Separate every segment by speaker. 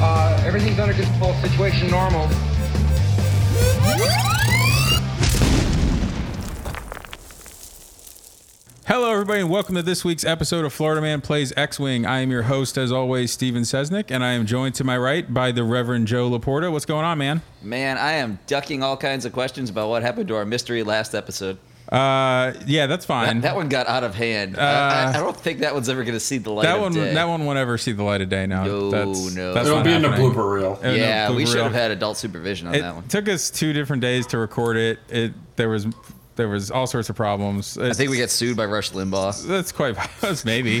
Speaker 1: uh, Everything's under control. Situation normal.
Speaker 2: Hello, everybody, and welcome to this week's episode of Florida Man Plays X Wing. I am your host, as always, Steven Sesnick, and I am joined to my right by the Reverend Joe Laporta. What's going on, man?
Speaker 3: Man, I am ducking all kinds of questions about what happened to our mystery last episode.
Speaker 2: Uh, yeah, that's fine.
Speaker 3: That, that one got out of hand. I- I, I don't think Uh, that one's ever going to see the light
Speaker 2: That
Speaker 3: of
Speaker 2: one,
Speaker 3: day.
Speaker 2: that one won't ever see the light of day. Now,
Speaker 3: No,
Speaker 2: that's,
Speaker 3: no.
Speaker 2: that's
Speaker 4: It'll
Speaker 2: not
Speaker 4: be in the
Speaker 2: happening.
Speaker 4: blooper reel.
Speaker 2: It'll be in the
Speaker 3: yeah, we
Speaker 2: blooper
Speaker 3: should
Speaker 2: reel.
Speaker 3: have had adult supervision on
Speaker 2: It
Speaker 3: that one.
Speaker 2: took us two different days to record it. It there was there was all sorts of problems.
Speaker 3: I think we got sued by Rush Limbaugh.
Speaker 2: that's quite that's maybe.
Speaker 3: He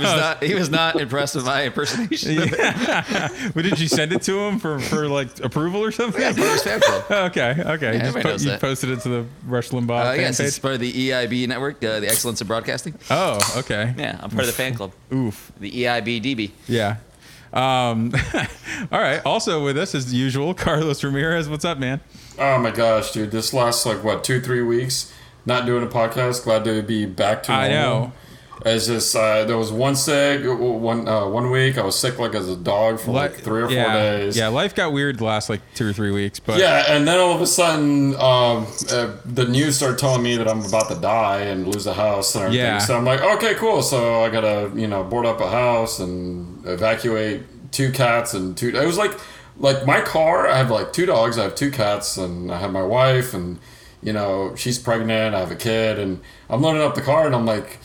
Speaker 3: not, he was not impressed with my impersonation. of it.
Speaker 2: but did you send it to him for for like approval or something?
Speaker 3: Yeah, Bruce Fanfield.
Speaker 2: Oh, Okay, okay. You just
Speaker 3: everybody
Speaker 2: po-
Speaker 3: knows
Speaker 2: you
Speaker 3: that.
Speaker 2: posted it to the Rush Limbaugh
Speaker 3: Uh,
Speaker 2: fan
Speaker 3: yes, it's
Speaker 2: page.
Speaker 3: part of the EIB network, uh, the Excellence of Broadcasting.
Speaker 2: Oh, okay.
Speaker 3: Yeah, I'm part of the fan club,
Speaker 2: Oof.
Speaker 3: the E EIBDB.
Speaker 2: Yeah. Um, all right. Also with us as usual, Carlos Ramirez. What's up, man?
Speaker 4: Oh my gosh, dude! This lasts like what two, three weeks. Not doing a podcast. Glad to be back to
Speaker 2: I
Speaker 4: normal.
Speaker 2: know.
Speaker 4: It's just uh, there was one sick one uh, one week. I was sick like as a dog for like three or
Speaker 2: yeah,
Speaker 4: four days.
Speaker 2: Yeah, life got weird the last like two or three weeks, but
Speaker 4: Yeah, and then all of a sudden, um, uh, the news started telling me that I'm about to die and lose a house and everything.
Speaker 2: Yeah.
Speaker 4: So I'm like, okay, cool. So I gotta, you know, board up a house and evacuate two cats and two. It was like, like my car. I have like two dogs. I have two cats, and I have my wife, and you know, she's pregnant. I have a kid, and I'm loading up the car, and I'm like.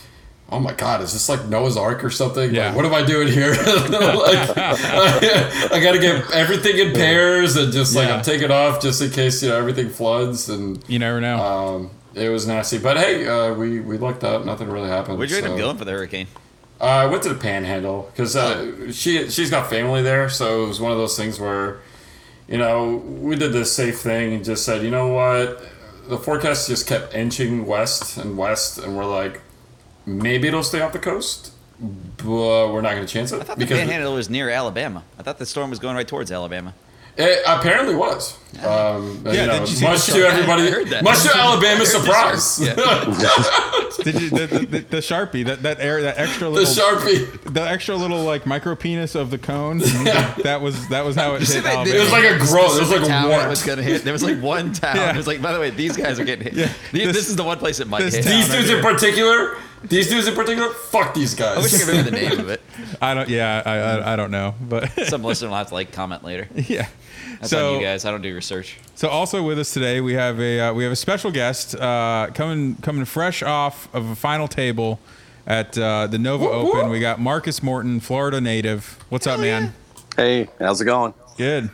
Speaker 4: Oh my God! Is this like Noah's Ark or something?
Speaker 2: Yeah.
Speaker 4: Like, what am I doing here? like, I, got to get everything in pairs and just like
Speaker 2: Yeah.
Speaker 4: I'm taking off just in case you know everything floods and
Speaker 2: you never know.
Speaker 4: um, it was nasty. But hey, uh, we we lucked up. Nothing really happened.
Speaker 3: Where'd you end
Speaker 4: so-
Speaker 3: up going for the hurricane?
Speaker 4: Uh, I went to the Panhandle because
Speaker 3: Oh.
Speaker 4: uh, she she's got family there, so it was one of those things where, you know, we did the safe thing and just said, you know what, the forecast just kept inching west and west, and we're like, maybe it'll stay off the coast, but we're not going to chance it
Speaker 3: I thought the Panhandle was near Alabama. I thought the storm was going right towards Alabama.
Speaker 4: It apparently was. Um, you know,
Speaker 2: did you see
Speaker 4: much
Speaker 2: the
Speaker 4: to
Speaker 2: shark?
Speaker 4: everybody,
Speaker 3: I heard that.
Speaker 4: much to Alabama's
Speaker 3: shark.
Speaker 4: surprise.
Speaker 2: Did you the, the, the, the sharpie that that air that extra
Speaker 4: Uh, the
Speaker 2: little
Speaker 4: sharpie.
Speaker 2: the extra little like micro penis of the cone? that was that was how it hit.
Speaker 3: that-
Speaker 2: Alabama.
Speaker 4: It was like a growth. It was like
Speaker 3: town
Speaker 4: a
Speaker 3: that
Speaker 4: wart.
Speaker 3: was gonna hit. There was like one town.
Speaker 2: Yeah.
Speaker 3: It was like, by the way, these guys are getting hit.
Speaker 2: Yeah.
Speaker 3: These- this,
Speaker 2: This-
Speaker 3: is the one place it might
Speaker 2: this
Speaker 3: hit.
Speaker 2: town-
Speaker 4: These dudes
Speaker 2: right
Speaker 4: in particular. These dudes in particular. Fuck these guys.
Speaker 3: I wish I could remember the name of it.
Speaker 2: I don't. Yeah, I, I, I don't know, but
Speaker 3: Some listener will have to like comment later.
Speaker 2: yeah.
Speaker 3: That's
Speaker 2: so
Speaker 3: on you guys. I don't do research.
Speaker 2: so also with us today we have a uh, we have a special guest uh, coming coming fresh off of a final table at uh, the Nova
Speaker 4: Whoop,
Speaker 2: Open.
Speaker 4: whoop.
Speaker 2: We got Marcus Morton, Florida native. What's up, man?
Speaker 5: Hey, how's it going?
Speaker 2: Good.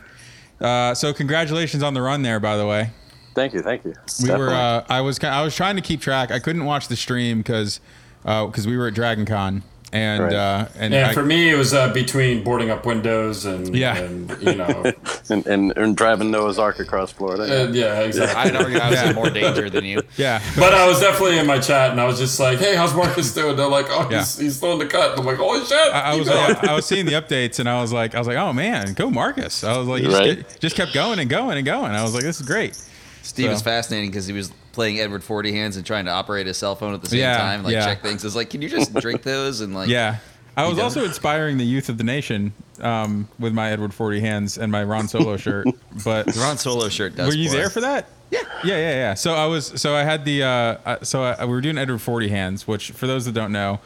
Speaker 2: Uh, so congratulations on the run there, by the way.
Speaker 5: Thank you, thank you.
Speaker 2: We were. Uh, I was. ki- I was trying to keep track. I couldn't watch the stream because because we were at Dragon Con and
Speaker 5: Right.
Speaker 2: uh, and
Speaker 4: And
Speaker 2: I-
Speaker 4: for me, it was uh, between boarding up windows and
Speaker 2: Yeah.
Speaker 4: and, you know,
Speaker 5: and, and, and driving Noah's Ark across
Speaker 2: Uh,
Speaker 5: Florida.
Speaker 4: and, yeah, exactly.
Speaker 3: I'd argue I was
Speaker 2: Yeah.
Speaker 3: in more danger than you.
Speaker 2: yeah.
Speaker 4: But I was definitely in my chat, and I was just like, "Hey, how's Marcus doing?" They're like, "Oh,
Speaker 2: Yeah.
Speaker 4: he's, he's still in the cut." I'm like, "Holy shit!"
Speaker 2: I, I was yeah, I was seeing the updates and I was like I was like oh man go Marcus I was like he
Speaker 5: Right.
Speaker 2: just, ke- just kept going and going and going I was like this is great
Speaker 3: Steve
Speaker 2: So-
Speaker 3: is fascinating because he was playing Edward Forty Hands and trying to operate his cell phone at the same
Speaker 2: Yeah,
Speaker 3: time, like
Speaker 2: yeah.
Speaker 3: check things. It's like, can you just drink those and like?
Speaker 2: yeah I was
Speaker 3: done?
Speaker 2: also inspiring the youth of the nation um, with my Edward Forty hands and my Ron Solo shirt but
Speaker 3: The Ron Solo shirt does.
Speaker 2: were you
Speaker 3: for
Speaker 2: there
Speaker 3: us.
Speaker 2: for that yeah yeah yeah yeah so I was so I had the uh, uh, so I, we were doing Edward Forty hands which for those that don't know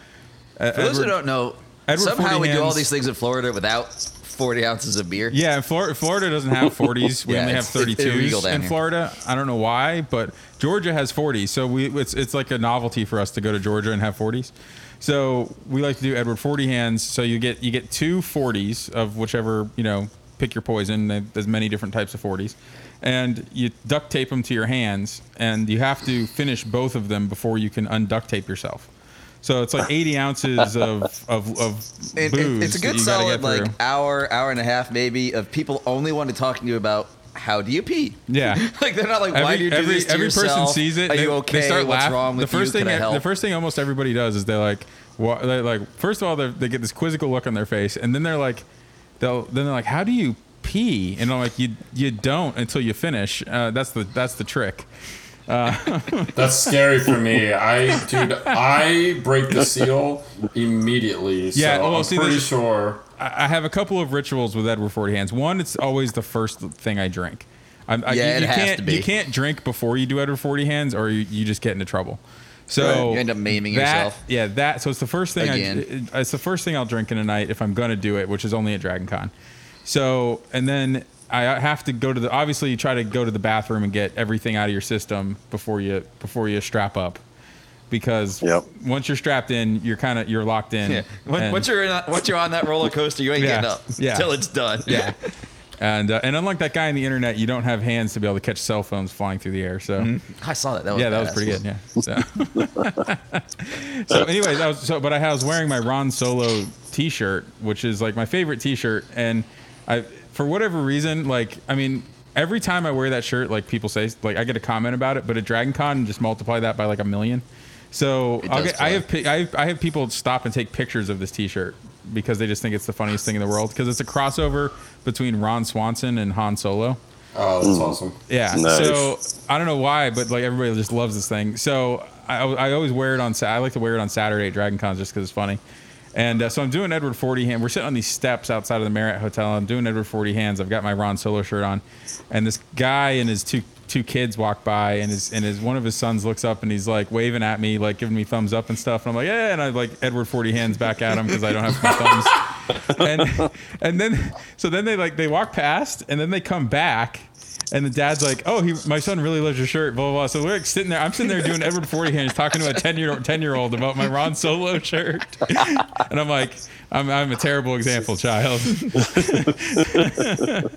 Speaker 2: uh,
Speaker 3: For those who
Speaker 2: Edward-
Speaker 3: don't know,
Speaker 2: Edward
Speaker 3: somehow
Speaker 2: 40
Speaker 3: we do all
Speaker 2: Hands-
Speaker 3: these things in Florida without forty ounces of beer.
Speaker 2: Yeah, and Florida, Florida doesn't have 40s. We
Speaker 3: Yeah,
Speaker 2: only have
Speaker 3: it's- it's illegal
Speaker 2: 32s
Speaker 3: down
Speaker 2: in
Speaker 3: here.
Speaker 2: Florida. I don't know why, but Georgia has 40s. So we it's it's like a novelty for us to go to Georgia and have 40s. So we like to do Edward 40 hands. So you get you get two 40s of whichever you know pick your poison. They- There's many different types of 40s, and you duct tape them to your hands, and you have to finish both of them before you can unduct tape yourself. So it's like 80 ounces of of, of
Speaker 3: It- it-
Speaker 2: booze.
Speaker 3: it's a
Speaker 2: that
Speaker 3: good
Speaker 2: you gotta
Speaker 3: solid
Speaker 2: get through.
Speaker 3: like hour, hour and a half maybe of people only want to talk to you about how do you pee.
Speaker 2: yeah.
Speaker 3: Like they're not like why do you do
Speaker 2: every,
Speaker 3: this to
Speaker 2: every person
Speaker 3: yourself?
Speaker 2: sees it.
Speaker 3: Are
Speaker 2: they,
Speaker 3: you
Speaker 2: they
Speaker 3: okay?
Speaker 2: start
Speaker 3: What's
Speaker 2: laughing.
Speaker 3: wrong with
Speaker 2: the first
Speaker 3: you?
Speaker 2: thing, e-
Speaker 3: Can I help?
Speaker 2: the first thing almost everybody does is they're like, wha- they're like, first of all, they're- they get this quizzical look on their face, and then they're like, they'll, then they're like, how do you pee? And I'm like, you, you don't until you finish. Uh, that's the, that's the trick.
Speaker 4: That's scary for me. I dude, I break the seal immediately.
Speaker 2: Yeah,
Speaker 4: so
Speaker 2: well,
Speaker 4: I'm
Speaker 3: oh,
Speaker 2: see,
Speaker 4: pretty
Speaker 2: this-
Speaker 4: sure.
Speaker 2: I I have a couple of rituals with Edward Forty Hands. One, it's always the first thing I drink. I'm, I, you,
Speaker 3: Yeah, it
Speaker 2: you
Speaker 3: has
Speaker 2: can't,
Speaker 3: to be.
Speaker 2: You can't drink before you do Edward Forty Hands, or you, you just get into trouble. So
Speaker 3: Right. You end up maiming
Speaker 2: that-
Speaker 3: yourself.
Speaker 2: Yeah, that. So it's the first thing.
Speaker 3: Again.
Speaker 2: I, it's the first thing I'll drink in a night if I'm gonna do it, which is only at Dragon Con. So and then I have to go to the. Obviously, you try to go to the bathroom and get everything out of your system before you before you strap up, because
Speaker 5: Yep.
Speaker 2: once you're strapped in, you're kind of you're locked in.
Speaker 3: Yeah. When-
Speaker 2: And-
Speaker 3: Once you're in a, once you're on that roller coaster, you ain't
Speaker 2: Yeah.
Speaker 3: getting up
Speaker 2: Yeah.
Speaker 3: until it's done.
Speaker 2: yeah. And, uh, and unlike that guy on the internet, you don't have hands to be able to catch cell phones flying through the air. So
Speaker 3: I saw that. that was
Speaker 2: yeah, that was
Speaker 3: badass.
Speaker 2: pretty good. Yeah. So, so anyways, I was so but I was wearing my Ron Solo T-shirt, which is like my favorite T-shirt, and I for whatever reason, like I mean, every time I wear that shirt, like people say, like I get a comment about it, but at Dragon Con, just multiply that by like a million. So
Speaker 3: It
Speaker 2: I'll
Speaker 3: does
Speaker 2: get, I
Speaker 3: fly.
Speaker 2: have pi- I have I have people stop and take pictures of this T-shirt because they just think it's the funniest thing in the world because it's a crossover between Ron Swanson and Han Solo.
Speaker 4: Oh, that's awesome.
Speaker 2: Yeah.
Speaker 5: Nice.
Speaker 2: So I don't know why, but like everybody just loves this thing. So I, I always wear it on. Sa- I like to wear it on Saturday at Dragon Cons just because it's funny. And uh, so I'm doing Edward Forty Hand. We're sitting on these steps outside of the Marriott Hotel. I'm doing Edward Forty Hands. I've got my Ron Solo shirt on, and this guy and his two two kids walk by, and his and his one of his sons looks up and he's like waving at me, like giving me thumbs up and stuff. And I'm like, yeah, and I like Edward Forty Hands back at him because I don't have my thumbs and and then so then they like they walk past and then they come back and the dad's like, "Oh, he, my son really loves your shirt." Blah blah. blah. So we're like sitting there. I'm sitting there doing Edward Forty hands, talking to a ten year ten year old about my Ron Solo shirt, and I'm like, "I'm I'm a terrible example, child."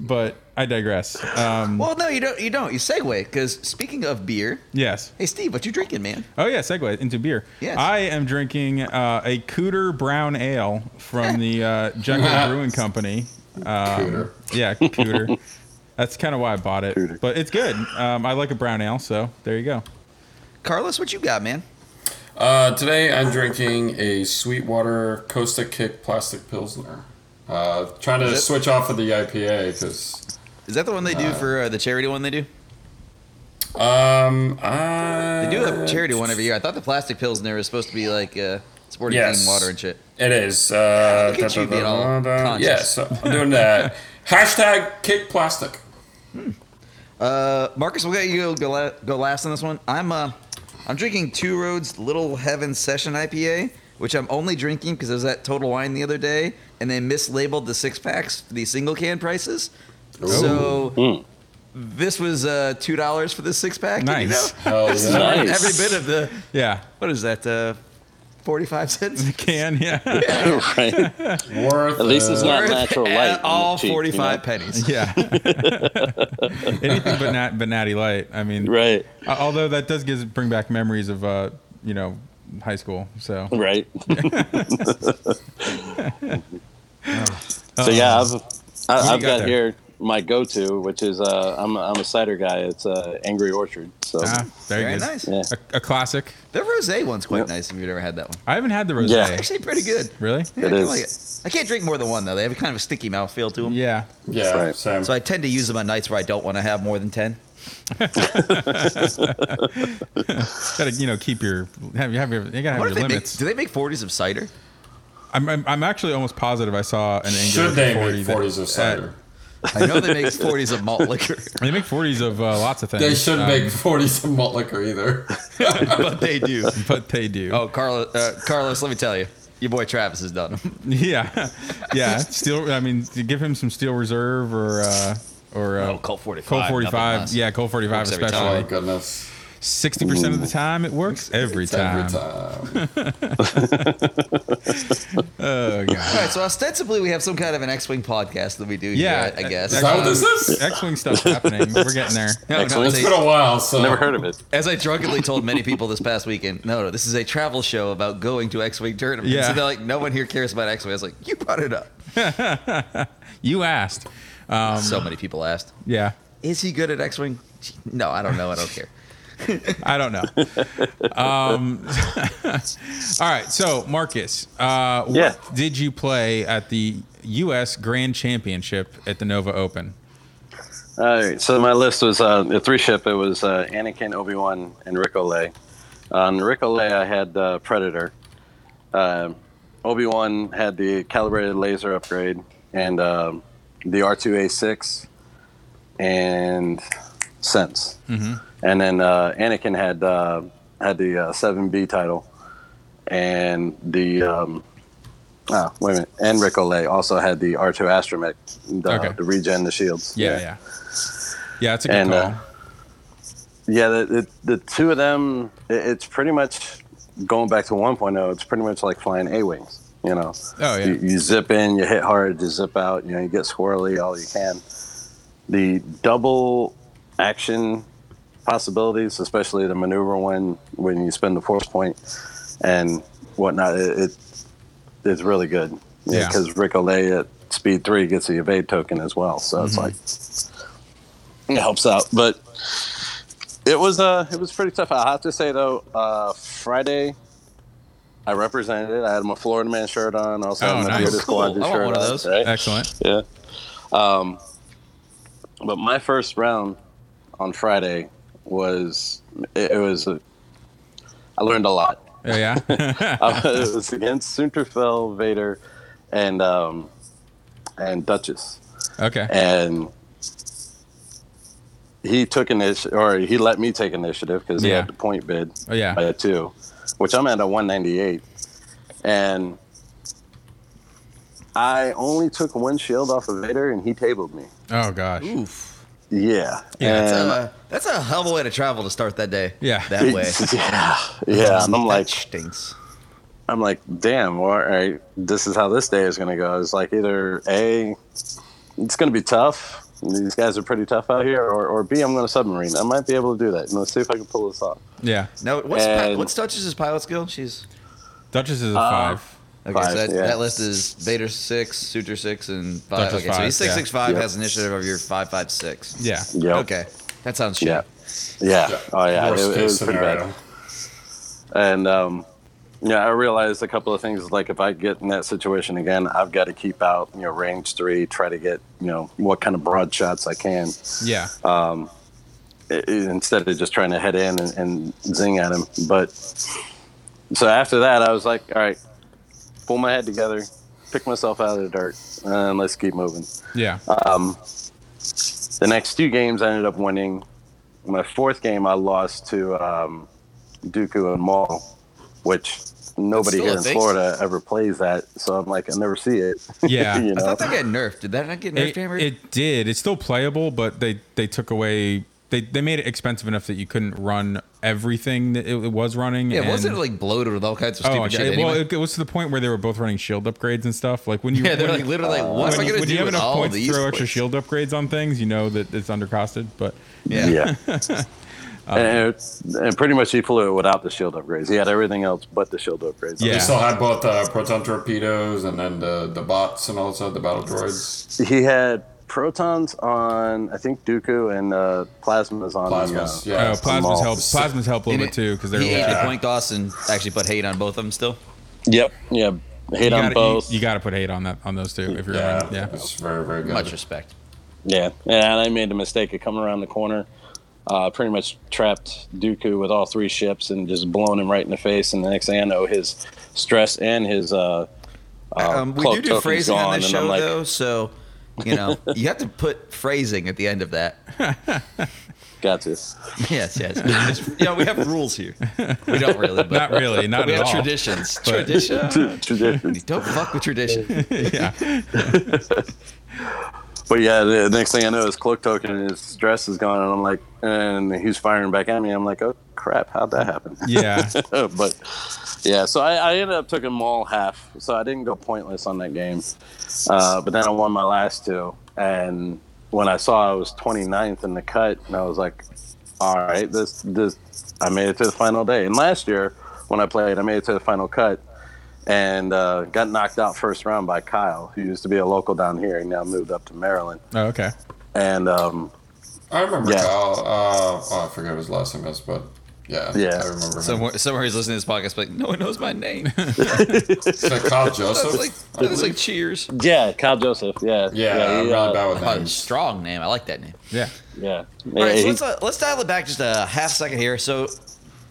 Speaker 2: but I digress. Um,
Speaker 3: Well, no, you don't. You don't. You segue because speaking of beer,
Speaker 2: yes.
Speaker 3: hey Steve, what you drinking, man?
Speaker 2: Oh yeah, segue into beer.
Speaker 3: Yes.
Speaker 2: I am drinking uh, a Cooter Brown Ale from the uh, Jekyll Brewing Company. Um,
Speaker 4: Cooter.
Speaker 2: Yeah, Cooter. That's kind of why I bought it,
Speaker 5: Cooter.
Speaker 2: but it's good. Um, I like a brown ale, so there you go.
Speaker 3: Carlos, what you got, man?
Speaker 4: Uh, today I'm drinking a Sweetwater Costa Kick Plastic Pilsner. Uh, trying to
Speaker 3: Is it-
Speaker 4: switch off of the IPA because
Speaker 3: Is that the one they do for uh, the charity one they do?
Speaker 4: um, I,
Speaker 3: They do a charity one every year. I thought the plastic pilsner was supposed to be like uh, sporting
Speaker 4: Yes.
Speaker 3: clean water and shit.
Speaker 4: It is. Uh,
Speaker 3: Look at you being all conscious.
Speaker 4: Yes, I'm doing that. Hashtag kick plastic.
Speaker 3: Uh, Marcus, we'll get you go, go, la- go last on this one. I'm uh, I'm drinking Two Roads Little Heaven Session IPA, which I'm only drinking because I was at Total Wine the other day and they mislabeled the six packs, the single can prices. So
Speaker 5: Hmm.
Speaker 3: this was uh, two dollars for the six pack. and, You
Speaker 2: Nice.
Speaker 3: know,
Speaker 4: Hell
Speaker 3: this is
Speaker 4: yeah.
Speaker 3: worth
Speaker 5: Nice.
Speaker 3: Every bit of the
Speaker 2: Yeah,
Speaker 3: what is that? Uh, Forty-five cents.
Speaker 2: can yeah,
Speaker 5: right.
Speaker 4: Worth.
Speaker 5: At least it's
Speaker 4: it.
Speaker 5: not
Speaker 3: Worth
Speaker 5: natural
Speaker 3: at
Speaker 5: light. and
Speaker 3: all
Speaker 5: cheap, you know?
Speaker 3: forty-five pennies.
Speaker 2: yeah. Anything but nat but natty light. I mean,
Speaker 5: Right.
Speaker 2: uh, although that does gives bring back memories of uh, you know high school. So
Speaker 5: Right. so yeah, I've I,
Speaker 2: Uh, got
Speaker 5: I've got
Speaker 2: there?
Speaker 5: here my go-to, which is uh, I'm I'm a cider guy. It's uh, Angry Orchard. So
Speaker 2: ah, there
Speaker 3: Very
Speaker 2: it is.
Speaker 3: nice.
Speaker 5: yeah,
Speaker 2: A, a classic.
Speaker 3: The rosé one's quite
Speaker 5: Yep.
Speaker 3: nice if you've ever had that one.
Speaker 2: I haven't had the rosé.
Speaker 5: Yeah.
Speaker 3: Actually, pretty good.
Speaker 2: Really?
Speaker 3: Yeah, I
Speaker 5: It
Speaker 3: kinda
Speaker 5: is.
Speaker 3: like it. I can't drink more than one though. They have kind of a sticky mouth feel to them.
Speaker 2: Yeah.
Speaker 4: Yeah,
Speaker 5: Right.
Speaker 4: same.
Speaker 3: So I tend to use them on nights where I don't want to have more than ten.
Speaker 2: Got to you know keep your have you have your you gotta have
Speaker 3: What
Speaker 2: your
Speaker 3: if they make,
Speaker 2: limits.
Speaker 3: do they make forties of cider?
Speaker 2: I'm, I'm I'm actually almost positive I saw an Angry
Speaker 4: Should they
Speaker 2: Orchard
Speaker 4: make
Speaker 2: 40
Speaker 4: 40s
Speaker 2: that-
Speaker 4: of cider?
Speaker 3: I know they make forties of malt liquor,
Speaker 2: They make 40s of uh, lots of things.
Speaker 4: They shouldn't
Speaker 2: um,
Speaker 4: make 40s of malt liquor either.
Speaker 3: but they do.
Speaker 2: um, but they do.
Speaker 3: Oh, Carlos, uh, Carlos, let me tell you, your boy Travis has done them.
Speaker 2: Yeah, yeah. Steel. I mean, to give him some Steel Reserve or uh, or uh,
Speaker 3: Oh, Colt 45,
Speaker 2: Colt
Speaker 3: nothing
Speaker 2: 45.
Speaker 3: less.
Speaker 2: Yeah, Colt 45
Speaker 3: Works every time.
Speaker 4: oh,
Speaker 2: especially.
Speaker 4: goodness.
Speaker 2: Sixty percent of the time, it works every
Speaker 4: It's
Speaker 2: time.
Speaker 4: Every time.
Speaker 2: Oh
Speaker 3: All
Speaker 2: god.
Speaker 3: right, so ostensibly we have some kind of an X-wing podcast that we do.
Speaker 2: Yeah,
Speaker 3: here, I guess.
Speaker 4: Is that what this is?
Speaker 2: X-wing stuff's happening. We're getting there.
Speaker 3: No, no,
Speaker 5: X-wing?
Speaker 3: it's
Speaker 4: It's
Speaker 3: a-
Speaker 4: been a while, so.
Speaker 5: never heard of it.
Speaker 3: As I drunkenly told many people this past weekend, no, no, this is a travel show about going to X Wing tournaments.
Speaker 2: Yeah.
Speaker 3: And they're like, no one here cares about X Wing. I was like, you brought it up.
Speaker 2: You asked.
Speaker 3: so many people asked,
Speaker 2: Yeah.
Speaker 3: is he good at X Wing? No, I don't know. I don't care.
Speaker 2: I don't know. Um, all right. So Marcus, uh, what
Speaker 5: Yeah.
Speaker 2: did you play at the U.S. Grand Championship at the Nova Open?
Speaker 5: All right, so my list was uh, the three ship. It was uh, Anakin, Obi Wan, and Rick Olay. On Rick Olay, I had uh, Predator. Um Obi Wan had the calibrated laser upgrade and um, the R two A six and sense,
Speaker 2: Mm-hmm.
Speaker 5: and then uh, Anakin had uh, had the seven B title and the um, ah, wait a minute, and Rick Olay also had the R two astromech, the,
Speaker 2: Okay.
Speaker 5: the regen, the shields.
Speaker 2: Yeah, yeah, yeah. It's a good
Speaker 5: And,
Speaker 2: call.
Speaker 5: uh, Yeah, the, the, the two of them, it, it's pretty much going back to 1.0, it's pretty much like flying A Wings. You know,
Speaker 2: Oh, yeah.
Speaker 5: you, you zip in, you hit hard, you zip out, you know, you get squirrely all you can. The double action possibilities, especially the maneuver one when you spend the force point and whatnot, it, it it's really good.
Speaker 2: Yeah.
Speaker 5: because Rick Olay at speed three gets the evade token as well, so it's
Speaker 2: Mm-hmm.
Speaker 5: like it helps out. But it was uh it was pretty tough. I have to say though, uh Friday I represented it. I had my Florida man shirt on, also
Speaker 2: Oh,
Speaker 5: had my
Speaker 2: nice. Cool.
Speaker 5: Bearded Squad
Speaker 3: I want
Speaker 5: shirt
Speaker 3: one of
Speaker 5: on,
Speaker 3: those.
Speaker 5: right?
Speaker 2: Excellent.
Speaker 5: Yeah. Um, but my first round on Friday was it, it was a, I learned a lot.
Speaker 2: Oh, Yeah, yeah.
Speaker 5: I was, it was against Sunterfell, Vader, and um, and Duchess,
Speaker 2: okay.
Speaker 5: and he took initiative, or he let me take initiative because he
Speaker 2: Yeah.
Speaker 5: had the point bid
Speaker 2: Oh, yeah.
Speaker 5: by a two, which I'm at a 198, and I only took one shield off of Vader, and he tabled me.
Speaker 2: Oh gosh.
Speaker 3: Oof.
Speaker 5: Yeah,
Speaker 2: Yeah,
Speaker 3: That's
Speaker 5: And-
Speaker 3: a, Um, that's a hell of a way to travel to start that day.
Speaker 2: Yeah.
Speaker 3: That way.
Speaker 5: yeah, yeah, and I'm
Speaker 3: That
Speaker 5: like,
Speaker 3: stinks.
Speaker 5: I'm like, damn, well, all right, this is how this day is going to go. It's like either A, it's going to be tough. These guys are pretty tough out here, or, or B, I'm going to submarine. I might be able to do that. And let's see if I can pull this off.
Speaker 2: Yeah.
Speaker 3: Now, what's Pi-
Speaker 5: And-
Speaker 3: what's Duchess's pilot skill? She's
Speaker 2: Duchess is a
Speaker 5: Uh,
Speaker 2: five.
Speaker 3: okay. so
Speaker 5: Five,
Speaker 3: that,
Speaker 5: yeah.
Speaker 3: that list is Vader six, Suter six, and five.
Speaker 2: Duchess
Speaker 3: okay, so
Speaker 2: five,
Speaker 3: he's six
Speaker 2: yeah.
Speaker 3: six five
Speaker 5: Yep.
Speaker 3: has initiative of your five five six.
Speaker 2: Yeah.
Speaker 5: Yep.
Speaker 3: Okay, that sounds
Speaker 5: Yeah.
Speaker 3: shit.
Speaker 5: Yeah. Oh, yeah. It,
Speaker 4: Worst
Speaker 5: it
Speaker 4: case
Speaker 5: was pretty
Speaker 4: scenario.
Speaker 5: bad. And, um, yeah, I realized a couple of things. Like, if I get in that situation again, I've got to keep out, you know, range three, try to get, you know, what kind of broad shots I can.
Speaker 2: Yeah.
Speaker 5: uh, i- i- instead of just trying to head in and, and zing at him. But so after that, I was like, all right, pull my head together, pick myself out of the dirt, and let's keep moving.
Speaker 2: yeah.
Speaker 5: uh, The next two games, I ended up winning. My fourth game, I lost to um, Dooku and Maul, which nobody
Speaker 3: Still a
Speaker 5: here in
Speaker 3: thing?
Speaker 5: Florida ever plays that. So I'm like, I never see it.
Speaker 2: Yeah.
Speaker 5: you
Speaker 3: I
Speaker 5: know?
Speaker 3: thought that got nerfed. Did that not get nerfed,
Speaker 2: It,
Speaker 3: Hammer?
Speaker 2: it did. It's still playable, but they they took away. They, they made it expensive enough that you couldn't run everything that it, it was running.
Speaker 3: yeah,
Speaker 2: and-
Speaker 3: wasn't it like bloated with all kinds of
Speaker 2: Oh,
Speaker 3: stupid
Speaker 2: my God.
Speaker 3: shit?
Speaker 2: It- well,
Speaker 3: anyway?
Speaker 2: it, it was to the point where they were both running shield upgrades and stuff. Like when you
Speaker 3: yeah, they're
Speaker 2: when
Speaker 3: like
Speaker 2: you-
Speaker 5: Uh,
Speaker 3: literally like, what am I
Speaker 2: when you,
Speaker 3: gonna
Speaker 2: when
Speaker 3: do
Speaker 2: you have
Speaker 3: with
Speaker 2: enough
Speaker 3: all
Speaker 2: points to
Speaker 3: these
Speaker 2: throw extra
Speaker 3: points?
Speaker 2: shield upgrades on things, you know that it's undercosted. But
Speaker 3: Yeah.
Speaker 5: yeah. and, it- and pretty much he flew it without the shield upgrades. He had everything else but the shield upgrades.
Speaker 2: Yeah.
Speaker 4: You still had both uh, proton torpedoes and then the, the bots and also the battle droids.
Speaker 5: He had protons on, I think, Dooku, and uh, plasmas on.
Speaker 4: Plasmas,
Speaker 5: uh,
Speaker 4: yeah.
Speaker 2: uh, plasmas
Speaker 5: Maul.
Speaker 2: help. Plasmas help a little bit too because they're
Speaker 3: he ate
Speaker 2: yeah.
Speaker 3: the point costs and actually put hate on both of them still.
Speaker 5: Yep. Yeah. Hate
Speaker 2: you
Speaker 5: on
Speaker 2: gotta,
Speaker 5: both.
Speaker 2: You, got to put hate on that on those two if you're
Speaker 4: Yeah,
Speaker 2: running. Yeah.
Speaker 4: It's very, very good.
Speaker 3: Much respect.
Speaker 5: yeah. Yeah. And I made the mistake of coming around the corner. Uh, pretty much trapped Dooku with all three ships and just blowing him right in the face. And the next thing I know, his stress and his uh,
Speaker 3: Um, we
Speaker 5: cloak
Speaker 3: do do
Speaker 5: token's
Speaker 3: phrasing on
Speaker 5: gone,
Speaker 3: this
Speaker 5: and I'm
Speaker 3: show
Speaker 5: like-
Speaker 3: though, so you know you have to put phrasing at the end of that.
Speaker 5: got to.
Speaker 3: Yes, yes. It's- you know, we have rules here. We don't really, but
Speaker 2: Not really. Not
Speaker 3: we
Speaker 2: at
Speaker 3: have
Speaker 2: all.
Speaker 3: traditions. Tradition.
Speaker 5: Tradition.
Speaker 3: don't fuck with tradition.
Speaker 2: yeah.
Speaker 5: But yeah, the next thing I know, his cloak token and his dress is gone, and I'm like, and he's firing back at me. I'm like, oh crap, how'd that happen?
Speaker 2: Yeah.
Speaker 5: but yeah, so I, I ended up taking all half, so I didn't go pointless on that game. Uh, but then I won my last two, and when I saw I was 29th in the cut, and I was like, all right, this this I made it to the final day. And last year when I played, I made it to the final cut. And uh, got knocked out first round by Kyle, who used to be a local down here. He now moved up to Maryland
Speaker 2: Oh, okay.
Speaker 5: and um,
Speaker 4: I remember
Speaker 5: Yeah.
Speaker 4: Kyle. Uh, oh, I forget what his last name is, but yeah,
Speaker 5: Yeah.
Speaker 4: I remember him.
Speaker 3: Somewhere, somewhere he's listening to this podcast, but like, no one knows my name. It's
Speaker 4: Is that Kyle Joseph?
Speaker 3: like, it's like Cheers.
Speaker 5: yeah, Kyle Joseph, yeah,
Speaker 4: yeah,
Speaker 5: yeah,
Speaker 4: I'm
Speaker 5: he,
Speaker 4: really
Speaker 5: uh,
Speaker 4: bad with
Speaker 3: Oh,
Speaker 4: names.
Speaker 3: strong name. I like that name.
Speaker 2: Yeah.
Speaker 5: yeah.
Speaker 3: All right, so
Speaker 5: Yeah, he-
Speaker 3: let's, uh, let's dial it back just a half second here. So,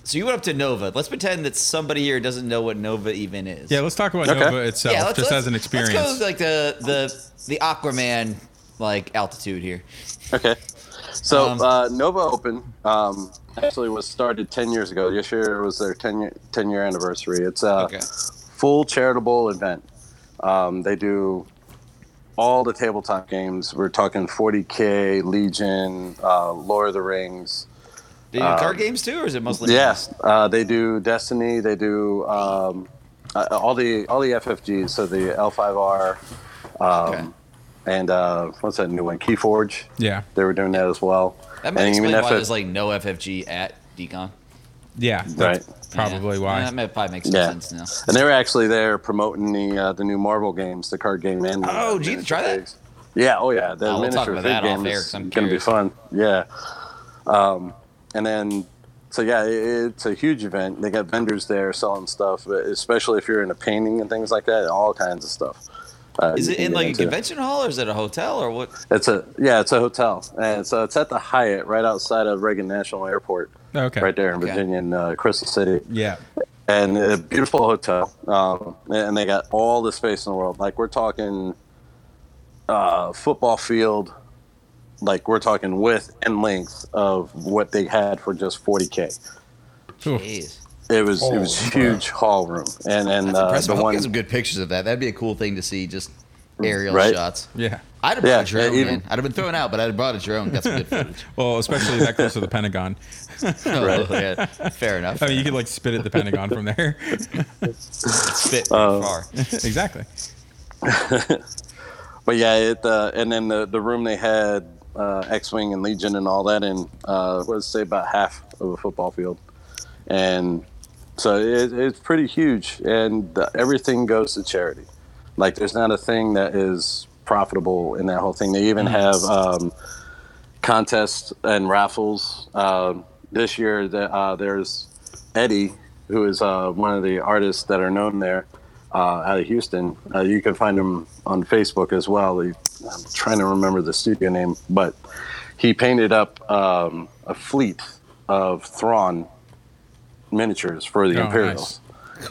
Speaker 3: So you went up to Nova. Let's pretend that somebody here doesn't know what Nova even is.
Speaker 2: Yeah, let's talk about
Speaker 5: Okay.
Speaker 2: Nova itself, just as an experience.
Speaker 3: Let's go with, like the the the Aquaman like altitude here.
Speaker 5: Okay. So
Speaker 3: Um,
Speaker 5: uh, Nova Open um, actually was started ten years ago. This year was their 10 year, 10 year anniversary. It's a
Speaker 3: Okay.
Speaker 5: full charitable event. Um, they do all the tabletop games. We're talking 40k, Legion, uh, Lord of the Rings.
Speaker 3: Do you do
Speaker 5: uh,
Speaker 3: card games too, or is it mostly?
Speaker 5: Yes, uh, they do Destiny. They do um, uh, all the all the FFGs. So the L5R
Speaker 3: Okay.
Speaker 5: um, and uh, what's that new one? Keyforge.
Speaker 2: yeah,
Speaker 5: They were doing that as well.
Speaker 3: that might
Speaker 5: And even
Speaker 3: explain why
Speaker 5: FF
Speaker 3: there's like no FFG at Decon.
Speaker 2: yeah,
Speaker 5: Right.
Speaker 2: that's Probably
Speaker 3: Yeah.
Speaker 2: why.
Speaker 3: That may- probably makes some
Speaker 5: Yeah.
Speaker 3: sense now.
Speaker 5: And they were actually there promoting the uh, the new Marvel games, the card game and the
Speaker 3: Oh,
Speaker 5: uh,
Speaker 3: gee,
Speaker 5: miniature
Speaker 3: try that?
Speaker 5: figs. Yeah, oh yeah, the
Speaker 3: Oh, we'll talk
Speaker 5: miniature
Speaker 3: about
Speaker 5: fig
Speaker 3: that off
Speaker 5: game
Speaker 3: air,
Speaker 5: is
Speaker 3: 'cause I'm
Speaker 5: going to be
Speaker 3: curious.
Speaker 5: fun. Yeah, um, and then so yeah, it, it's a huge event. They got vendors there selling stuff, but especially if you're into painting and things like that, all kinds of stuff. Uh,
Speaker 3: Is
Speaker 5: you
Speaker 3: it
Speaker 5: can
Speaker 3: in
Speaker 5: get
Speaker 3: like a
Speaker 5: into.
Speaker 3: convention hall or is it a hotel or what?
Speaker 5: It's a yeah, it's a hotel, and so it's at the Hyatt right outside of Reagan National Airport,
Speaker 2: Oh, okay.
Speaker 5: right there in
Speaker 3: Oh, Okay.
Speaker 5: Virginia, in uh, Crystal City
Speaker 2: Yeah.
Speaker 5: and a beautiful hotel. Um, and they got all the space in the world. Like we're talking uh, football field, like we're talking width and length of what they had for just 40k.
Speaker 2: Ooh.
Speaker 3: Jeez.
Speaker 5: It was it was
Speaker 4: Holy
Speaker 5: huge hall room, and and
Speaker 3: That's
Speaker 5: uh,
Speaker 3: impressive.
Speaker 5: the
Speaker 3: I hope you
Speaker 5: one Mm,
Speaker 3: get some good pictures of that. That'd be a cool thing to see, just aerial
Speaker 5: Right?
Speaker 3: shots.
Speaker 2: Yeah.
Speaker 3: I'd have brought
Speaker 5: Yeah,
Speaker 3: a drone,
Speaker 5: yeah, even-
Speaker 3: man. I'd have been thrown out, but I'd have brought a drone. Got some good footage.
Speaker 2: Well, especially that close to the Pentagon.
Speaker 5: Right.
Speaker 3: Oh, yeah. Fair enough.
Speaker 2: I mean, you could like spit at the Pentagon from there.
Speaker 3: spit
Speaker 5: Uh,
Speaker 3: far.
Speaker 2: exactly.
Speaker 5: But yeah, it uh, and then the, the room they had uh, X Wing and Legion and all that in uh, was say about half of a football field, and so it, it's pretty huge, and the, everything goes to charity. Like there's not a thing that is profitable in that whole thing. They even have um, contests and raffles. Um this year, the, uh, there's Eddie, who is uh, one of the artists that are known there uh, out of Houston. Uh, you can find him on Facebook as well. He, I'm trying to remember the studio name, but he painted up um, a fleet of Thrawn miniatures for the
Speaker 2: Oh,
Speaker 5: Imperials.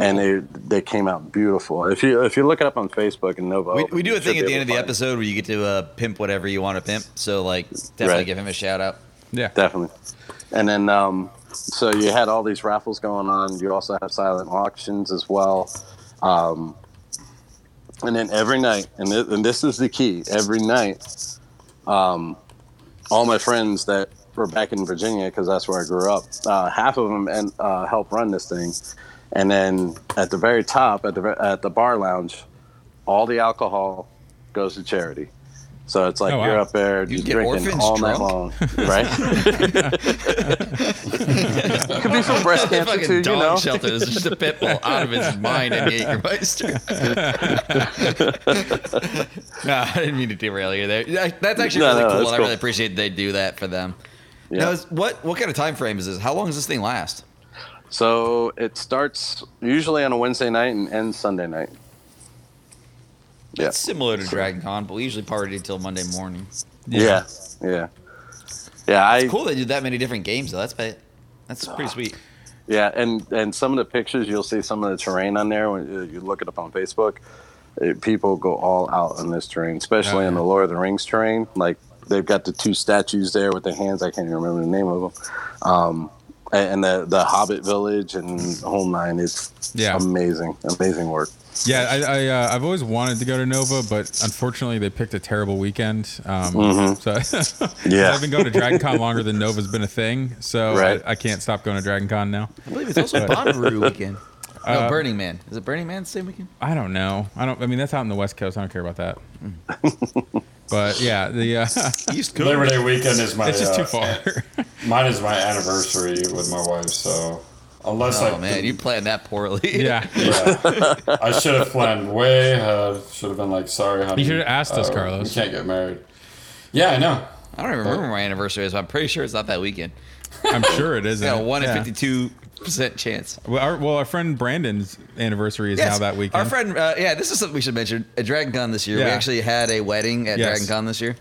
Speaker 5: And they they came out beautiful. If you if you look it up on Facebook and Nova,
Speaker 3: We, we do a
Speaker 5: you should
Speaker 3: thing
Speaker 5: be
Speaker 3: at the
Speaker 5: able
Speaker 3: end of
Speaker 5: to
Speaker 3: the
Speaker 5: find it.
Speaker 3: episode where you get to uh, pimp whatever you want to pimp. So, like, definitely
Speaker 5: Right.
Speaker 3: give him a shout out.
Speaker 2: Yeah.
Speaker 5: definitely. And then, um, so you had all these raffles going on. You also have silent auctions as well. Um, and then every night, and this, and this is the key, every night, um, all my friends that were back in Virginia, because that's where I grew up, uh, half of them and uh, helped run this thing. And then at the very top, at the ver- at the bar lounge, all the alcohol goes to charity. So it's like
Speaker 2: Oh, wow.
Speaker 5: you're up there,
Speaker 3: You
Speaker 5: you're
Speaker 3: get orphans
Speaker 5: drinking all night
Speaker 3: drunk?
Speaker 5: long, right? could be from breast cancer
Speaker 3: fucking
Speaker 5: too, you
Speaker 3: dog
Speaker 5: know.
Speaker 3: shelter. There's just a pit bull out of his mind in the Jägermeister. no, I didn't mean to derail you there. That- That's actually
Speaker 5: No,
Speaker 3: really
Speaker 5: no,
Speaker 3: cool.
Speaker 5: that's
Speaker 3: I
Speaker 5: cool.
Speaker 3: really appreciate they do that for them.
Speaker 5: Yeah.
Speaker 3: Now, is- what what kind of time frame is this? How long does this thing last?
Speaker 5: So it starts usually on a Wednesday night and ends Sunday night. Yeah.
Speaker 3: It's similar to Dragon Con, but we usually party till Monday morning.
Speaker 5: Yeah. Yeah. Yeah, I
Speaker 3: Cool they do that many different games though. That's ba- that's
Speaker 2: Ah.
Speaker 3: pretty sweet.
Speaker 5: yeah, and and some of the pictures you'll see some of the terrain on there when you you look it up on Facebook. It, people go all out on this terrain, especially
Speaker 2: Oh,
Speaker 5: in
Speaker 2: yeah.
Speaker 5: the Lord of the Rings terrain. Like they've got the two statues there with their hands. I can't even remember the name of them. Um, a- and the the Hobbit village and Home Nine is
Speaker 2: Yeah.
Speaker 5: amazing, amazing work.
Speaker 2: Yeah, I, I uh, I've always wanted to go to Nova, but unfortunately they picked a terrible weekend. Um, So
Speaker 5: Mm-hmm. Yeah.
Speaker 2: I've been going to Dragon Con longer than Nova's been a thing, so
Speaker 5: Right.
Speaker 2: I, I can't stop going to Dragon Con now.
Speaker 3: I believe it's also Bonnaroo weekend. No,
Speaker 2: Uh,
Speaker 3: Burning Man. Is it Burning Man the same weekend?
Speaker 2: I don't know. I don't. I mean, that's out in the West Coast. I don't care about that. but yeah, the uh,
Speaker 3: East
Speaker 4: Labor Day weekend is my.
Speaker 2: it's just
Speaker 4: uh,
Speaker 2: too far.
Speaker 4: Mine is my anniversary with my wife, so unless
Speaker 3: Oh
Speaker 4: I
Speaker 3: man, you planned that poorly.
Speaker 2: yeah,
Speaker 4: yeah, I should have planned way ahead. Should have been like, sorry, honey.
Speaker 2: You should have asked us,
Speaker 4: uh,
Speaker 2: Carlos.
Speaker 4: We can't get married. Yeah, I know.
Speaker 3: I don't even remember my anniversary is, but I'm pretty sure it's not that weekend.
Speaker 2: I'm sure it isn't.
Speaker 3: Yeah, a one in
Speaker 2: Yeah.
Speaker 3: fifty-two percent chance.
Speaker 2: Well, our, well, our friend Brandon's anniversary is now
Speaker 3: Yes,
Speaker 2: that weekend.
Speaker 3: Our friend, uh, yeah, this is something we should mention. At Dragon Con this year, we
Speaker 2: Yeah.
Speaker 3: actually had a wedding at
Speaker 2: Yes.
Speaker 3: Dragon Con this year.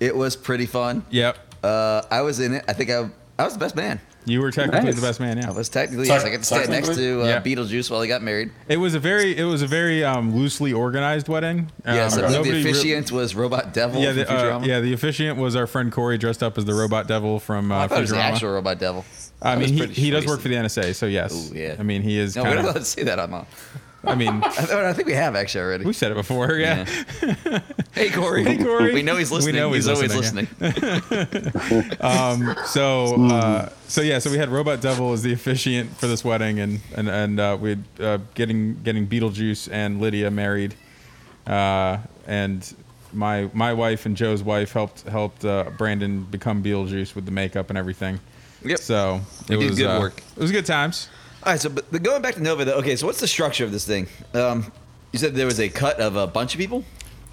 Speaker 3: It was pretty fun.
Speaker 2: Yep.
Speaker 3: Uh, I was in it. I think I, I was the best man.
Speaker 2: You were technically
Speaker 5: Nice.
Speaker 2: the best man.
Speaker 3: I
Speaker 2: Yeah.
Speaker 3: was technically yes. I got to stand next to uh,
Speaker 2: Yeah.
Speaker 3: Beetlejuice while he got married.
Speaker 2: It was a very it was a very um, loosely organized wedding. Um,
Speaker 3: Yes, I believe the
Speaker 2: nobody re-
Speaker 3: officiant was Robot Devil
Speaker 2: yeah,
Speaker 3: from
Speaker 2: the, uh,
Speaker 3: Futurama.
Speaker 2: yeah. The officiant was our friend Corey, dressed up as the robot devil from uh,
Speaker 3: Oh, I thought it was the
Speaker 2: Futurama.
Speaker 3: actual Robot Devil.
Speaker 2: I
Speaker 3: That
Speaker 2: mean,
Speaker 3: was
Speaker 2: he,
Speaker 3: pretty
Speaker 2: he does work
Speaker 3: spicy.
Speaker 2: for the NSA, so yes.
Speaker 3: Ooh, yeah.
Speaker 2: I mean, he is.
Speaker 3: No, we're
Speaker 2: kind
Speaker 3: not
Speaker 2: of,
Speaker 3: allowed to say that on. uh,
Speaker 2: I mean,
Speaker 3: I th- I think we have actually already.
Speaker 2: we said it before. Yeah.
Speaker 3: Hey Corey.
Speaker 2: Hey, Corey.
Speaker 3: We know he's
Speaker 2: We
Speaker 3: listening.
Speaker 2: know
Speaker 3: he's,
Speaker 2: he's
Speaker 3: always
Speaker 2: listening,
Speaker 3: listening.
Speaker 2: Um, so uh, so yeah. So we had Robot Devil as the officiant for this wedding, and and and uh, we had, uh, getting getting Beetlejuice and Lydia married, uh, and my my wife and Joe's wife helped helped uh, Brandon become Beetlejuice with the makeup and everything.
Speaker 3: Yep.
Speaker 2: So it
Speaker 3: We did
Speaker 2: was
Speaker 3: good
Speaker 2: uh,
Speaker 3: work.
Speaker 2: It was good times.
Speaker 3: All right. So, but but going back to Nova, though. Okay. So, what's the structure of this thing? Um, you said there was a cut of a bunch of people.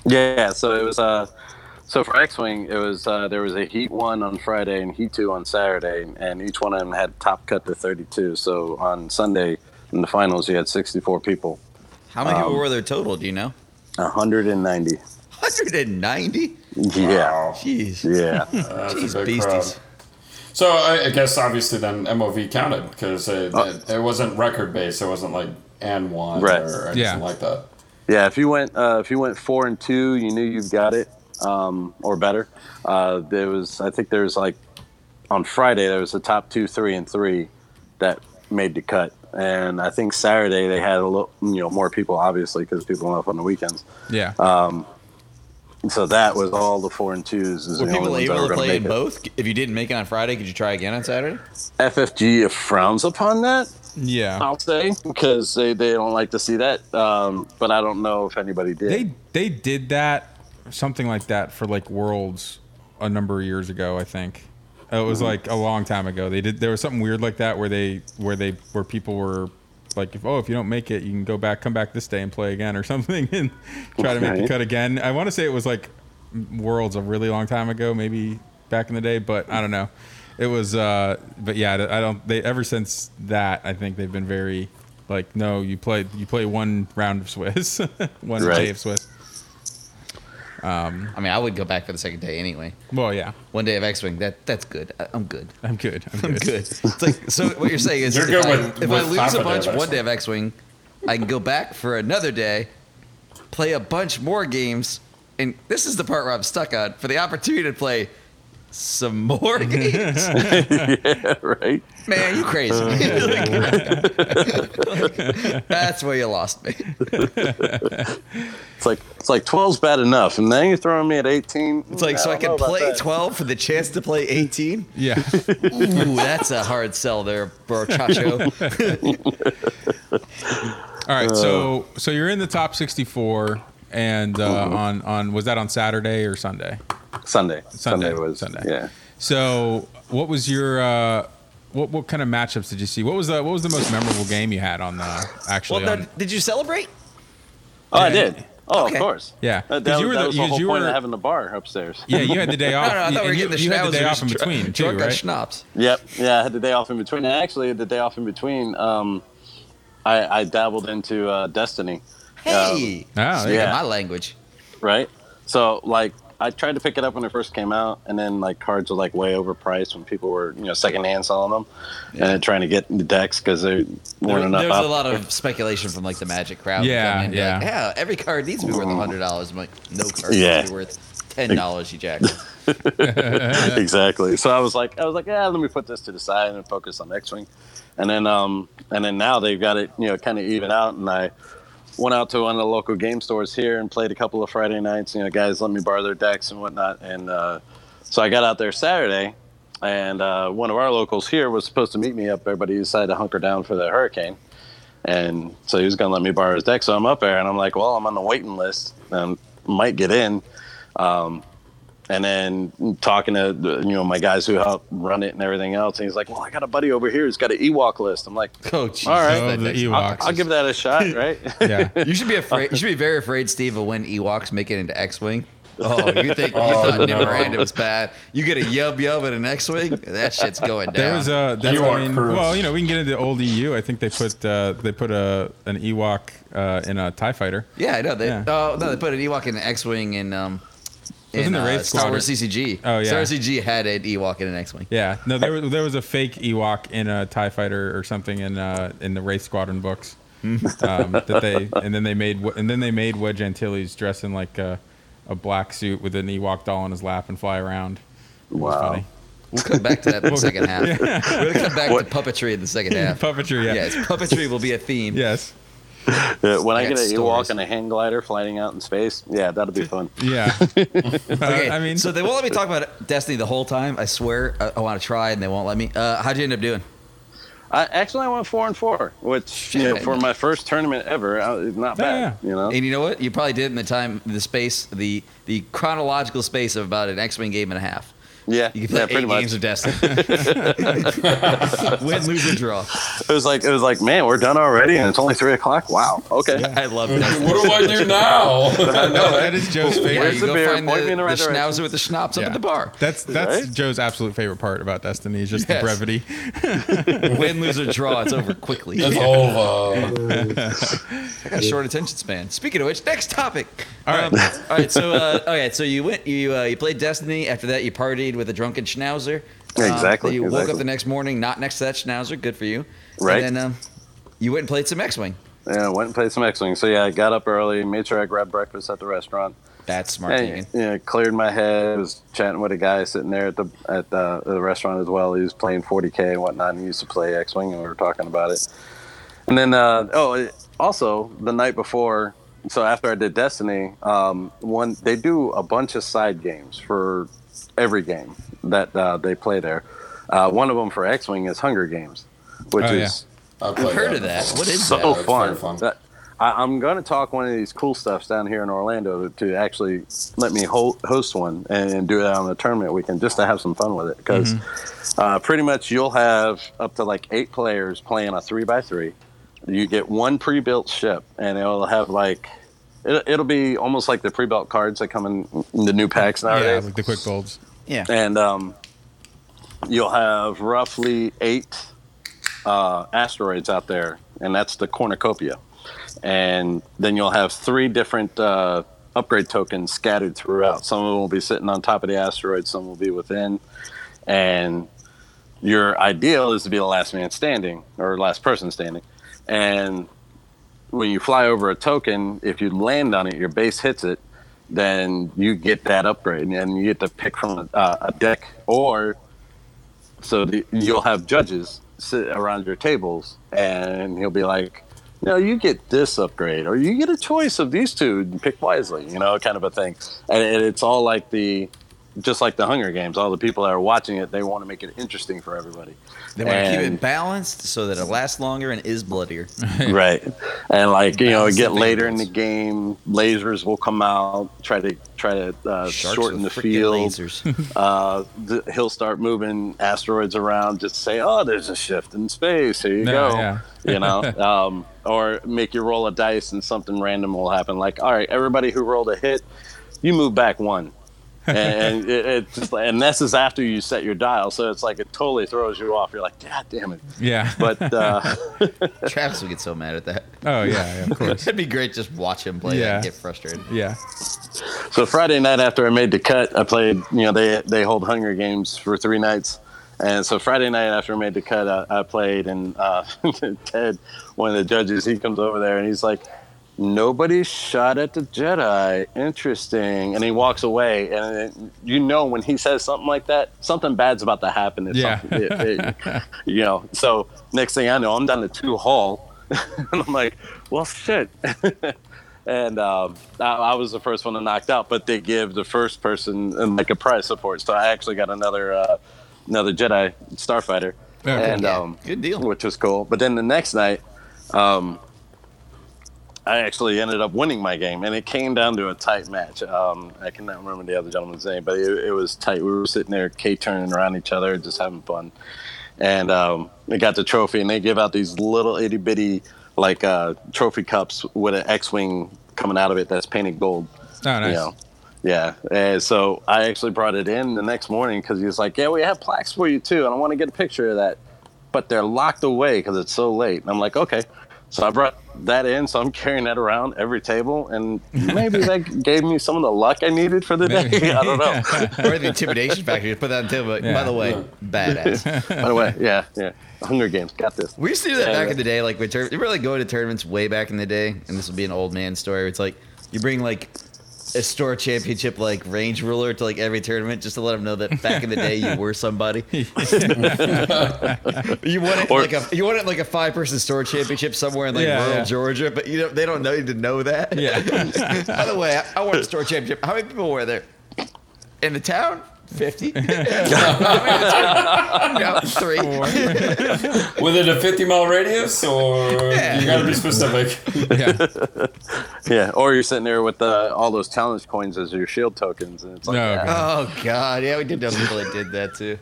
Speaker 5: Yeah, so it was uh so for X Wing it was uh there was a heat one on Friday and heat two on Saturday and each one of them had top cut to thirty two. So on Sunday in the finals you had sixty four people.
Speaker 3: How many people were there total? Do you know?
Speaker 5: hundred and ninety.
Speaker 3: 190.
Speaker 5: Yeah.
Speaker 3: Jeez.
Speaker 5: Yeah.
Speaker 4: That's a
Speaker 3: Jeez,
Speaker 4: big
Speaker 3: beasties.
Speaker 4: crowd. So I, I guess obviously then MOV counted because it,
Speaker 3: Uh,
Speaker 4: it, it wasn't record based. It wasn't like and one
Speaker 5: Right.
Speaker 4: or anything
Speaker 2: Yeah.
Speaker 4: like that.
Speaker 5: yeah, if you went uh if you went four and two, you knew you've got it. Um or better. Uh there was I think there was like on Friday there was the top two, three and three that made the cut. And I think Saturday they had a little, you know, more people obviously because people went up on the weekends.
Speaker 2: Yeah.
Speaker 5: And so that was all the four and twos. Is
Speaker 3: Were
Speaker 5: the
Speaker 3: people
Speaker 5: only ones that
Speaker 3: able
Speaker 5: were
Speaker 3: to
Speaker 5: gonna
Speaker 3: play in
Speaker 5: make it.
Speaker 3: both? If you didn't make it on Friday, could you try again on Saturday?
Speaker 5: FFG frowns upon that,
Speaker 2: yeah.
Speaker 5: I'll say, because they, they don't like to see that. Um, but I don't know if anybody did.
Speaker 2: They they did that something like that for like Worlds a number of years ago, I think. Uh, It was like a long time ago. They did there was something weird like that where they where they where people were like if, oh if you don't make it you can go back come back this day and play again or something and try to make the
Speaker 5: Right.
Speaker 2: cut again. I want to say it was like Worlds a really long time ago, maybe back in the day, but I don't know. It was uh but yeah, I don't they ever since that I think they've been very like no, you play you play one round of Swiss, one
Speaker 5: Right.
Speaker 2: day of Swiss.
Speaker 3: I mean, I would go back for the second day anyway.
Speaker 2: Well, yeah,
Speaker 3: One day of X-wing. That that's good. I, I'm good.
Speaker 2: I'm good. I'm good.
Speaker 3: I'm good. It's like so. What you're saying is,
Speaker 4: You're
Speaker 3: if,
Speaker 4: good
Speaker 3: I,
Speaker 4: with-
Speaker 3: if
Speaker 4: with
Speaker 3: I lose
Speaker 4: Papa
Speaker 3: a bunch
Speaker 4: Dave,
Speaker 3: one day of X-wing, I can go back for another day, play a bunch more games, and this is the part where I'm stuck on for the opportunity to play some more games.
Speaker 5: yeah, right?
Speaker 3: Man, you crazy? Like, that's where you lost me.
Speaker 5: It's like it's like 12's bad enough. And then you're throwing me at 18.
Speaker 3: It's like so I
Speaker 5: don't know
Speaker 3: can
Speaker 5: about
Speaker 3: play
Speaker 5: that.
Speaker 3: 12 for the chance to play 18.
Speaker 2: Yeah,
Speaker 3: Ooh, that's a hard sell there, Borchacho.
Speaker 2: All right. so so you're in the top 64, and uh, on on was that on Saturday or Sunday?
Speaker 5: Sunday.
Speaker 2: Sunday,
Speaker 5: was
Speaker 2: Sunday.
Speaker 5: Yeah.
Speaker 2: So what was your uh, what what kind of matchups did you see? What was the what was the most memorable game you had on the
Speaker 3: Well,
Speaker 2: actually?
Speaker 3: now,
Speaker 2: on,
Speaker 3: did you celebrate?
Speaker 5: Oh, I
Speaker 2: Yeah.
Speaker 5: did. Oh,
Speaker 3: Okay.
Speaker 5: of course.
Speaker 2: Yeah.
Speaker 5: Uh, that
Speaker 2: 'Cause
Speaker 5: was,
Speaker 2: you were
Speaker 5: that
Speaker 2: the-
Speaker 5: was the
Speaker 2: because
Speaker 5: whole
Speaker 2: you
Speaker 5: point
Speaker 2: were-
Speaker 5: of having the bar upstairs.
Speaker 2: yeah, you had the day off.
Speaker 3: I don't know. I thought we were
Speaker 2: and
Speaker 3: getting the
Speaker 2: you, you had the
Speaker 3: schnauzers
Speaker 2: day off in
Speaker 3: dr-
Speaker 2: between too,
Speaker 3: drunk on
Speaker 2: right?
Speaker 3: schnapps.
Speaker 5: Yep. Yeah, I had the day off in between. And actually, the day off in between, um, I, I dabbled into uh, Destiny,
Speaker 3: Hey,
Speaker 2: Oh,
Speaker 3: speaking
Speaker 5: yeah.
Speaker 3: my language.
Speaker 5: right? So, like, I tried to pick it up when it first came out, and then like cards were like way overpriced when people were you know secondhand selling them, and then trying to get the decks because they
Speaker 3: There,
Speaker 5: weren't enough.
Speaker 3: there was a
Speaker 5: out
Speaker 3: lot of speculation from like the Magic crowd.
Speaker 2: Yeah,
Speaker 3: Come in, be like,
Speaker 2: yeah.
Speaker 3: yeah. Every card needs to be worth hundred dollars. I'm like, no card
Speaker 5: Yeah.
Speaker 3: needs to be worth ten dollars. You jack.
Speaker 5: exactly. So I was like, I was like, yeah, let me put this to the side and focus on X Wing, and then um, and then now they've got it, you know, kind of even out. And I went out to one of the local game stores here and played a couple of Friday nights. You know, guys, let me borrow their decks and whatnot. And uh, so I got out there Saturday, and uh, one of our locals here was supposed to meet me up there, but he decided to hunker down for the hurricane. And so he was going to let me borrow his deck. So I'm up there and I'm like, well, I'm on the waiting list and might get in. Um, and then talking to the, you know my guys who help run it and everything else, and he's like, "Well, I got a buddy over here who's got an Ewok list." I'm like,
Speaker 3: oh, Jesus.
Speaker 5: All right.
Speaker 2: Oh,
Speaker 3: That
Speaker 2: the
Speaker 3: next-
Speaker 2: Ewoks.
Speaker 5: "I'll, I'll give that a shot, right?"
Speaker 2: yeah.
Speaker 3: you should be afraid. You should be very afraid, Steve, of when Ewoks make it into X-wing. Oh, you think you
Speaker 4: Oh,
Speaker 3: thought
Speaker 4: no.
Speaker 3: Neverending was bad? You get a yub yub in an X-wing, that shit's going down.
Speaker 2: There was a there,
Speaker 4: You
Speaker 2: I
Speaker 4: are
Speaker 2: mean,
Speaker 4: cursed.
Speaker 2: well, you know, we can get into old EU. I think they put uh, they put a an Ewok uh, in a Tie Fighter.
Speaker 3: yeah, I know. They,
Speaker 2: Yeah.
Speaker 3: Oh no, they put an Ewok in an X-wing in um,
Speaker 2: Wasn't
Speaker 3: in
Speaker 2: the
Speaker 3: uh,
Speaker 2: Wraith
Speaker 3: Star Wars
Speaker 2: Squadron-
Speaker 3: CCG.
Speaker 2: Oh, yeah.
Speaker 3: Star Wars CCG had an Ewok in an X-wing.
Speaker 2: Yeah, no, there was there was a fake Ewok in a Tie Fighter or something in uh, in the Race Squadron books um, that they and then they made Wed- and then they made Wedge Antilles dress in like a, a black suit with an Ewok doll on his lap and fly around. It was
Speaker 5: Wow.
Speaker 2: funny.
Speaker 3: We'll come back to that in the second half. We're gonna come back
Speaker 5: What-
Speaker 3: to puppetry in the second half.
Speaker 2: Puppetry, yeah.
Speaker 3: Yes, puppetry will be a theme.
Speaker 2: Yes.
Speaker 5: Yeah, when I
Speaker 3: I
Speaker 5: get
Speaker 3: got
Speaker 5: an
Speaker 3: stories.
Speaker 5: Ewok and a hang glider flying out in space, yeah, that'll be fun.
Speaker 2: Yeah.
Speaker 3: Okay,
Speaker 2: Uh, I mean,
Speaker 3: so they won't let me talk about Destiny the whole time. I swear, Uh, I, I want to try, and they won't let me. Uh, how'd you end up doing?
Speaker 5: I actually I went four and four, which you know,
Speaker 3: Shit.
Speaker 5: for my first tournament ever, uh, is not bad.
Speaker 2: yeah.
Speaker 5: You know,
Speaker 3: And you know what? You probably did in the time, the space, the the chronological space of about an X-wing game and a half.
Speaker 5: yeah,
Speaker 3: You can play
Speaker 5: yeah,
Speaker 3: eight
Speaker 5: pretty much.
Speaker 3: games of Destiny. Win, lose, or draw.
Speaker 5: It was like it was like, man, we're done already, and it's only three o'clock. Wow. Okay.
Speaker 3: I love Destiny.
Speaker 4: what do I do now?
Speaker 2: no, Oh, that is Joe's
Speaker 3: Yeah,
Speaker 2: favorite.
Speaker 5: Where's
Speaker 3: you
Speaker 5: the
Speaker 3: go
Speaker 5: beer?
Speaker 3: find
Speaker 5: Point me
Speaker 3: the,
Speaker 5: in the
Speaker 3: the
Speaker 5: right
Speaker 3: schnauzer
Speaker 5: direction.
Speaker 3: with the schnapps up
Speaker 2: Yeah.
Speaker 3: at the bar.
Speaker 2: That's that's
Speaker 5: Right?
Speaker 2: Joe's absolute favorite part about Destiny is just
Speaker 3: Yes.
Speaker 2: the brevity.
Speaker 3: Win, lose, or draw. It's over quickly.
Speaker 4: It's over.
Speaker 3: I got a short attention span. Speaking of which, next topic.
Speaker 2: All right.
Speaker 3: all right. So, uh, all right. So you went, you uh, you played Destiny. After that, you partied with a drunken schnauzer. Um,
Speaker 5: Yeah, exactly,
Speaker 3: You woke up
Speaker 5: exactly.
Speaker 3: the next morning, not next to that schnauzer. Good for you.
Speaker 5: Right.
Speaker 3: And then um, you went and played some X-wing.
Speaker 5: Yeah, went and played some X Wing. So yeah, I got up early, made sure I grabbed breakfast at the restaurant.
Speaker 3: That's smart.
Speaker 5: And,
Speaker 3: thinking.
Speaker 5: yeah, cleared my head. Was chatting with a guy sitting there at the at the, the restaurant as well. He was playing 40k and whatnot. He used to play X Wing, and we were talking about it. And then uh, oh, it- also the night before, so after I did Destiny, um, one they do a bunch of side games for every game that uh, they play there. Uh, one of them for X Wing is Hunger Games, which
Speaker 2: Oh, yeah.
Speaker 5: is
Speaker 3: I've heard of that. What is
Speaker 5: so
Speaker 3: that?
Speaker 4: That's
Speaker 5: fun.
Speaker 4: very fun.
Speaker 5: That- I, I'm going to talk one of these cool stuffs down here in Orlando to actually let me ho- host one and, do that on the tournament weekend just to have some fun with it. Because
Speaker 3: Mm-hmm.
Speaker 5: uh, pretty much you'll have up to like eight players playing a three by three. You get one pre built ship, and it'll have like. It'll, it'll be almost like the pre-built cards that come in the new packs
Speaker 2: yeah,
Speaker 5: nowadays
Speaker 2: like the quick bulbs.
Speaker 3: Yeah.
Speaker 5: and um, you'll have roughly eight uh, asteroids out there, and that's the cornucopia. And then you'll have three different uh, upgrade tokens scattered throughout. Some of them will be sitting on top of the asteroid, some will be within, and your ideal is to be the last man standing or last person standing. And when you fly over a token, if you land on it, your base hits it, then you get that upgrade and you get to pick from uh, a deck or so the, you'll have judges sit around your tables and he'll be like no you get this upgrade or you get a choice of these two and pick wisely you know kind of a thing and, and it's all like the just like the hunger games all the people that are watching it they want to make it interesting for everybody
Speaker 3: They want to keep
Speaker 5: And- Uh,
Speaker 3: it balanced so that it lasts longer and is bloodier.
Speaker 5: right and like you know
Speaker 3: Balance
Speaker 5: get
Speaker 3: the
Speaker 5: later in the
Speaker 3: vehicles.
Speaker 5: game lasers will come out try to try to uh,
Speaker 3: Sharks
Speaker 5: shorten the
Speaker 3: with frickin'
Speaker 5: field
Speaker 3: Lasers.
Speaker 5: uh, th- he'll start moving asteroids around just say oh there's a shift in space here you
Speaker 2: No,
Speaker 5: go
Speaker 2: yeah.
Speaker 5: you know um, or make you roll a dice and something random will happen like all right everybody who rolled a hit you move back one and and it, it's just, and this is after you set your dial so it's like it totally throws you off you're like god damn it
Speaker 2: Yeah.
Speaker 5: but uh,
Speaker 3: Travis would get so mad at that.
Speaker 2: oh yeah, yeah, of course.
Speaker 3: It'd be great just watch him play that
Speaker 2: Yeah.
Speaker 3: and get frustrated.
Speaker 2: Yeah.
Speaker 5: So Friday night after I made the cut, I played. You know, they they hold Hunger Games for three nights, and so Friday night after I made the cut, I, I played, and uh, Ted, one of the judges, he comes over there and he's like, "Nobody shot at the Jedi. Interesting." And he walks away, and it, you know when he says something like that, something bad's about to happen. It's
Speaker 2: Yeah.
Speaker 5: something- it- it- you know. So next thing I know, I'm down to two hole, and I'm like, "Well, shit." and um, I, I was the first one to knocked out. But they give the first person um, like a prize support, so I actually got another uh, another Jedi starfighter,
Speaker 2: Okay.
Speaker 5: and
Speaker 3: Yeah,
Speaker 5: um,
Speaker 3: good deal.
Speaker 5: which was cool. But then the next night, um, I actually ended up winning my game, and it came down to a tight match. Um, I cannot remember the other gentleman's name, but it, it was tight. We were sitting there, K turning around each other, just having fun and um, they got the trophy and they give out these little itty bitty like uh, trophy cups with an X-wing coming out of it that's painted gold.
Speaker 2: Oh,
Speaker 5: You
Speaker 2: nice.
Speaker 5: know. Yeah, and so I actually brought it in the next morning because he was like, "Yeah, we have plaques for you too, and I want to get a picture of that, but they're locked away because it's so late." And I'm like, "Okay." So I brought that in. So I'm carrying that around every table, and maybe that gave me some of the luck I needed for the
Speaker 2: Maybe.
Speaker 5: day. I don't know.
Speaker 3: or the intimidation factor. You put that on the table. Like, By
Speaker 2: Yeah.
Speaker 3: the way, badass.
Speaker 5: By the way, yeah, yeah. Hunger Games, got this.
Speaker 3: We used to do that
Speaker 5: Yeah,
Speaker 3: back
Speaker 5: yeah.
Speaker 3: in the day, like with tur- you really go to tournaments way back in the day, and this will be an old man story. It's like you bring like a store championship like range ruler to like every tournament just to let them know that back in the day you were somebody. you won it
Speaker 5: Or-
Speaker 3: like a you won it like a five person store championship somewhere in like
Speaker 2: Yeah,
Speaker 3: rural
Speaker 2: yeah.
Speaker 3: Georgia, but you know they don't need to know that.
Speaker 2: Yeah.
Speaker 3: By the way, I, I won a store championship. How many people were there in the town? Fifty. no, three.
Speaker 4: Within a 50 mile radius, or you gotta be specific.
Speaker 2: yeah.
Speaker 5: Yeah, or you're sitting there with uh, all those challenge coins as your shield tokens, and it's like,
Speaker 2: No,
Speaker 5: ah,
Speaker 2: God.
Speaker 3: Oh God, yeah, we did know people that did that too.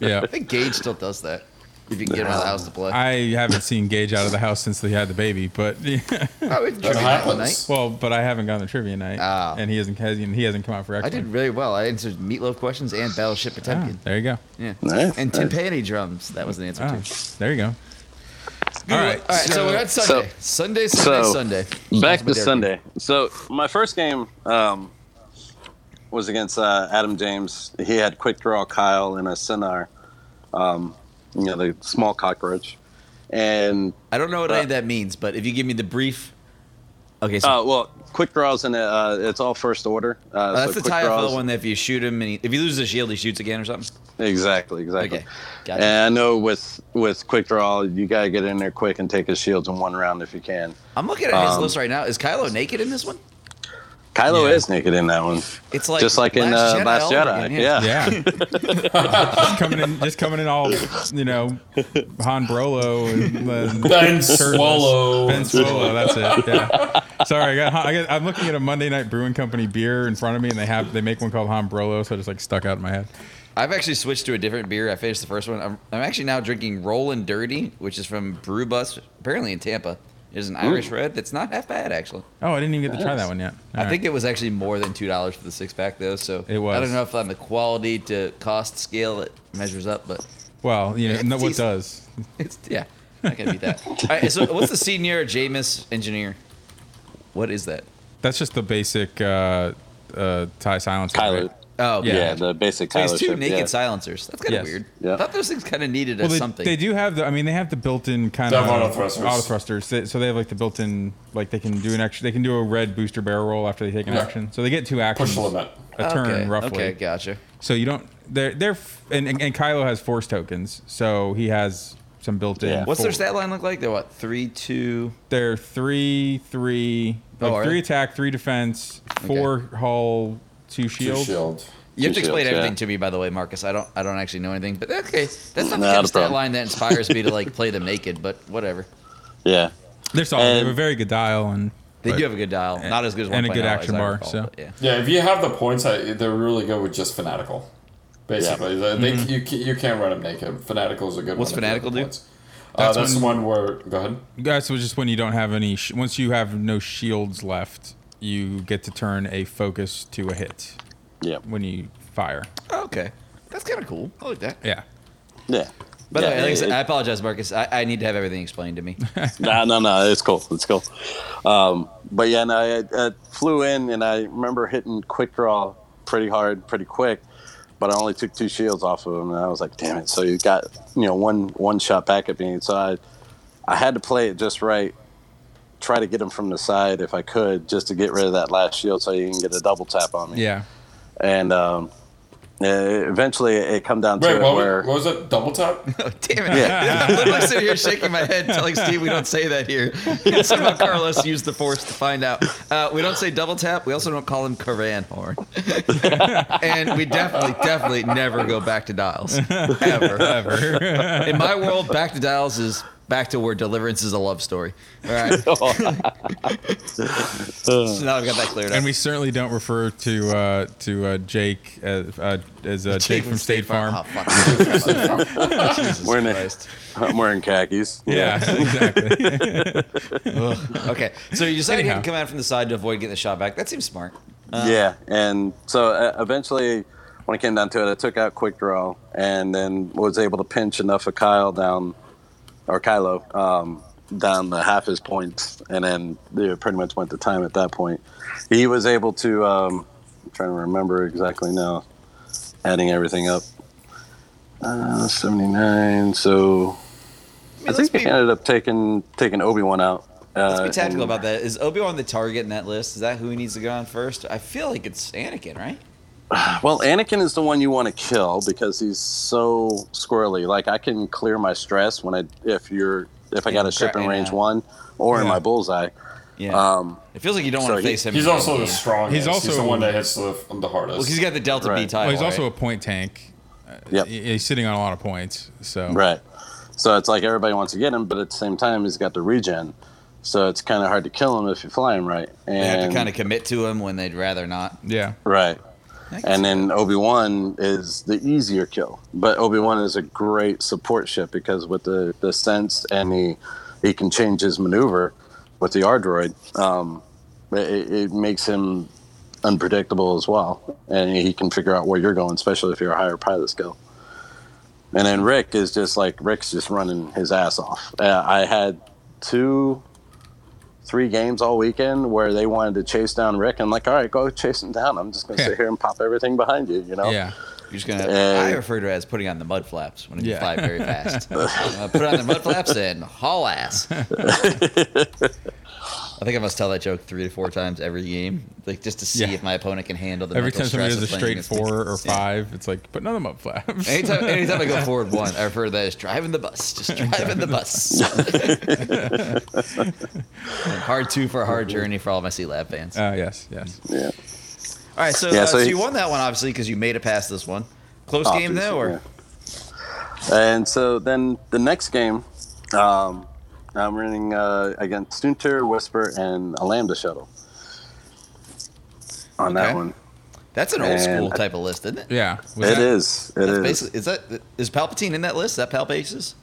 Speaker 2: Yeah.
Speaker 3: I think Gage still does that. If you can get him out of the house to play,
Speaker 2: I haven't seen Gage out of the house since he had the baby, but
Speaker 3: I, would
Speaker 4: That
Speaker 3: trivia night one night.
Speaker 4: happens.
Speaker 2: well, but I haven't gone to trivia night,
Speaker 3: Ah.
Speaker 2: and he hasn't hasn't- he hasn't come out for.
Speaker 3: I
Speaker 2: X-Men.
Speaker 3: did really well. I answered meatloaf questions and Battleship
Speaker 2: Ah,
Speaker 3: Potemkin.
Speaker 2: there you go.
Speaker 3: Yeah,
Speaker 5: Nice,
Speaker 3: and
Speaker 5: nice.
Speaker 3: timpani drums. That was the answer
Speaker 2: Ah,
Speaker 3: too.
Speaker 2: there you go. All right.
Speaker 3: All right, so, we're at Sunday. Sunday, Sunday,
Speaker 5: so,
Speaker 3: Sunday.
Speaker 5: back to
Speaker 3: Derby.
Speaker 5: Sunday. So my first game um, was against uh, Adam James. He had quick draw Kyle and a Sinar, um, you know, the small cockroach. And
Speaker 3: I don't know what any of that means, but if you give me the brief, okay. So
Speaker 5: uh, well, quick draws and uh, it's all first order. Uh,
Speaker 3: uh, that's
Speaker 5: so
Speaker 3: the
Speaker 5: quick
Speaker 3: tie up for
Speaker 5: draws-
Speaker 3: the one that if you shoot him and he, if he loses the shield, he shoots again or something.
Speaker 5: Exactly, exactly.
Speaker 3: Okay, gotcha.
Speaker 5: And I know with with quick draw, you gotta get in there quick and take his shields in one round if you can.
Speaker 3: I'm looking at his
Speaker 5: Um,
Speaker 3: list right now. Is Kylo naked in this one?
Speaker 5: Kylo
Speaker 2: Yeah.
Speaker 5: is naked in that one.
Speaker 3: It's like
Speaker 5: just like in
Speaker 3: Last
Speaker 5: uh,
Speaker 3: Jedi
Speaker 5: Last
Speaker 3: all over
Speaker 5: Jedi.
Speaker 3: again,
Speaker 5: yeah.
Speaker 2: Yeah, just coming in, just coming in all, you know, Han Brolo and and
Speaker 4: Ben
Speaker 2: shirtless.
Speaker 4: Swallow.
Speaker 2: Ben Swallow, that's it. Yeah. Sorry, I got, Han- I got. I'm looking at a Monday Night Brewing Company beer in front of me, and they have they make one called Han Brolo, so it just like stuck out in my head.
Speaker 3: I've actually switched to a different beer. I finished the first one. I'm, I'm actually now drinking Rollin' Dirty, which is from Brew Bus, apparently in Tampa. It is an Irish red that's not half bad, actually.
Speaker 2: Oh, I didn't even get to try that one yet.
Speaker 3: I think it was actually more than $2 for the six pack, though. So
Speaker 2: It was.
Speaker 3: I don't know if on the quality to cost scale it measures up, but
Speaker 2: Well, you know, no, what
Speaker 3: It's-
Speaker 2: does?
Speaker 3: it's, yeah, not going to beat that. All right, so what's the senior Jameis engineer? What is that?
Speaker 2: That's just the basic uh, uh, tie silencer.
Speaker 5: Kylo.
Speaker 2: right?
Speaker 3: Oh,
Speaker 5: Yeah.
Speaker 2: Yeah.
Speaker 5: the basic
Speaker 3: So
Speaker 5: Kylo
Speaker 3: he's two
Speaker 5: chip,
Speaker 3: naked
Speaker 5: yeah.
Speaker 3: silencers. That's kind of
Speaker 2: Yes.
Speaker 3: weird.
Speaker 5: Yeah.
Speaker 3: I thought those things kind of needed
Speaker 2: Well,
Speaker 3: as
Speaker 2: they,
Speaker 3: something.
Speaker 2: they do have the. I mean, they have the built-in kind
Speaker 4: They
Speaker 2: of
Speaker 4: have auto thrusters.
Speaker 2: Auto thrusters. They- so they have like the built-in, like they can do an extra. They can do a red booster barrel roll after they take an
Speaker 4: Yeah.
Speaker 2: action. So they get two actions.
Speaker 4: Push the limit.
Speaker 2: A turn,
Speaker 3: okay.
Speaker 2: roughly.
Speaker 3: Okay, gotcha.
Speaker 2: So you don't. They're they're f- and, and and Kylo has force tokens, so he has some built-in.
Speaker 5: Yeah.
Speaker 3: What's their
Speaker 2: force.
Speaker 3: stat line look like? They're what, three, two?
Speaker 2: They're three, three, like
Speaker 3: Oh, are
Speaker 2: three
Speaker 3: they?
Speaker 2: attack, three defense, four hull, two
Speaker 4: Two
Speaker 2: shield.
Speaker 4: shield.
Speaker 3: You have to
Speaker 5: Two
Speaker 3: explain
Speaker 5: shields,
Speaker 3: everything
Speaker 5: yeah.
Speaker 3: to me, by the way, Marcus. I don't, I don't actually know anything, but okay, that's not the
Speaker 5: Not
Speaker 3: kind
Speaker 5: a
Speaker 3: of stat
Speaker 5: problem.
Speaker 3: line that inspires me to like play them naked. But whatever,
Speaker 5: Yeah.
Speaker 2: They're solid. they
Speaker 5: And-
Speaker 2: have a very good dial and
Speaker 3: they
Speaker 2: but-
Speaker 3: do have a good dial, not as good as
Speaker 2: and a
Speaker 3: one
Speaker 2: good action bar, so.
Speaker 3: yeah,
Speaker 4: Yeah, if you have the points, I, they're really good with just fanatical. Basically, they, they, you ca- you can't run them naked. Fanatical is a good
Speaker 3: Mm-hmm. What's
Speaker 4: one. if you have
Speaker 3: Fanatical
Speaker 4: the
Speaker 3: do?
Speaker 4: points. Uh,
Speaker 2: That's
Speaker 4: that's
Speaker 2: when-
Speaker 4: the one where. Go ahead.
Speaker 2: That's was just when you don't have any. Sh- once you have no shields left, you get to turn a focus to a hit
Speaker 5: Yeah.
Speaker 2: when you fire.
Speaker 3: okay, that's kind of cool. I like that.
Speaker 2: Yeah.
Speaker 5: Yeah.
Speaker 3: By
Speaker 5: yeah,
Speaker 3: the way, like I,
Speaker 5: it-
Speaker 3: said, I apologize, Marcus. I, I need to have everything explained to me.
Speaker 5: no, no, no. It's cool. It's cool. Um, but yeah, and I, I flew in, and I remember hitting quick draw pretty hard, pretty quick. But I only took two shields off of him, and I was like, "Damn it!" So you got you know one one shot back at me. So I I had to play it just right, try to get him from the side if I could, just to get rid of that last shield, so he can get a double tap on me.
Speaker 2: Yeah.
Speaker 5: And um, uh, eventually, it come down to
Speaker 4: Wait,
Speaker 5: it
Speaker 4: what,
Speaker 5: where
Speaker 4: was- what was it? Double tap?
Speaker 3: Oh, Damn it! I'm literally sitting here shaking my head, telling Steve we don't say that here. Somehow Carlos used the force to find out. Uh, we don't say double tap. We also don't call him Koran horn. and we definitely, definitely never go back to dials ever.
Speaker 2: Ever.
Speaker 3: In my world, back to dials is back to where deliverance is a love story. All right.
Speaker 5: uh,
Speaker 3: So now I've got that cleared up.
Speaker 2: and we certainly don't refer to uh, to uh, Jake as, uh, as uh, Jake, from State, Farm.
Speaker 3: Oh, fuck. Jesus
Speaker 5: We're in it.
Speaker 3: Christ.
Speaker 5: I'm wearing khakis.
Speaker 2: Yeah, exactly.
Speaker 3: Okay, so you decided
Speaker 2: Anyhow.
Speaker 3: to come out from the side to avoid getting the shot back. That seems smart.
Speaker 5: yeah, and so uh, eventually, when it came down to it, I took out quick draw, and then was able to pinch enough of Kyle down, or Kylo, um, down to half his points, and then they pretty much went to time at that point. He was able to. Um, I'm trying to remember exactly now, adding everything up. Uh, 79. So I,
Speaker 3: let's
Speaker 5: think he
Speaker 3: be-
Speaker 5: ended up taking taking Obi Wan out. Uh,
Speaker 3: Let's be tactical
Speaker 5: and-
Speaker 3: about that. Is Obi Wan the target in that list? Is that who he needs to go on first? I feel like it's Anakin, right?
Speaker 5: Well, Anakin is the one you want to kill because he's so squirrely. Like I can clear my stress when I if you're if I got
Speaker 3: Yeah,
Speaker 5: a ship in
Speaker 3: yeah.
Speaker 5: range one or in
Speaker 2: Yeah.
Speaker 5: my bullseye.
Speaker 3: Yeah.
Speaker 5: Um,
Speaker 3: it feels like you don't
Speaker 5: so
Speaker 3: want to
Speaker 5: he-
Speaker 3: face him.
Speaker 4: He's
Speaker 3: in
Speaker 4: also
Speaker 3: game.
Speaker 4: the strongest. He's
Speaker 2: He's
Speaker 4: also
Speaker 2: also-
Speaker 4: the one that hits the, the hardest.
Speaker 3: Well, he's got the Delta B
Speaker 5: Right.
Speaker 3: title.
Speaker 2: Well, he's also
Speaker 3: right?
Speaker 2: a point tank. Uh,
Speaker 5: Yep.
Speaker 2: he- He's sitting on a lot of points. So
Speaker 5: Right. So it's like everybody wants to get him, but at the same time he's got the regen. So it's kind of hard to kill him if you fly him right. And
Speaker 3: They have to kind of commit to him when they'd rather not.
Speaker 2: yeah.
Speaker 5: right.
Speaker 3: I can
Speaker 5: And
Speaker 3: see
Speaker 5: then Obi Wan is the easier kill, but Obi Wan is a great support ship because with the the sense and he he can change his maneuver with the R droid. Um, it, it makes him unpredictable as well, and he can figure out where you're going, especially if you're a higher pilot skill. And then Rick is just like Rick's just running his ass off. Uh, I had two three games all weekend where they wanted to chase down Rick. I'm like, all right, go chase him down. I'm just gonna
Speaker 2: Yeah.
Speaker 5: sit here and pop everything behind you, you know?
Speaker 2: Yeah.
Speaker 3: You're just gonna.
Speaker 5: Uh,
Speaker 3: I refer to it as putting on the mud flaps when you
Speaker 2: Yeah.
Speaker 3: fly very fast. Uh, put on the mud flaps and haul ass. I think I must tell that joke three to four times every game, like just to see
Speaker 2: Yeah.
Speaker 3: if my opponent can handle the
Speaker 2: Every
Speaker 3: mental
Speaker 2: time somebody
Speaker 3: stress
Speaker 2: does a
Speaker 3: of playing
Speaker 2: straight
Speaker 3: against me.
Speaker 2: four or
Speaker 3: Yeah.
Speaker 2: five, it's like, but none of them up flaps.
Speaker 3: Anytime, anytime I go forward one, I refer to that as driving the bus. Just driving the bus. And hard two for a hard journey for all my C Lab fans.
Speaker 2: Uh, yes, yes.
Speaker 5: Yeah.
Speaker 3: all right, so,
Speaker 5: yeah,
Speaker 3: uh, so
Speaker 5: so he-
Speaker 3: you won that one obviously because you made it past this one. Close game though, or
Speaker 5: Obviously, yeah. And so then the next game, um, I'm running uh, against Stunter, Whisper, and a Lambda shuttle. On
Speaker 3: Okay.
Speaker 5: that one,
Speaker 3: that's an old school
Speaker 5: And-
Speaker 3: type of list, isn't it?
Speaker 2: Yeah. Was
Speaker 5: it
Speaker 2: that-
Speaker 5: is. It
Speaker 3: That's
Speaker 5: is.
Speaker 3: basically is that is Palpatine in that list? Is that Palpaces?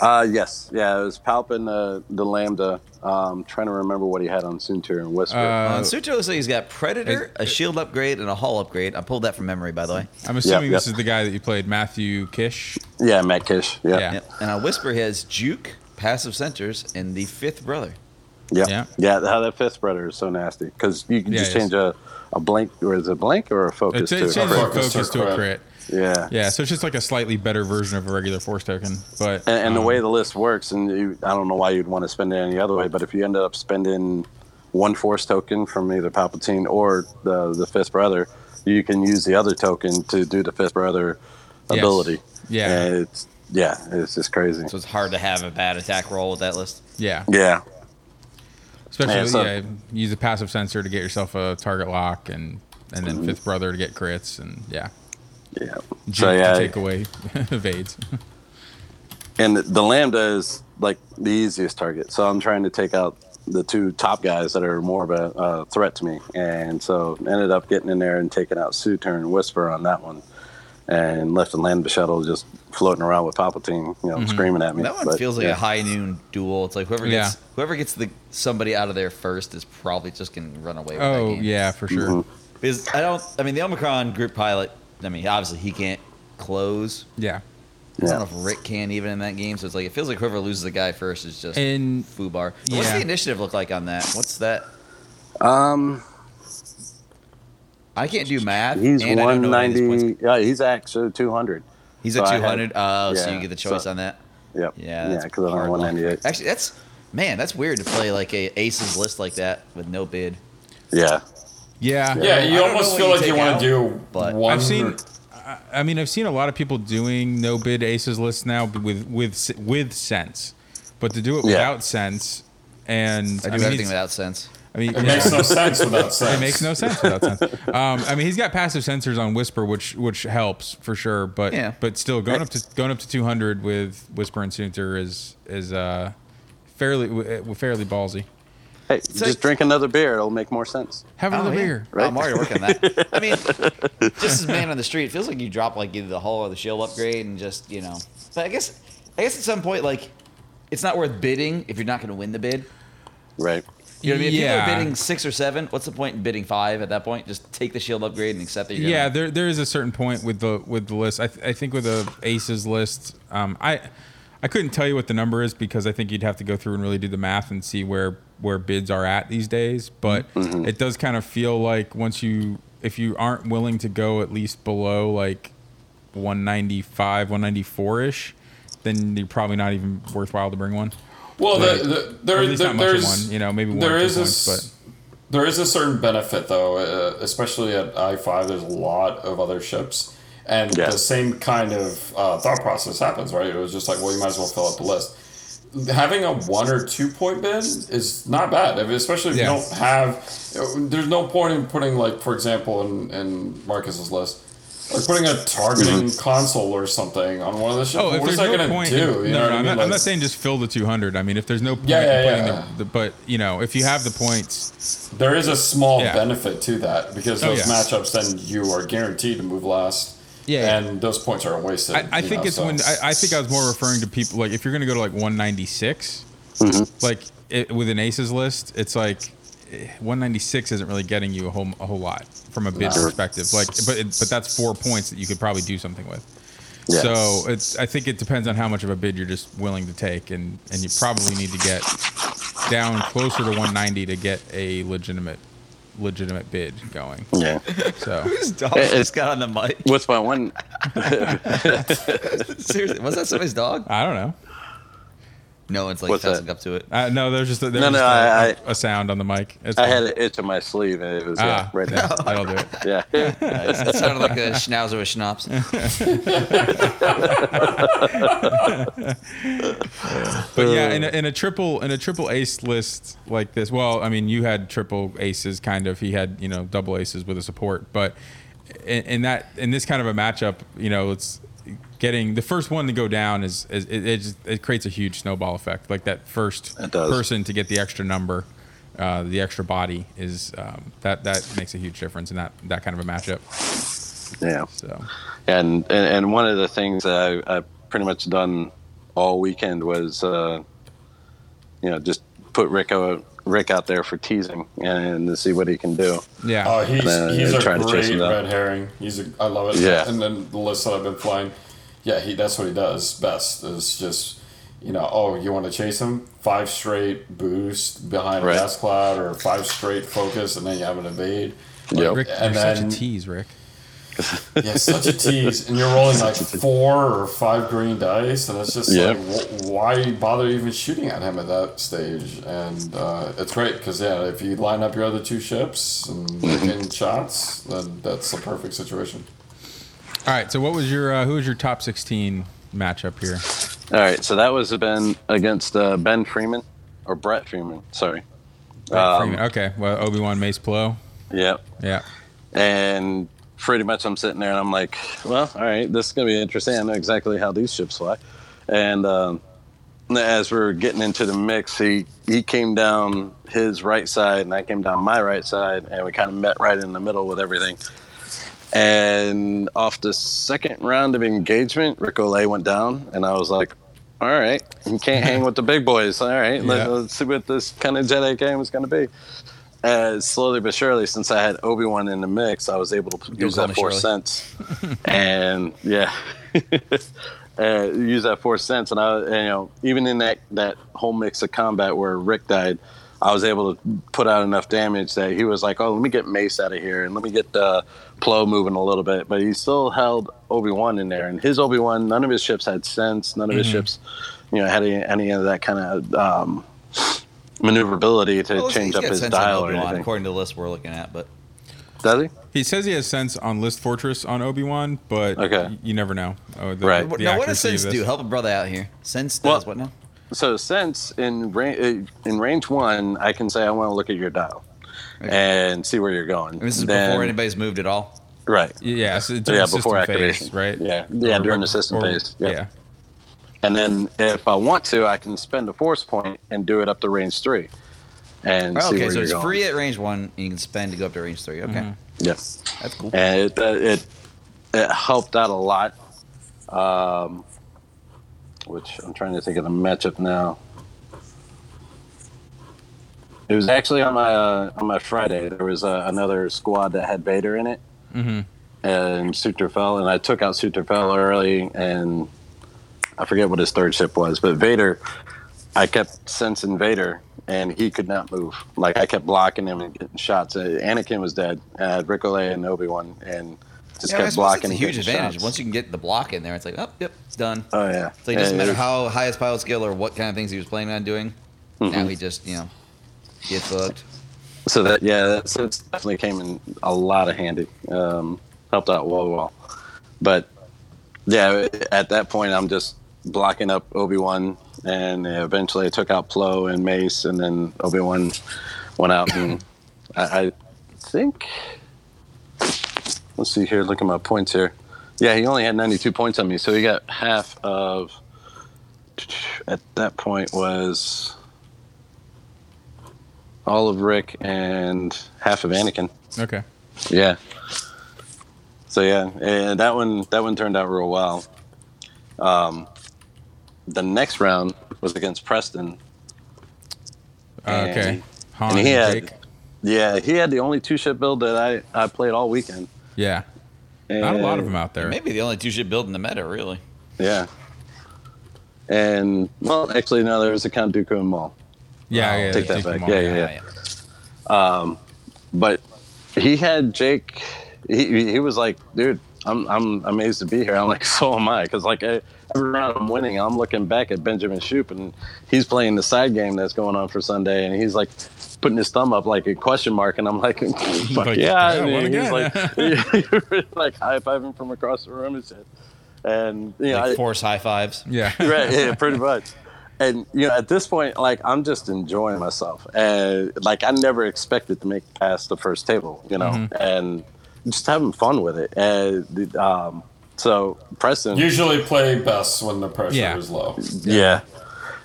Speaker 5: Uh, yes, yeah, it was Palpin, uh, the Lambda. Um, trying to remember what he had on Sunter and Whisper.
Speaker 2: Uh,
Speaker 3: On Suto, so he's got Predator,
Speaker 2: it-
Speaker 3: a shield upgrade, and a hull upgrade. I pulled that from memory, by the way.
Speaker 2: I'm assuming
Speaker 5: yeah.
Speaker 2: this is the guy that you played, Matthew Kish.
Speaker 5: yeah, Matt Kish. Yeah,
Speaker 2: Yeah.
Speaker 5: yeah,
Speaker 3: Yep. And on Whisper, he has Juke, passive centers, and the fifth brother.
Speaker 5: yeah.
Speaker 2: Yeah.
Speaker 5: how that fifth brother is so nasty because you can
Speaker 2: Yeah,
Speaker 5: just
Speaker 2: it is.
Speaker 5: change a, a blank or is it blank or a
Speaker 2: It,
Speaker 5: focus
Speaker 2: it changes
Speaker 5: to a
Speaker 2: the
Speaker 5: focus.
Speaker 4: focus.
Speaker 2: focus to a
Speaker 4: Correct.
Speaker 2: crit.
Speaker 5: Yeah,
Speaker 2: Yeah, so it's just like a slightly better version of a regular force token. But
Speaker 5: And, and the
Speaker 2: um,
Speaker 5: way the list works, and you, I don't know why you'd want to spend it any other way, but if you ended up spending one force token from either Palpatine or the the fifth brother, you can use the other token to do the fifth brother
Speaker 2: Yes.
Speaker 5: ability.
Speaker 2: Yeah.
Speaker 5: And it's yeah, it's just crazy.
Speaker 3: So it's hard to have a bad attack roll with that list.
Speaker 2: yeah,
Speaker 5: yeah,
Speaker 2: especially
Speaker 5: Yeah, so-
Speaker 2: yeah, use a passive sensor to get yourself a target lock, and and then fifth brother to get crits, and yeah,
Speaker 5: yeah.
Speaker 2: Juke
Speaker 5: So
Speaker 2: to
Speaker 5: yeah,
Speaker 2: take away evades.
Speaker 5: and the lambda is like the easiest target. So I'm trying to take out the two top guys that are more of a uh, threat to me, and so ended up getting in there and taking out Suturn and Whisper on that one, and left the lambda shuttle just floating around with Palpatine, you know, screaming at
Speaker 3: Mm-hmm.
Speaker 5: me.
Speaker 3: That one
Speaker 5: But,
Speaker 3: feels like
Speaker 5: yeah.
Speaker 3: a high noon duel. It's like whoever gets
Speaker 2: Yeah.
Speaker 3: whoever gets the somebody out of there first is probably just gonna run away. With that
Speaker 2: oh
Speaker 3: game.
Speaker 2: yeah, for sure.
Speaker 5: Mm-hmm.
Speaker 3: because I don't. I mean, the Omicron group pilot. I mean, obviously he can't close.
Speaker 2: Yeah,
Speaker 3: I don't
Speaker 5: yeah.
Speaker 3: know if Rick can even in that game. So it's like it feels like whoever loses the guy first is just
Speaker 2: and
Speaker 3: foobar. So What's
Speaker 2: yeah.
Speaker 3: the initiative look like on that? What's that?
Speaker 5: Um,
Speaker 3: I can't do math.
Speaker 5: he's
Speaker 3: and I don't know any of these points.
Speaker 5: 190. Yeah, he's actually 200.
Speaker 3: He's
Speaker 5: so
Speaker 3: at
Speaker 5: I had-
Speaker 3: 200. Oh, so
Speaker 5: yeah,
Speaker 3: you get the choice
Speaker 5: so-
Speaker 3: on that.
Speaker 5: Yep.
Speaker 3: Yeah,
Speaker 5: yeah,
Speaker 3: that's
Speaker 5: because I'm
Speaker 3: hard
Speaker 5: on
Speaker 3: luck.
Speaker 5: 198.
Speaker 3: Actually, that's man, that's weird to play like a aces list like that with no bid.
Speaker 5: Yeah.
Speaker 2: yeah,
Speaker 4: yeah,
Speaker 3: I don't
Speaker 4: you
Speaker 3: know
Speaker 4: almost
Speaker 3: what
Speaker 4: feel
Speaker 3: you
Speaker 4: like you
Speaker 3: take
Speaker 4: want
Speaker 3: out,
Speaker 4: to do
Speaker 3: but-
Speaker 4: one.
Speaker 2: I've seen.
Speaker 4: or-
Speaker 2: I- I mean, I've seen a lot of people doing no bid aces lists now with with s- with sense, but to do it
Speaker 5: Yeah.
Speaker 2: without sense, and
Speaker 3: I do
Speaker 2: mean,
Speaker 3: everything
Speaker 2: he's-
Speaker 3: without sense.
Speaker 2: I mean,
Speaker 4: It
Speaker 2: yeah.
Speaker 4: makes no sense without sense.
Speaker 2: It makes no sense without sense. Um, I mean, he's got passive sensors on Whisper, which which helps for sure. But
Speaker 3: Yeah.
Speaker 2: but still, going up to going up to 200 with Whisper and Sunter is is uh fairly w- fairly ballsy.
Speaker 5: Hey, just
Speaker 3: like-
Speaker 5: drink another beer. It'll make more sense.
Speaker 2: Have another
Speaker 3: yeah.
Speaker 2: beer.
Speaker 3: Oh, I'm already working on that. I mean, just as man on the street, it feels like you drop like either the hull or the shield upgrade and just you know. But I guess, I guess at some point, like, it's not worth bidding if you're not going to win the bid.
Speaker 5: Right.
Speaker 3: You know what I mean? If
Speaker 2: Yeah.
Speaker 3: people are bidding six or seven, what's the point in bidding five at that point? Just take the shield upgrade and accept that you're
Speaker 2: Yeah,
Speaker 3: gonna-
Speaker 2: there there is a certain point with the with the list. I, th- I think with the aces list, um, I I couldn't tell you what the number is because I think you'd have to go through and really do the math and see where where bids are at these days. But
Speaker 4: Mm-hmm.
Speaker 2: it does kind of feel like once you if you aren't willing to go at least below like 195, 194 ish, then you're probably not even worthwhile to bring one.
Speaker 4: Well,
Speaker 2: Right.
Speaker 4: the, the,
Speaker 2: Or
Speaker 4: there,
Speaker 2: at least
Speaker 4: there-
Speaker 2: not much of
Speaker 4: there's
Speaker 2: one, you know, maybe one
Speaker 4: there
Speaker 2: or two
Speaker 4: is a
Speaker 2: points,
Speaker 4: s- there is a certain benefit though, uh, especially at I five. There's a lot of other ships, and
Speaker 5: Yeah.
Speaker 4: the same kind of uh, thought process happens, right? It was just like, well, you might as well fill out the list. Having a one or two point bid is not bad, if- especially if
Speaker 2: Yeah.
Speaker 4: you don't have. There's no point in putting like, for example, in, in Marcus's list. Like putting a targeting console or something on one of the ships.
Speaker 2: Oh, if
Speaker 4: what is
Speaker 2: there's no
Speaker 4: that going to
Speaker 2: point,
Speaker 4: do?
Speaker 2: in-
Speaker 4: You
Speaker 2: no, no,
Speaker 4: know what I
Speaker 2: I'm,
Speaker 4: mean?
Speaker 2: not, I'm
Speaker 4: Like-
Speaker 2: not saying just fill the 200. I mean, if there's no point,
Speaker 4: Yeah, yeah,
Speaker 2: in putting
Speaker 4: yeah.
Speaker 2: The, the, but you know, if you have the points,
Speaker 4: There is a small
Speaker 2: Yeah.
Speaker 4: benefit to that because
Speaker 2: Oh,
Speaker 4: those
Speaker 2: yeah.
Speaker 4: matchups then you are guaranteed to move last.
Speaker 2: Yeah,
Speaker 4: And those points are wasted.
Speaker 2: I, I
Speaker 4: you
Speaker 2: think
Speaker 4: know,
Speaker 2: it's
Speaker 4: so.
Speaker 2: when I, I think I was more referring to people like if you're gonna go to like 196, like it, with an aces list, it's like eh, 196 isn't really getting you a whole a whole lot from a bid
Speaker 4: No.
Speaker 2: perspective. Like, but it, but that's four points that you could probably do something with.
Speaker 5: Yeah.
Speaker 2: So it's I think it depends on how much of a bid you're just willing to take, and and you probably need to get down closer to 190 to get a legitimate legitimate bid going.
Speaker 5: yeah.
Speaker 2: So
Speaker 3: Whose dog
Speaker 5: It-
Speaker 3: just got on the mic?
Speaker 5: What's my one?
Speaker 3: Seriously, was that somebody's dog?
Speaker 2: I don't know.
Speaker 3: No one's like
Speaker 5: What's that?
Speaker 3: passing up to it.
Speaker 2: Uh, no, there's just a, there
Speaker 5: No,
Speaker 2: was
Speaker 5: no,
Speaker 2: just a-
Speaker 5: I- I-
Speaker 2: a sound on the mic. It's
Speaker 5: I
Speaker 2: fine.
Speaker 5: had an itch on my sleeve, and it was yeah,
Speaker 2: Ah,
Speaker 5: right
Speaker 2: yeah,
Speaker 5: there.
Speaker 2: that'll do it.
Speaker 5: Yeah.
Speaker 3: It sounded like a schnauzer with schnapps.
Speaker 2: But yeah, in a, in a triple in a triple ace list like this, well, I mean, you had triple aces, kind of. He had you know double aces with a support, but in, in that in this kind of a matchup, you know, it's getting the first one to go down is, is it, it, just, it creates a huge snowball effect. Like that first
Speaker 5: It does.
Speaker 2: person to get the extra number, uh, the extra body is um, that that makes a huge difference in that that kind of a matchup.
Speaker 5: yeah.
Speaker 2: So
Speaker 5: and and, and one of the things that I, I pretty much done all weekend was uh, you know just put Rick out, Rick out there for teasing and to see what he can do.
Speaker 2: yeah,
Speaker 4: Oh, he's,
Speaker 5: Uh,
Speaker 4: he's
Speaker 5: they're
Speaker 4: a
Speaker 5: trying to chase
Speaker 4: great
Speaker 5: him down.
Speaker 4: red herring. He's a, I love it.
Speaker 5: Yeah.
Speaker 4: And then the list that I've been flying, yeah, he that's what he does best. Is just you know, oh, you want to chase him? Five straight boost behind
Speaker 5: Right.
Speaker 4: a gas cloud, or five straight focus, and then you have an evade.
Speaker 5: Yep.
Speaker 2: Rick,
Speaker 4: and
Speaker 2: you're such a
Speaker 4: then-
Speaker 2: tease, Rick.
Speaker 4: Yeah, such a tease, and you're rolling like four or five green dice, and it's just
Speaker 5: Yeah.
Speaker 4: like, wh- why bother even shooting at him at that stage? And uh, it's great because yeah, if you line up your other two ships and they get shots, then that's the perfect situation.
Speaker 2: All right. So, what was your uh, who was your top sixteen matchup here?
Speaker 5: All right, so that was Ben against uh, Ben Freeman or Brett Freeman. Sorry. Um,
Speaker 2: Freeman. Okay. Well, Obi Wan Mace Pillow.
Speaker 5: Yeah.
Speaker 2: Yeah.
Speaker 5: And pretty much I'm sitting there and I'm like, well, all right, this is going to be interesting. I know exactly how these ships fly. And um, as we were getting into the mix, he, he came down his right side and I came down my right side. And we kind of met right in the middle with everything. And off the second round of engagement, Rick Olay went down. And I was like, all right, you can't hang with the big boys. All right,
Speaker 2: Yeah.
Speaker 5: let, let's see what this kind of Jedi game is going to be uh, slowly but surely, since I had Obi Wan in the mix, I was able to use
Speaker 3: call
Speaker 5: that
Speaker 3: me
Speaker 5: four
Speaker 3: Shirley.
Speaker 5: cents, and yeah, uh, use that four cents. And I, and, you know, even in that that whole mix of combat where Rick died, I was able to put out enough damage that he was like, "Oh, let me get Mace out of here, and let me get uh, Plo moving a little bit." But he still held Obi Wan in there, and his Obi Wan, none of his ships had sense, none of his ships, you know, had any, any of that kind of. Um, maneuverability to
Speaker 3: Well,
Speaker 5: change
Speaker 3: he's
Speaker 5: up
Speaker 3: got
Speaker 5: his
Speaker 3: sense on
Speaker 5: dial or
Speaker 3: Obi-Wan,
Speaker 5: anything.
Speaker 3: According to the list we're looking at, but
Speaker 5: Does he?
Speaker 2: He says he has sense on List Fortress on Obi Wan, but
Speaker 5: Okay.
Speaker 2: y- you never know. Oh, the,
Speaker 5: Right.
Speaker 2: the
Speaker 3: now what does
Speaker 2: accuracy of
Speaker 3: sense
Speaker 2: this.
Speaker 3: do? Help a brother out here. Sense
Speaker 5: Well-
Speaker 3: does what now?
Speaker 5: So since in ra- uh, in range one, I can say I want to look at your dial and see where you're going.
Speaker 3: This is
Speaker 5: Then-
Speaker 3: before anybody's moved at all.
Speaker 5: right?
Speaker 2: Yeah. So during
Speaker 5: Yeah,
Speaker 2: the system
Speaker 5: before activation,
Speaker 2: phase, right?
Speaker 5: Yeah, yeah,
Speaker 2: Or-
Speaker 5: during the system
Speaker 2: or-
Speaker 5: phase. Yep.
Speaker 2: Yeah.
Speaker 5: And then if I want to, I can spend a force point and do it up to range three, and see
Speaker 3: Oh, okay,
Speaker 5: where
Speaker 3: so
Speaker 5: you're
Speaker 3: it's
Speaker 5: going.
Speaker 3: free at range one, and you can spend to go up to range three. Okay,
Speaker 2: Mm-hmm.
Speaker 5: Yes.
Speaker 3: that's cool.
Speaker 5: and it uh, it it helped out a lot. Um, which I'm trying to think of the matchup now. It was actually on my uh, on my Friday. There was uh, another squad that had Vader in it, mm-hmm. and Suterfell, and I took out Suterfell early, and I forget what his third ship was, but Vader, I kept sensing Vader, and he could not move. Like I kept blocking him and getting shots. Uh, Anakin was dead. I had Rick Olay and Obi Wan, and just
Speaker 3: Yeah, I
Speaker 5: kept
Speaker 3: suppose
Speaker 5: blocking.
Speaker 3: It's
Speaker 5: and
Speaker 3: a huge
Speaker 5: getting
Speaker 3: advantage.
Speaker 5: shots.
Speaker 3: Once you can get the block in there, it's like, oh, yep, it's done.
Speaker 5: oh yeah.
Speaker 3: So it doesn't
Speaker 5: Yeah,
Speaker 3: matter
Speaker 5: was-
Speaker 3: how high his pilot skill or what kind of things he was planning on doing.
Speaker 5: Mm-hmm.
Speaker 3: Now he just, you know, gets hooked.
Speaker 5: So that yeah, that so it's definitely came in a lot of handy. Um, helped out well, well. But yeah, at that point, I'm just blocking up Obi Wan, and eventually I took out Plo and Mace, and then Obi Wan went out, and I, I think let's see here, look at my points here. Yeah, he only had 92 points on me, so he got half of. At that point was all of Rick and half of Anakin.
Speaker 2: Okay.
Speaker 5: Yeah. So yeah, and that one that one turned out real well. Um, the next round was against Preston.
Speaker 2: Uh, okay.
Speaker 5: And-
Speaker 2: Han
Speaker 5: and
Speaker 2: and
Speaker 5: he had-
Speaker 2: Jake.
Speaker 5: Yeah, he had the only two ship build that I I played all weekend.
Speaker 2: Yeah. Not a lot of
Speaker 5: And-
Speaker 2: them out there.
Speaker 3: Maybe the only two ship build in the meta, really.
Speaker 5: Yeah. And well, actually, no, there was a Count Dooku and Maul.
Speaker 2: Yeah, yeah.
Speaker 5: Take that
Speaker 2: Jake
Speaker 5: back.
Speaker 2: Maul.
Speaker 5: Yeah, yeah, yeah. but he had Jake. He he was like, dude, I'm I'm amazed to be here. I'm like, so am I, because like I, every round I'm winning, I'm looking back at Benjamin Shoop, and he's playing the side game that's going on for Sunday, and he's like putting his thumb up like a question mark, and I'm like, fuck
Speaker 2: Like,
Speaker 5: yeah,
Speaker 2: yeah,
Speaker 5: I mean,
Speaker 2: one
Speaker 5: he's
Speaker 2: again.
Speaker 5: like like high fiving from across the room and shit, and you know, I-
Speaker 3: Like force high fives.
Speaker 2: Yeah.
Speaker 5: right yeah pretty much and you know at this point like i'm just enjoying myself and like i never expected to make it past the first table you know and just having fun with it and the- um so preston
Speaker 4: Usually play best when the pressure
Speaker 2: Yeah.
Speaker 4: is low.
Speaker 5: yeah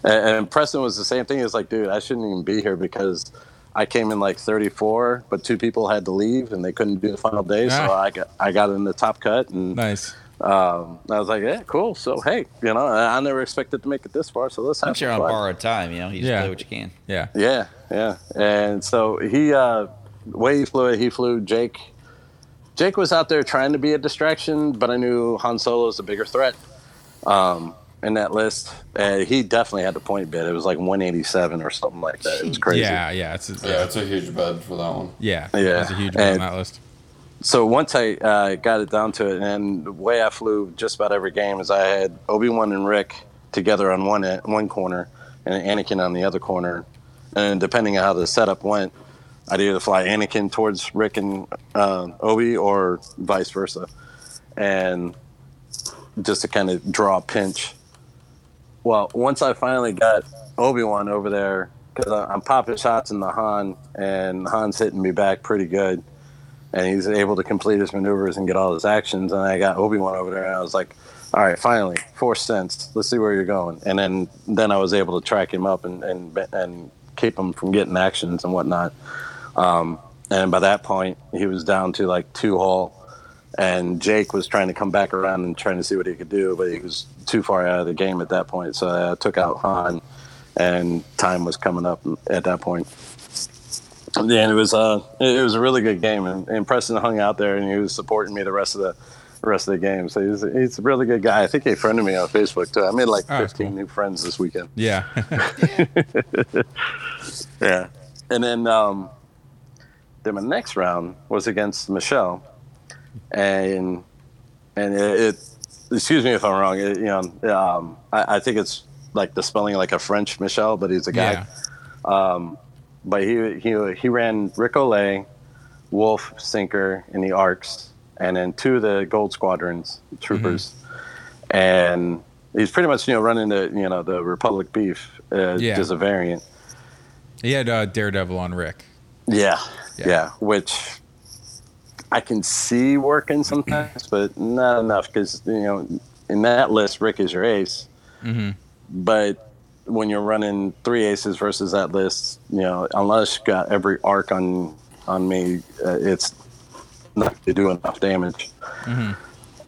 Speaker 5: and, and preston was the same thing it's like dude i shouldn't even be here because i came in like 34 but two people had to leave and they couldn't do the final day so
Speaker 2: Ah.
Speaker 5: i got i got in the top cut and
Speaker 2: Nice.
Speaker 5: um, i was like yeah cool so hey you know i, I never expected to make it this far so let's have
Speaker 3: I'm sure
Speaker 5: some
Speaker 3: on
Speaker 5: fun.
Speaker 3: borrowed time, you know, you just
Speaker 2: Yeah.
Speaker 3: play what you can.
Speaker 2: Yeah.
Speaker 5: Yeah, yeah. And so he, uh, the way he flew it, he flew Jake. Jake was out there trying to be a distraction, but I knew Han Solo is a bigger threat um, in that list. And he definitely had the point bid. It was like 187 or something like that. It was crazy.
Speaker 2: Yeah, yeah. It's a,
Speaker 4: Yeah,
Speaker 2: yeah.
Speaker 4: it's a huge bed for that one.
Speaker 2: Yeah.
Speaker 5: Yeah.
Speaker 2: It's a huge one on
Speaker 5: And-
Speaker 2: that list.
Speaker 5: so once I uh, got it down to it, and the way I flew just about every game is I had Obi Wan and Rick together on one e- one corner, and Anakin on the other corner, and depending on how the setup went, I'd either fly Anakin towards Rick and uh, Obi, or vice versa, and just to kind of draw a pinch. Well, once I finally got Obi Wan over there, because I'm popping shots in the Han, and Han's hitting me back pretty good and he's able to complete his maneuvers and get all his actions. And I got Obi Wan over there, and I was like, "All right, finally, four cents. Let's see where you're going." And then then I was able to track him up and and and keep him from getting actions and whatnot. Um, and by that point, he was down to like two hull, and Jake was trying to come back around and trying to see what he could do, but he was too far out of the game at that point. So I took out Han, and time was coming up at that point. Yeah, and it was uh, it it was a really good game, and, and Preston hung out there, and he was supporting me the rest of the, the rest of the game. So he's he's a really good guy. I think he friended me on Facebook too. I made like
Speaker 2: Oh, that's
Speaker 5: fifteen
Speaker 2: cool.
Speaker 5: new friends this weekend.
Speaker 2: Yeah.
Speaker 5: Yeah, and then um, then my next round was against Michelle, and and it, it excuse me if I'm wrong. It, you know, um, I, I think it's like the spelling like a French Michelle, but he's a guy.
Speaker 2: yeah.
Speaker 5: but he he he ran Rick Olay, Wolf Sinker in the arcs, and then two of the Gold Squadrons troopers,
Speaker 2: Mm-hmm.
Speaker 5: and he's pretty much you know running the you know the Republic beef uh,
Speaker 2: Yeah.
Speaker 5: just a variant.
Speaker 2: He had uh, Daredevil on Rick.
Speaker 5: Yeah,
Speaker 2: Yeah.
Speaker 5: yeah, which I can see working sometimes, but not enough because you know in that list Rick is your ace,
Speaker 2: Mm-hmm.
Speaker 5: but when you're running three aces versus that list, you know unless you got every arc on on me, uh, it's not to do enough damage.
Speaker 2: Mm-hmm.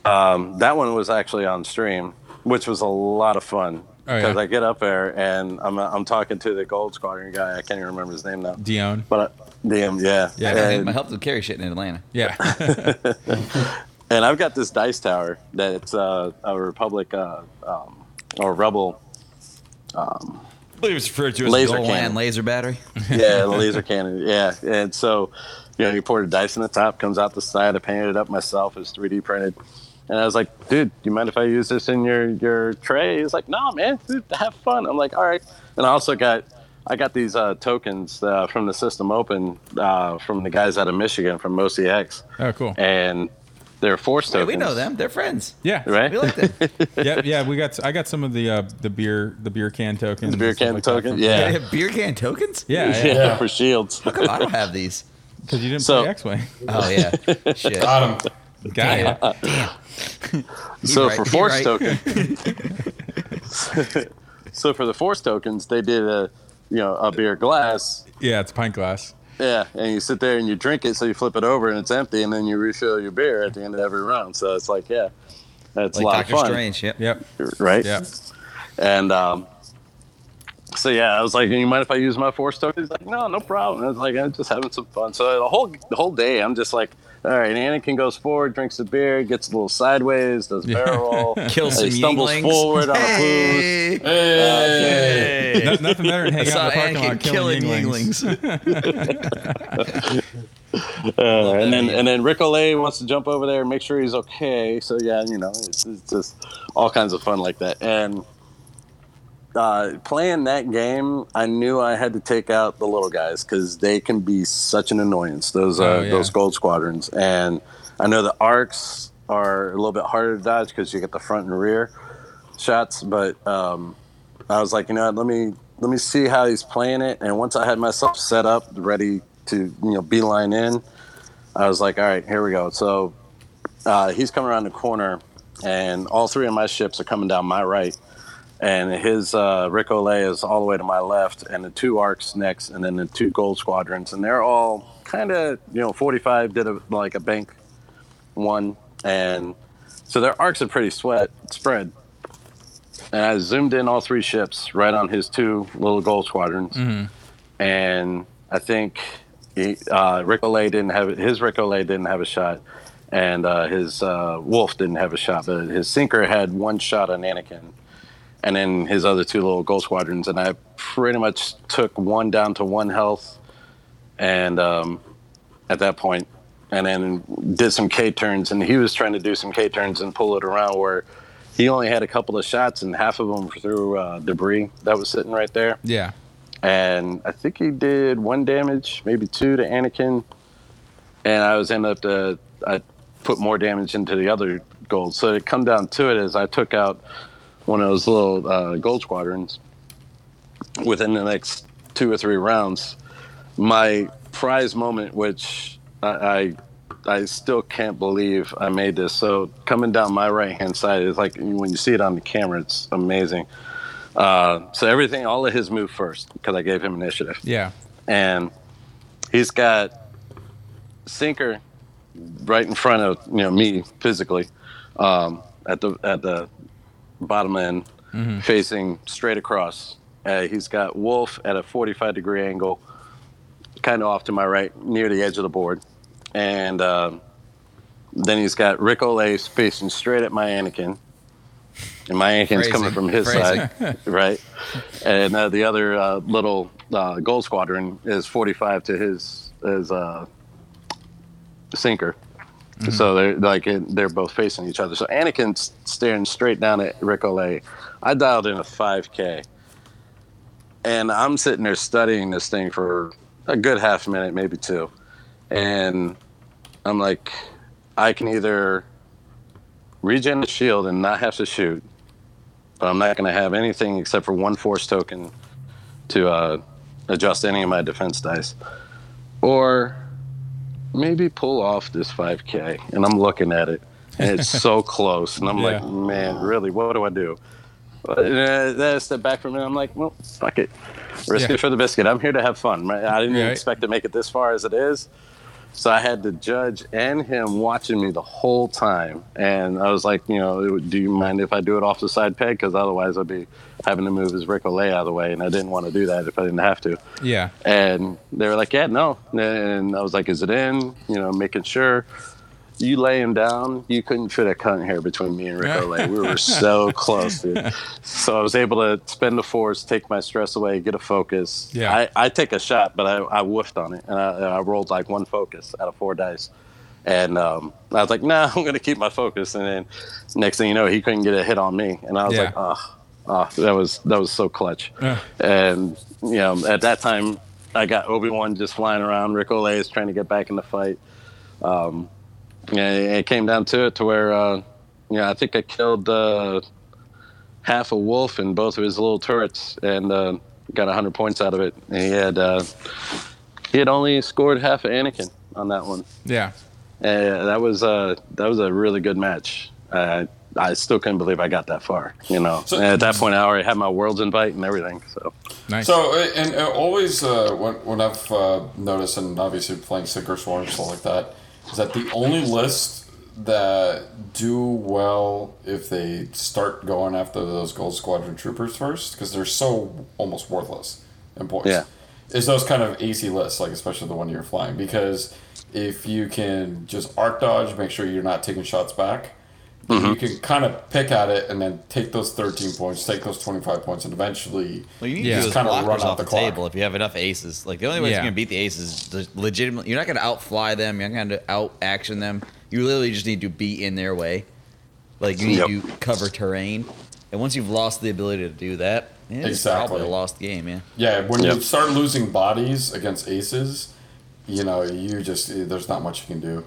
Speaker 5: Um, that one was actually on stream, which was a lot of fun.
Speaker 2: Oh, yeah.
Speaker 5: Because I get up there and I'm, I'm talking to the Gold Squadron guy. I can't even remember his name now.
Speaker 2: Dion.
Speaker 5: But I, damn, yeah.
Speaker 2: Yeah,
Speaker 3: I
Speaker 5: and,
Speaker 3: think I helped him carry shit in Atlanta.
Speaker 2: Yeah.
Speaker 5: and I've got this dice tower that's uh, a Republic uh, um, or Rebel.
Speaker 3: I believe it's referred to as
Speaker 5: Laser
Speaker 3: laser goal
Speaker 5: cannon.
Speaker 3: line laser battery.
Speaker 5: Yeah, the laser cannon. Yeah, and so you know, you pour the dice in the top, comes out the side. I painted it up myself. It's 3D printed. And I was like, dude, do you mind if I use this in your your tray? He's like, no, man, dude, have fun. I'm like, all right. And I also got I got these uh, tokens uh, from the system open uh, from the guys out of Michigan from OCX,
Speaker 2: Oh, cool.
Speaker 5: and they're force
Speaker 3: Hey,
Speaker 5: tokens.
Speaker 3: we know them. They're friends.
Speaker 2: Yeah.
Speaker 5: right?
Speaker 3: We like them.
Speaker 2: yeah, yeah, we got. I got some of the uh, the beer the beer can tokens.
Speaker 5: The beer
Speaker 2: and stuff
Speaker 5: can
Speaker 2: like that
Speaker 5: token,
Speaker 2: from-
Speaker 3: They
Speaker 5: yeah.
Speaker 3: have beer can tokens.
Speaker 2: yeah,
Speaker 5: yeah,
Speaker 2: yeah.
Speaker 4: Yeah.
Speaker 5: for shields.
Speaker 3: How come I don't have these?
Speaker 2: Because you didn't
Speaker 5: So-
Speaker 2: play X Wing.
Speaker 3: Oh yeah. Shit.
Speaker 4: Got him.
Speaker 2: Got it.
Speaker 5: so
Speaker 3: right,
Speaker 5: for
Speaker 3: he
Speaker 5: force
Speaker 3: right.
Speaker 5: token so for the force tokens they did a you know a beer glass
Speaker 2: Yeah, it's a pint glass.
Speaker 5: yeah and you sit there and you drink it so you flip it over and it's empty and then you refill your beer at the end of every round so it's like yeah that's a lot
Speaker 3: Like Doctor
Speaker 5: of fun
Speaker 3: Strange. Yep.
Speaker 2: Yep.
Speaker 5: right
Speaker 2: Yeah.
Speaker 5: and um so yeah, I was like, "You mind if I use my force token?" He's like, "No, no problem." I was like, "I'm just having some fun." So the whole the whole day, I'm just like, "All right." Anakin goes forward, drinks a beer, gets a little sideways, does barrel roll,
Speaker 3: Kill some
Speaker 5: he stumbles
Speaker 3: younglings.
Speaker 5: forward on a booth,
Speaker 3: Hey.
Speaker 4: Hey.
Speaker 2: No, nothing better than
Speaker 3: I
Speaker 2: hanging
Speaker 3: saw
Speaker 2: out in the parking lot
Speaker 3: Anakin
Speaker 2: killing,
Speaker 3: killing
Speaker 2: Yinglings.
Speaker 3: Yinglings.
Speaker 5: Uh, and then and then Rick Olay wants to jump over there, make sure he's okay. So yeah, you know, it's, it's just all kinds of fun like that. And uh, playing that game, I knew I had to take out the little guys because they can be such an annoyance. Those uh,
Speaker 2: Oh, yeah.
Speaker 5: those gold squadrons, and I know the arcs are a little bit harder to dodge because you get the front and rear shots. But um, I was like, you know, what, let me let me see how he's playing it. And once I had myself set up, ready to you know beeline in, I was like, all right, here we go. So uh, he's coming around the corner, and all three of my ships are coming down my right, and his uh, Rick Olay is all the way to my left, and the two arcs next, and then the two gold squadrons, and they're all kind of you know 45 did a like a bank one, and so their arcs are pretty sweat spread. And I zoomed in all three ships right on his two little gold squadrons and I think he, uh, Rick Olay didn't have his Rick Olay didn't have a shot, and uh, his uh, Wolf didn't have a shot, but his sinker had one shot on Anakin, and then his other two little gold squadrons, and I pretty much took one down to one health, and um, at that point, and then did some K turns, and he was trying to do some K turns and pull it around where. He only had a couple of shots, and half of them through uh, debris that was sitting right there
Speaker 2: Yeah.
Speaker 5: and I think he did one damage, maybe two to Anakin, and I was end up to I put more damage into the other gold. So it come down to it is I took out one of those little uh, gold squadrons within the next two or three rounds. My prize moment, which I, I I still can't believe I made this. So coming down my right hand side is like when you see it on the camera, it's amazing. Uh, so everything, all of his move first because I gave him initiative,
Speaker 2: Yeah.
Speaker 5: and he's got sinker right in front of you know me physically um, at the at the bottom end, facing straight across. Uh, he's got Wolf at a 45 degree angle, kind of off to my right, near the edge of the board, and um then he's got Rick Olay facing straight at my Anakin. And my Anakin's
Speaker 3: Phrasing.
Speaker 5: coming from his
Speaker 3: Phrasing.
Speaker 5: side, right? And uh, the other uh, little uh, gold squadron is 45 to his his uh, sinker. So they're like in- they're both facing each other. So Anakin's staring straight down at Rick Olay. I dialed in a 5K, and I'm sitting there studying this thing for a good half minute, maybe two, and I'm like, I can either regen the shield and not have to shoot, but I'm not going to have anything except for one force token to uh, adjust any of my defense dice, or maybe pull off this 5K. And I'm looking at it, and it's so close. And I'm
Speaker 2: Yeah.
Speaker 5: like, man, really, what do I do? But, uh, then I step back from it. I'm like, well, fuck it, risk
Speaker 2: Yeah.
Speaker 5: it for the biscuit. I'm here to have fun. Right? I didn't
Speaker 2: Right.
Speaker 5: expect to make it this far as it is. So I had the judge and him watching me the whole time, and I was like, you know, do you mind if I do it off the side peg? Because otherwise, I'd be having to move his Rick Olay out of the way, and I didn't want to do that if I didn't have to.
Speaker 2: Yeah.
Speaker 5: And they were like, yeah, no. And I was like, is it in? You know, making sure. you lay him down, you couldn't fit a cunt hair between me and Rico. Like we were so close, dude. So I was able to spend the fours, take my stress away, get a focus.
Speaker 2: Yeah.
Speaker 5: I, I take a shot, but I, I woofed on it, and I, I rolled like one focus out of four dice. And um, I was like, nah, I'm going to keep my focus. And then next thing you know, he couldn't get a hit on me. And I was
Speaker 2: Yeah.
Speaker 5: like, oh, oh, that was that was so clutch.
Speaker 2: Yeah.
Speaker 5: And, you know, at that time, I got Obi-Wan just flying around. Rick Olay is trying to get back in the fight. Um, yeah, it it came down to it to where, uh, you know, I think I killed uh, half a wolf in both of his little turrets and uh, got 100 points out of it. And he had, uh, he had only scored half of Anakin on that one.
Speaker 2: Yeah.
Speaker 5: Uh, that was uh, that was a really good match. Uh, I still couldn't believe I got that far. You know,
Speaker 4: So-
Speaker 5: and at that point, I already had my world's invite and everything. So
Speaker 2: Nice.
Speaker 4: So, uh, and uh, always uh, when, when I've uh, noticed, and obviously playing Sinker Swarm and stuff like that, is that the only list that do well if they start going after those Gold Squadron troopers first, because they're so almost worthless in points,
Speaker 5: Yeah.
Speaker 4: is those kind of easy lists, like especially the one you're flying, because if you can just arc dodge, make sure you're not taking shots back. then You can kind of pick at it and then take those 13 points, take those 25 points, and eventually
Speaker 6: Well, you need to do
Speaker 2: Yeah. Just
Speaker 6: is
Speaker 4: kinda
Speaker 6: block
Speaker 4: run
Speaker 6: yourself
Speaker 4: out
Speaker 6: off
Speaker 4: the
Speaker 6: the,
Speaker 4: clock.
Speaker 6: table if you have enough aces. Like the only way
Speaker 2: Yeah.
Speaker 6: you're gonna beat the aces is to legitimately. You're not gonna out fly them. You're not gonna out action them. You literally just need to be in their way. Like you need
Speaker 5: Yep.
Speaker 6: to cover terrain, and once you've lost the ability to do that, yeah, it's probably a
Speaker 4: Exactly.
Speaker 6: lost game. Yeah.
Speaker 4: Yeah, when you
Speaker 5: Yep.
Speaker 4: start losing bodies against aces, you know, you just there's not much you can do.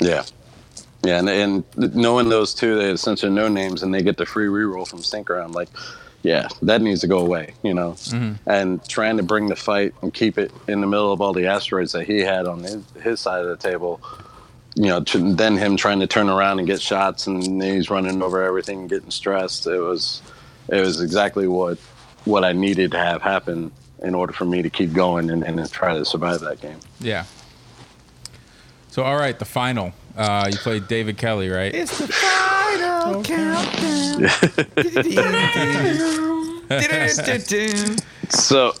Speaker 5: yeah, yeah, and, and knowing those two, they essentially no names, and they get the free reroll from Sinker. I'm like, yeah, that needs to go away. You know, and trying to bring the fight and keep it in the middle of all the asteroids that he had on his, his side of the table. You know, tr then him trying to turn around and get shots, and he's running over everything, getting stressed. It was, it was exactly what what I needed to have happen in order for me to keep going and, and to try to survive that game.
Speaker 2: yeah. So all right, the final. Uh, you played David Kelly, right?
Speaker 6: It's the final countdown.
Speaker 5: So,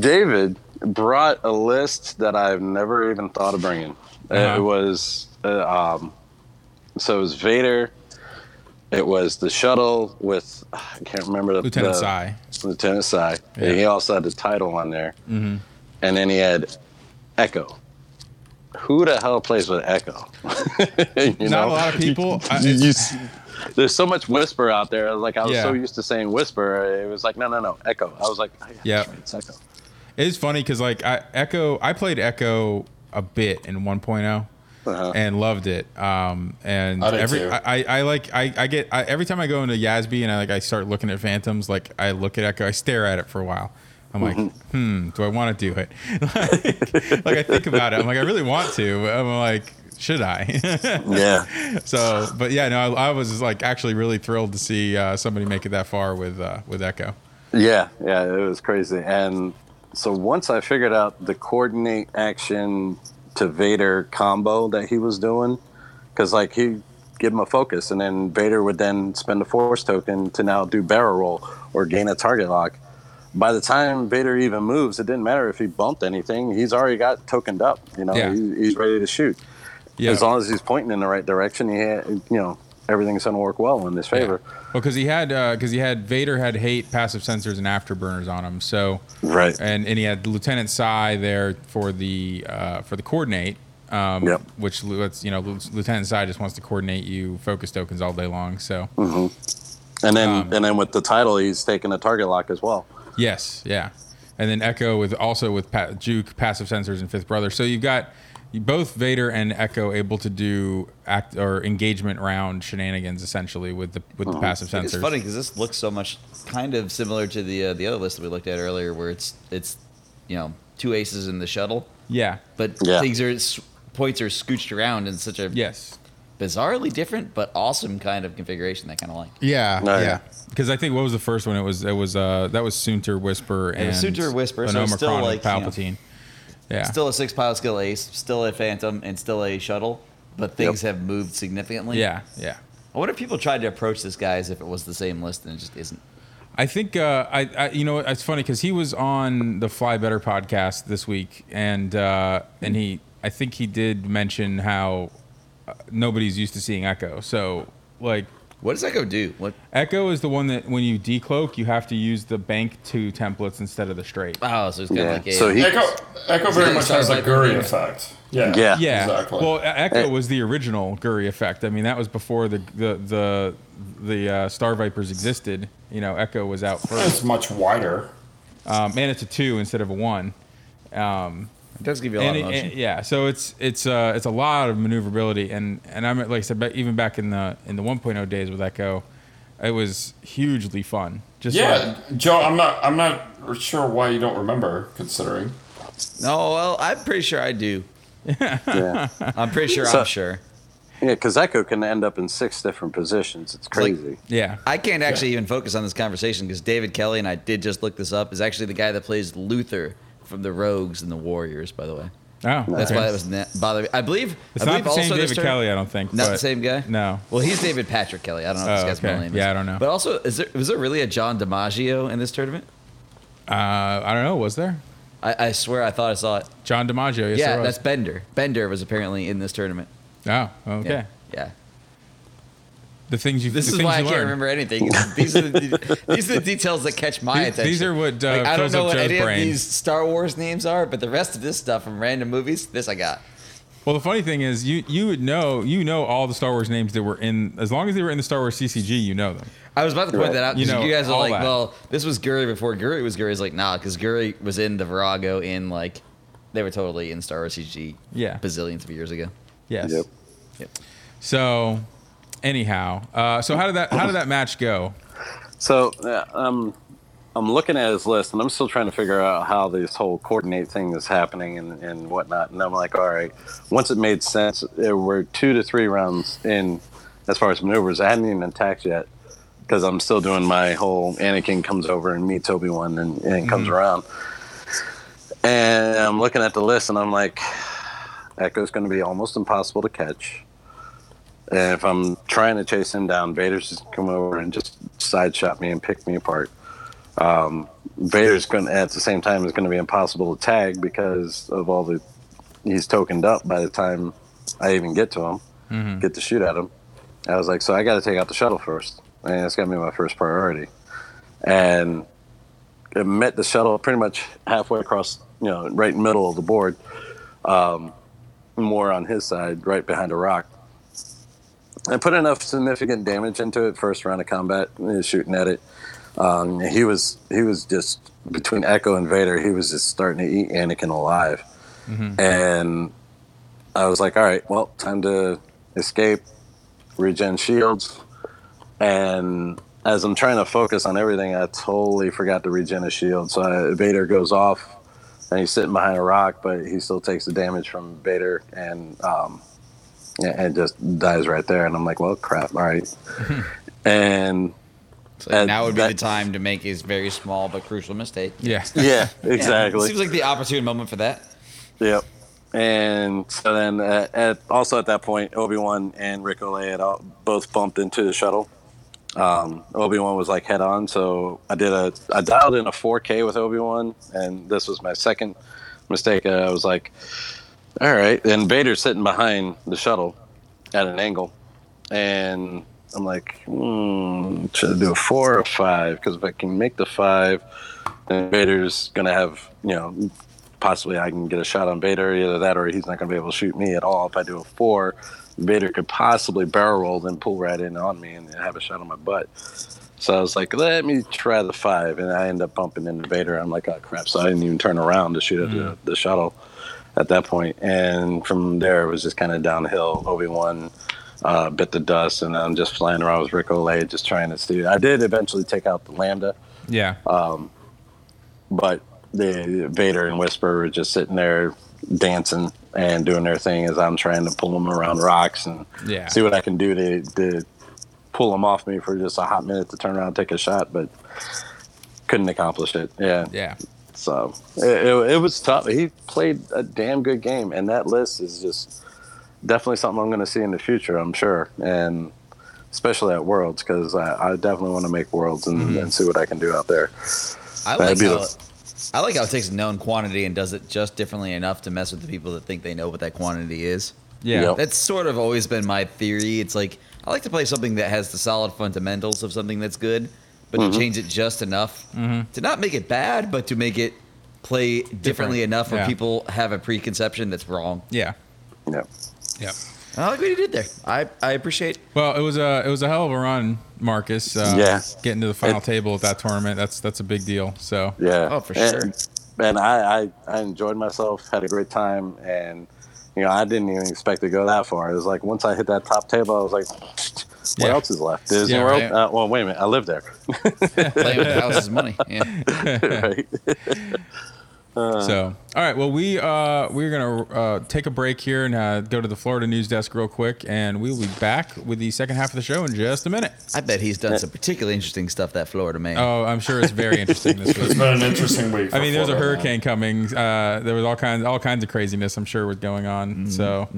Speaker 5: David brought a list that I've never even thought of bringing.
Speaker 2: Uh-huh.
Speaker 5: It was, uh, um, so it was Vader. It was the shuttle with I can't remember the
Speaker 2: Lieutenant
Speaker 5: the-
Speaker 2: Sai.
Speaker 5: Lieutenant Sai.
Speaker 2: Yeah.
Speaker 5: And he also had the title on there. Mm-hmm. And then he had Echo. Who the hell plays with Echo? You
Speaker 2: Not
Speaker 5: know?
Speaker 2: a lot of people. I,
Speaker 5: You-
Speaker 2: it's-
Speaker 5: you s- there's so much whisper out there. Like I was
Speaker 2: Yeah.
Speaker 5: so used to saying whisper, it was like no, no, no, echo. I was like, oh,
Speaker 2: Yeah.
Speaker 5: that's right, it's echo.
Speaker 2: It is funny because like I Echo, I played Echo a bit in 1.0
Speaker 5: Uh-huh.
Speaker 2: and loved it. Um, and
Speaker 4: I did
Speaker 2: every
Speaker 4: too.
Speaker 2: I, I, I like I, I get I, every time I go into Yasby and I like I start looking at Phantoms, like I look at Echo, I stare at it for a while. I'm like,
Speaker 5: Mm-hmm.
Speaker 2: hmm, do I want to do it? like, like I think about it. I'm like, I really want to. But I'm like, should I?
Speaker 5: Yeah,
Speaker 2: so, but yeah, no, I, I was like actually really thrilled to see uh, somebody make it that far with uh, with Echo.
Speaker 5: yeah, yeah. It was crazy. And so once I figured out the coordinate action to Vader combo that he was doing, because like he give him a focus, and then Vader would then spend a force token to now do barrel roll or gain a target lock. By the time Vader even moves, it didn't matter if he bumped anything. He's already got tokened up. You know,
Speaker 2: Yeah.
Speaker 5: he, he's ready to shoot.
Speaker 2: Yeah.
Speaker 5: As long as he's pointing in the right direction, he had, you know everything's going to work well in his favor.
Speaker 2: Well, because he had because he had Vader had hate passive sensors and afterburners on him. So
Speaker 5: Right.
Speaker 2: and and he had Lieutenant Sai there for the uh, for the coordinate. Um,
Speaker 5: Yep.
Speaker 2: Which lets you know Lieutenant Sai just wants to coordinate you focus tokens all day long. So
Speaker 6: Hmm.
Speaker 5: And then and then with the title, he's taking a target lock as well.
Speaker 2: yes, yeah. And then Echo with also with pa- Juke passive sensors and Fifth Brother. So you've got both Vader and Echo able to do act or engagement round shenanigans essentially with the with the passive sensors.
Speaker 6: Uh-huh. It's funny because this looks so much kind of similar to the uh, the other list that we looked at earlier, where it's it's you know two aces in the shuttle,
Speaker 2: Yeah.
Speaker 6: but
Speaker 5: Yeah.
Speaker 6: things are s- points are scooched around in such a
Speaker 2: Yes.
Speaker 6: bizarrely different but awesome kind of configuration that I kind of like.
Speaker 2: Yeah,
Speaker 5: No,
Speaker 2: yeah.
Speaker 5: yeah.
Speaker 2: Because I think what was the first one? It was it was uh that was Sunter Whisper and
Speaker 6: was Sunter Whisper,
Speaker 2: an
Speaker 6: so it's still
Speaker 2: Omicron with
Speaker 6: like,
Speaker 2: Palpatine. yeah,
Speaker 6: Still a six pile skill ace, still a phantom, and still a shuttle, but things have moved significantly.
Speaker 2: yeah, yeah.
Speaker 6: I wonder if people tried to approach this guy as if it was the same list and it just isn't.
Speaker 2: I think uh, I, I you know it's funny because he was on the Fly Better podcast this week and uh, and he I think he did mention how uh, nobody's used to seeing Echo. So like
Speaker 3: What does Echo do? What?
Speaker 2: Echo is the one that when you decloak, you have to use the bank two templates instead of the straight.
Speaker 3: Oh, so it's kind of
Speaker 5: Yeah,
Speaker 3: like a,
Speaker 5: so he-
Speaker 4: Echo, Echo very much has a Guri effect. Yeah.
Speaker 5: Yeah.
Speaker 2: Yeah.
Speaker 4: Exactly.
Speaker 2: Well, E- Echo
Speaker 5: Eh.
Speaker 2: was the original Guri effect. I mean, that was before the the the, the uh, Star Vipers existed. You know, Echo was out first.
Speaker 4: it's much wider.
Speaker 2: Um, and it's a two instead of a one. Um,
Speaker 3: it does give you a lot
Speaker 2: and
Speaker 3: of
Speaker 2: it-
Speaker 3: motion.
Speaker 2: and- yeah, so it's it's uh, it's a lot of maneuverability, and and I'm like I said, ba- even back in the in the 1.0 days with Echo, it was hugely fun. Just
Speaker 4: Yeah,
Speaker 2: like-
Speaker 4: Joe, I'm not. I'm not sure why you don't remember, considering.
Speaker 3: no, well, I'm pretty sure I do.
Speaker 5: yeah,
Speaker 3: I'm pretty sure
Speaker 5: So-
Speaker 3: I'm sure.
Speaker 5: yeah. Because Echo can end up in six different positions. It's
Speaker 3: like-
Speaker 5: crazy.
Speaker 2: yeah.
Speaker 3: I can't actually even focus on this conversation because David Kelly and I did just look this up. Is actually the guy that plays Luther from the Rogues and the Warriors. By the way,
Speaker 2: Oh,
Speaker 3: that's
Speaker 2: okay.
Speaker 3: why that was na- bothering. me. I believe
Speaker 2: It's
Speaker 3: I
Speaker 2: not
Speaker 3: believe
Speaker 2: the same
Speaker 3: also this
Speaker 2: David
Speaker 3: term-
Speaker 2: Kelly, I don't think.
Speaker 3: Not the
Speaker 2: but-
Speaker 3: same guy.
Speaker 2: No.
Speaker 3: Well, he's David Patrick Kelly. I don't know
Speaker 2: Oh,
Speaker 3: if this guy's
Speaker 2: okay.
Speaker 3: middle name. is.
Speaker 2: Yeah, I don't know.
Speaker 3: But also, is there was there really a John DiMaggio in this tournament?
Speaker 2: Uh, I don't know. Was there
Speaker 3: I, I swear I thought I saw it.
Speaker 2: John DiMaggio? Yes,
Speaker 3: yeah,
Speaker 2: there was.
Speaker 3: that's Bender. Bender was apparently in this tournament.
Speaker 2: Oh, okay.
Speaker 3: Yeah. Yeah.
Speaker 2: The things you.
Speaker 3: This
Speaker 2: the
Speaker 3: is
Speaker 2: things
Speaker 3: why I
Speaker 2: you
Speaker 3: can't
Speaker 2: learn.
Speaker 3: remember anything. These are the, these are the details that catch my
Speaker 2: These-
Speaker 3: attention.
Speaker 2: these are what, uh,
Speaker 3: I don't
Speaker 2: fills
Speaker 3: know
Speaker 2: up
Speaker 3: what
Speaker 2: Joe's
Speaker 3: any
Speaker 2: brain.
Speaker 3: of these Star Wars names are, but the rest of this stuff from random movies, this I got.
Speaker 2: Well, the funny thing is, you you would know you know all the Star Wars names that were in as long as they were in the Star Wars CCG, you know them.
Speaker 3: I was about to point that out
Speaker 2: You
Speaker 3: because you,
Speaker 2: know,
Speaker 3: guys are
Speaker 2: all
Speaker 3: like,
Speaker 2: that.
Speaker 3: well, this was Guri before Guri was Guri's like, nah, because Guri was in the Virago in like, they were totally in Star Wars CG
Speaker 2: Yeah.
Speaker 3: bazillions of years ago.
Speaker 2: Yes.
Speaker 5: Yep.
Speaker 3: Yep.
Speaker 2: So, anyhow, uh, so how did that how did that match go?
Speaker 5: So uh, um, I'm looking at his list, and I'm still trying to figure out how this whole coordinate thing is happening and, and whatnot. And I'm like, all right, once it made sense, there were two to three rounds in as far as maneuvers. I hadn't even attacked yet because I'm still doing my whole Anakin comes over and meets Obi Wan and, and comes around. And I'm looking at the list, and I'm like, Echo's going to be almost impossible to catch. And if I'm trying to chase him down, Vader's just come over and just side shot me and pick me apart. Um, Vader's going to, at the same time, is going to be impossible to tag because of all the he's tokened up by the time I even get to him, get to shoot at him. I was like, so I got to take out the shuttle first, and it's got to be my first priority. And I met the shuttle pretty much halfway across, you know, right in the middle of the board, um, more on his side, right behind a rock. I put enough significant damage into it first round of combat, uh, shooting at it. Um, he was he was just between Echo and Vader. He was just starting to eat Anakin alive, and I was like, all right, well, time to escape, regen shields, and as I'm trying to focus on everything, I totally forgot to regen a shield. So I, Vader goes off, and he's sitting behind a rock, but he still takes the damage from Vader and. Um, and- and just dies right there. And I'm like, well, crap, all right. and
Speaker 3: So like,
Speaker 5: Uh,
Speaker 3: now would be
Speaker 5: that-
Speaker 3: the time to make his very small but crucial mistake.
Speaker 2: Yeah.
Speaker 5: yeah,
Speaker 3: Yeah,
Speaker 5: exactly.
Speaker 3: seems like the opportune moment for that.
Speaker 5: yep. And so then, uh, at, also at that point, Obi Wan and Ricole had all, both bumped into the shuttle. Um, Obi Wan was like head on, so I did a I dialed in a 4K with Obi Wan, and this was my second mistake. Uh, I was like, all right, and Vader's sitting behind the shuttle at an angle, and I'm like, hmm, should I do a four or five? Because if I can make the five, then Vader's gonna have you know possibly I can get a shot on Vader, either that or he's not going to be able to shoot me at all. If I do a four, Vader could possibly barrel roll, then pull right in on me and have a shot on my butt. So I was like, let me try the five. And I end up bumping into Vader. I'm like, oh, crap. So I didn't even turn around to shoot at the, the shuttle at that point. And from there, it was just kind of downhill. Obi Wan uh, bit the dust, and I'm just flying around with Rick Olay, just trying to see. I did eventually take out the Lambda
Speaker 2: Yeah.
Speaker 5: Uh, but the Vader and Whisper were just sitting there dancing and doing their thing as I'm trying to pull them around rocks and
Speaker 2: Yeah.
Speaker 5: see what I can do to, to pull them off me for just a hot minute to turn around and take a shot, but couldn't accomplish it. Yeah.
Speaker 2: yeah.
Speaker 5: So it, it, it was tough. He played a damn good game, and that list is just definitely something I'm going to see in the future, I'm sure. And especially at Worlds, because I, I definitely want to make Worlds and, and see what I can do out there.
Speaker 3: I like
Speaker 5: That'd be
Speaker 3: how
Speaker 5: the-
Speaker 3: I like how it takes a known quantity and does it just differently enough to mess with the people that think they know what that quantity is.
Speaker 2: Yeah.
Speaker 5: Yep.
Speaker 6: That's sort of always been my theory. It's like I like to play something that has the solid fundamentals of something that's good, but
Speaker 5: Mm-hmm.
Speaker 6: to change it just enough to not make it bad, but to make it play differently enough where
Speaker 2: yeah.
Speaker 6: people have a preconception that's wrong.
Speaker 2: Yeah.
Speaker 5: Yeah.
Speaker 2: Yeah.
Speaker 6: I like what you did there. I, I appreciate.
Speaker 2: Well, it was a it was a hell of a run, Marcus. Uh,
Speaker 5: Yeah.
Speaker 2: Getting to the final
Speaker 5: It-
Speaker 2: table at that tournament that's that's a big deal. So
Speaker 5: Yeah.
Speaker 6: Oh, for
Speaker 5: And, and I, I, I enjoyed myself, had a great time, and you know I didn't even expect to go that far. It was like once I hit that top table, I was like, what
Speaker 2: Yeah.
Speaker 5: else is left? There's
Speaker 2: Yeah,
Speaker 5: nowhere else-
Speaker 2: right.
Speaker 5: Uh, well, wait a minute, I live there.
Speaker 6: Playing with the house's money. Yeah.
Speaker 5: right?
Speaker 6: Uh-huh.
Speaker 2: So, all right. Well, we uh, we're gonna uh, take a break here and uh, go to the Florida news desk real quick, and we'll be back with the second half of the show in just a minute.
Speaker 6: I bet he's done some particularly interesting stuff that Florida man.
Speaker 2: Oh, I'm sure it's very interesting this
Speaker 4: It's
Speaker 2: week.
Speaker 4: been an interesting week.
Speaker 2: I
Speaker 4: for
Speaker 2: mean, there's a
Speaker 4: Florida,
Speaker 2: hurricane coming. Uh, there was all kinds all kinds of craziness. I'm sure was going on.
Speaker 6: Mm-hmm.
Speaker 2: So,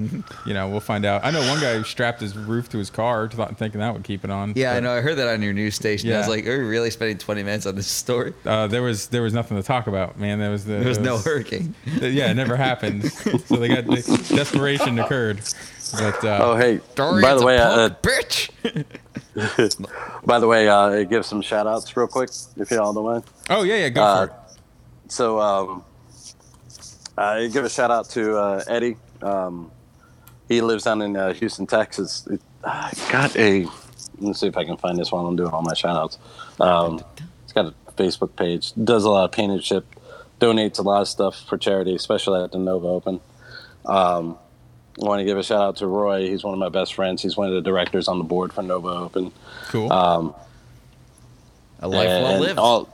Speaker 2: you know, we'll find out. I know one guy strapped his roof to his car, thought- thinking that would keep it on.
Speaker 6: yeah, I
Speaker 2: but,
Speaker 6: know. I heard that on your news station. I was
Speaker 2: Yeah.
Speaker 6: like, are we really spending 20 minutes on this story?
Speaker 2: Uh, there was there was nothing to talk about, man. There was the,
Speaker 6: There was no hurricane.
Speaker 2: Yeah, it never happened. so they got desperation occurred. But uh,
Speaker 5: Oh, hey. by
Speaker 6: Dorian's
Speaker 5: the
Speaker 6: a
Speaker 5: way, uh,
Speaker 6: punk bitch.
Speaker 5: by the way, uh, give some shout outs real quick if y'all don't mind.
Speaker 2: oh yeah, yeah, go for
Speaker 5: Uh,
Speaker 2: it.
Speaker 5: so um, I give a shout out to uh, Eddie. Um, he lives down in uh, Houston, Texas. It, I got a. Let's see if I can find this while I'm doing all my shout outs. Um, it's got a Facebook page. Does a lot of painted ship. Donates a lot of stuff for charity, especially at the Nova Open. Um, I want to give a shout out to Roy. He's one of my best friends. He's one of the directors on the board for Nova Open.
Speaker 2: Cool.
Speaker 5: Um,
Speaker 6: A life well
Speaker 5: and
Speaker 6: lived.
Speaker 5: all-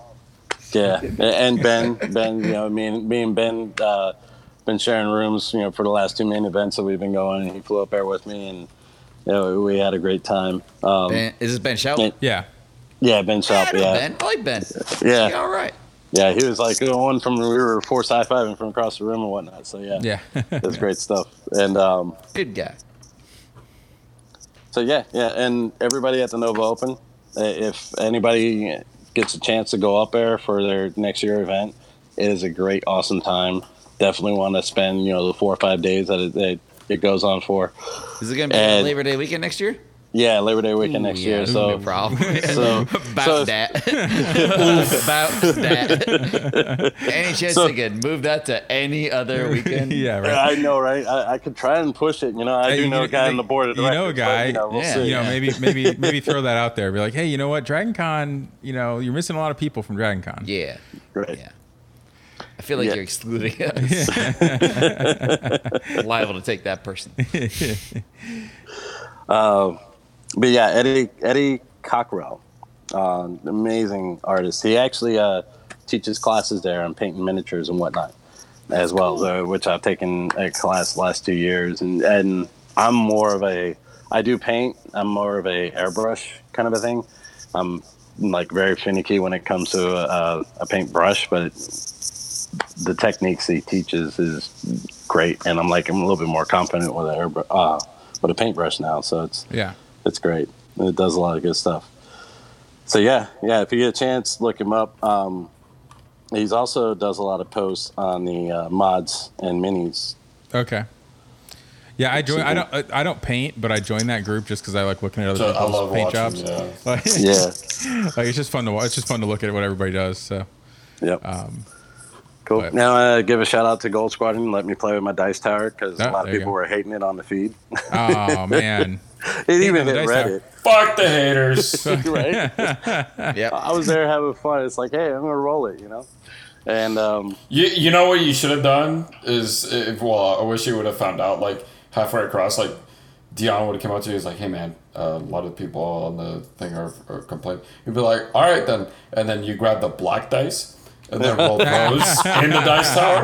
Speaker 5: yeah, and Ben, Ben, you know, me and me and Ben, uh, been sharing rooms, you know, for the last two main events that we've been going. And he flew up there with me, and you know, we had a great time. Um,
Speaker 6: Ben, is this Ben Shout?
Speaker 5: Ben-
Speaker 2: yeah.
Speaker 5: yeah, Ben Shop,
Speaker 6: I know
Speaker 5: yeah,
Speaker 6: Ben. I like Ben.
Speaker 5: yeah,
Speaker 6: He's all right.
Speaker 5: yeah. He was like the one from we were four sci five and from across the room and whatnot. So yeah,
Speaker 2: Yeah.
Speaker 5: that's great stuff. And um,
Speaker 6: Good guy.
Speaker 5: So yeah, yeah, and everybody at the Nova Open, uh, if anybody gets a chance to go up there for their next year event, it is a great, awesome time. Definitely want to spend you know the four or five days that it, that it goes on for.
Speaker 6: Is it going to be
Speaker 5: And-
Speaker 6: Labor Day weekend next year?
Speaker 5: Yeah, Labor Day weekend next
Speaker 6: Yeah,
Speaker 5: year.
Speaker 6: there's
Speaker 5: So
Speaker 6: no problem.
Speaker 5: so-
Speaker 6: about
Speaker 5: so-
Speaker 6: that. about that. any chance
Speaker 5: So-
Speaker 6: they could move that to any other weekend?
Speaker 2: yeah, right.
Speaker 5: I know, right? I, I could try and push it. You know, I
Speaker 2: Hey,
Speaker 5: do
Speaker 2: you
Speaker 5: know a
Speaker 2: can-
Speaker 5: guy
Speaker 2: they-
Speaker 5: on the board. Of
Speaker 2: you know a
Speaker 5: directors, but,
Speaker 2: guy.
Speaker 5: you know, we'll
Speaker 6: Yeah.
Speaker 5: see.
Speaker 2: you know, maybe maybe maybe throw that out there. Be like, hey, you know what? Dragon Con, you know, you're missing a lot of people from Dragon Con.
Speaker 6: Yeah.
Speaker 5: Right.
Speaker 6: Yeah. I feel like
Speaker 5: Yeah.
Speaker 6: you're excluding us. Liable to take that person.
Speaker 5: But yeah, Eddie Eddie Cockrell, uh, amazing artist. He actually uh, teaches classes there on painting miniatures and whatnot as well, so, which I've taken a class the last two years. And and I'm more of a I do paint. I'm more of a airbrush kind of a thing. I'm like very finicky when it comes to a, a paintbrush, but the techniques he teaches is great, and I'm like I'm a little bit more confident with a airbrush, uh, with a paintbrush now. So it's
Speaker 2: Yeah.
Speaker 5: it's great. It does a lot of good stuff. So yeah, yeah. If you get a chance, look him up. Um, he's also does a lot of posts on the uh, mods and minis.
Speaker 2: Okay. Yeah, I join. I don't. I- I don't paint, but I joined that group just because I like looking at other
Speaker 4: So I
Speaker 2: people's
Speaker 4: love
Speaker 2: paint
Speaker 4: watching.
Speaker 2: jobs.
Speaker 4: Yeah.
Speaker 2: Like,
Speaker 5: Yeah,
Speaker 2: like, it's just fun to watch. It's just fun to look at what everybody does. So
Speaker 5: yep.
Speaker 2: um,
Speaker 5: cool.
Speaker 2: but-
Speaker 5: now uh, give a shout out to Gold Squadron. Let me play with my dice tower because
Speaker 2: Ah,
Speaker 5: a lot
Speaker 2: there
Speaker 5: of
Speaker 2: you
Speaker 5: people
Speaker 2: go.
Speaker 5: were hating it on the feed.
Speaker 2: oh man,
Speaker 5: it
Speaker 2: on
Speaker 5: even
Speaker 2: the
Speaker 5: hit
Speaker 2: dice tower.
Speaker 5: Reddit.
Speaker 4: Fuck the haters.
Speaker 5: right.
Speaker 6: Yeah.
Speaker 5: I was there having fun. It's like, hey, I'm gonna roll it, you know. And um,
Speaker 4: You, you know what you should have done is if well I wish you would have found out like halfway across like Dion would have come up to you and was like hey man uh, a lot of people on the thing are, are complaining you'd be like all right then and then you grab the black dice and then roll those in the dice tower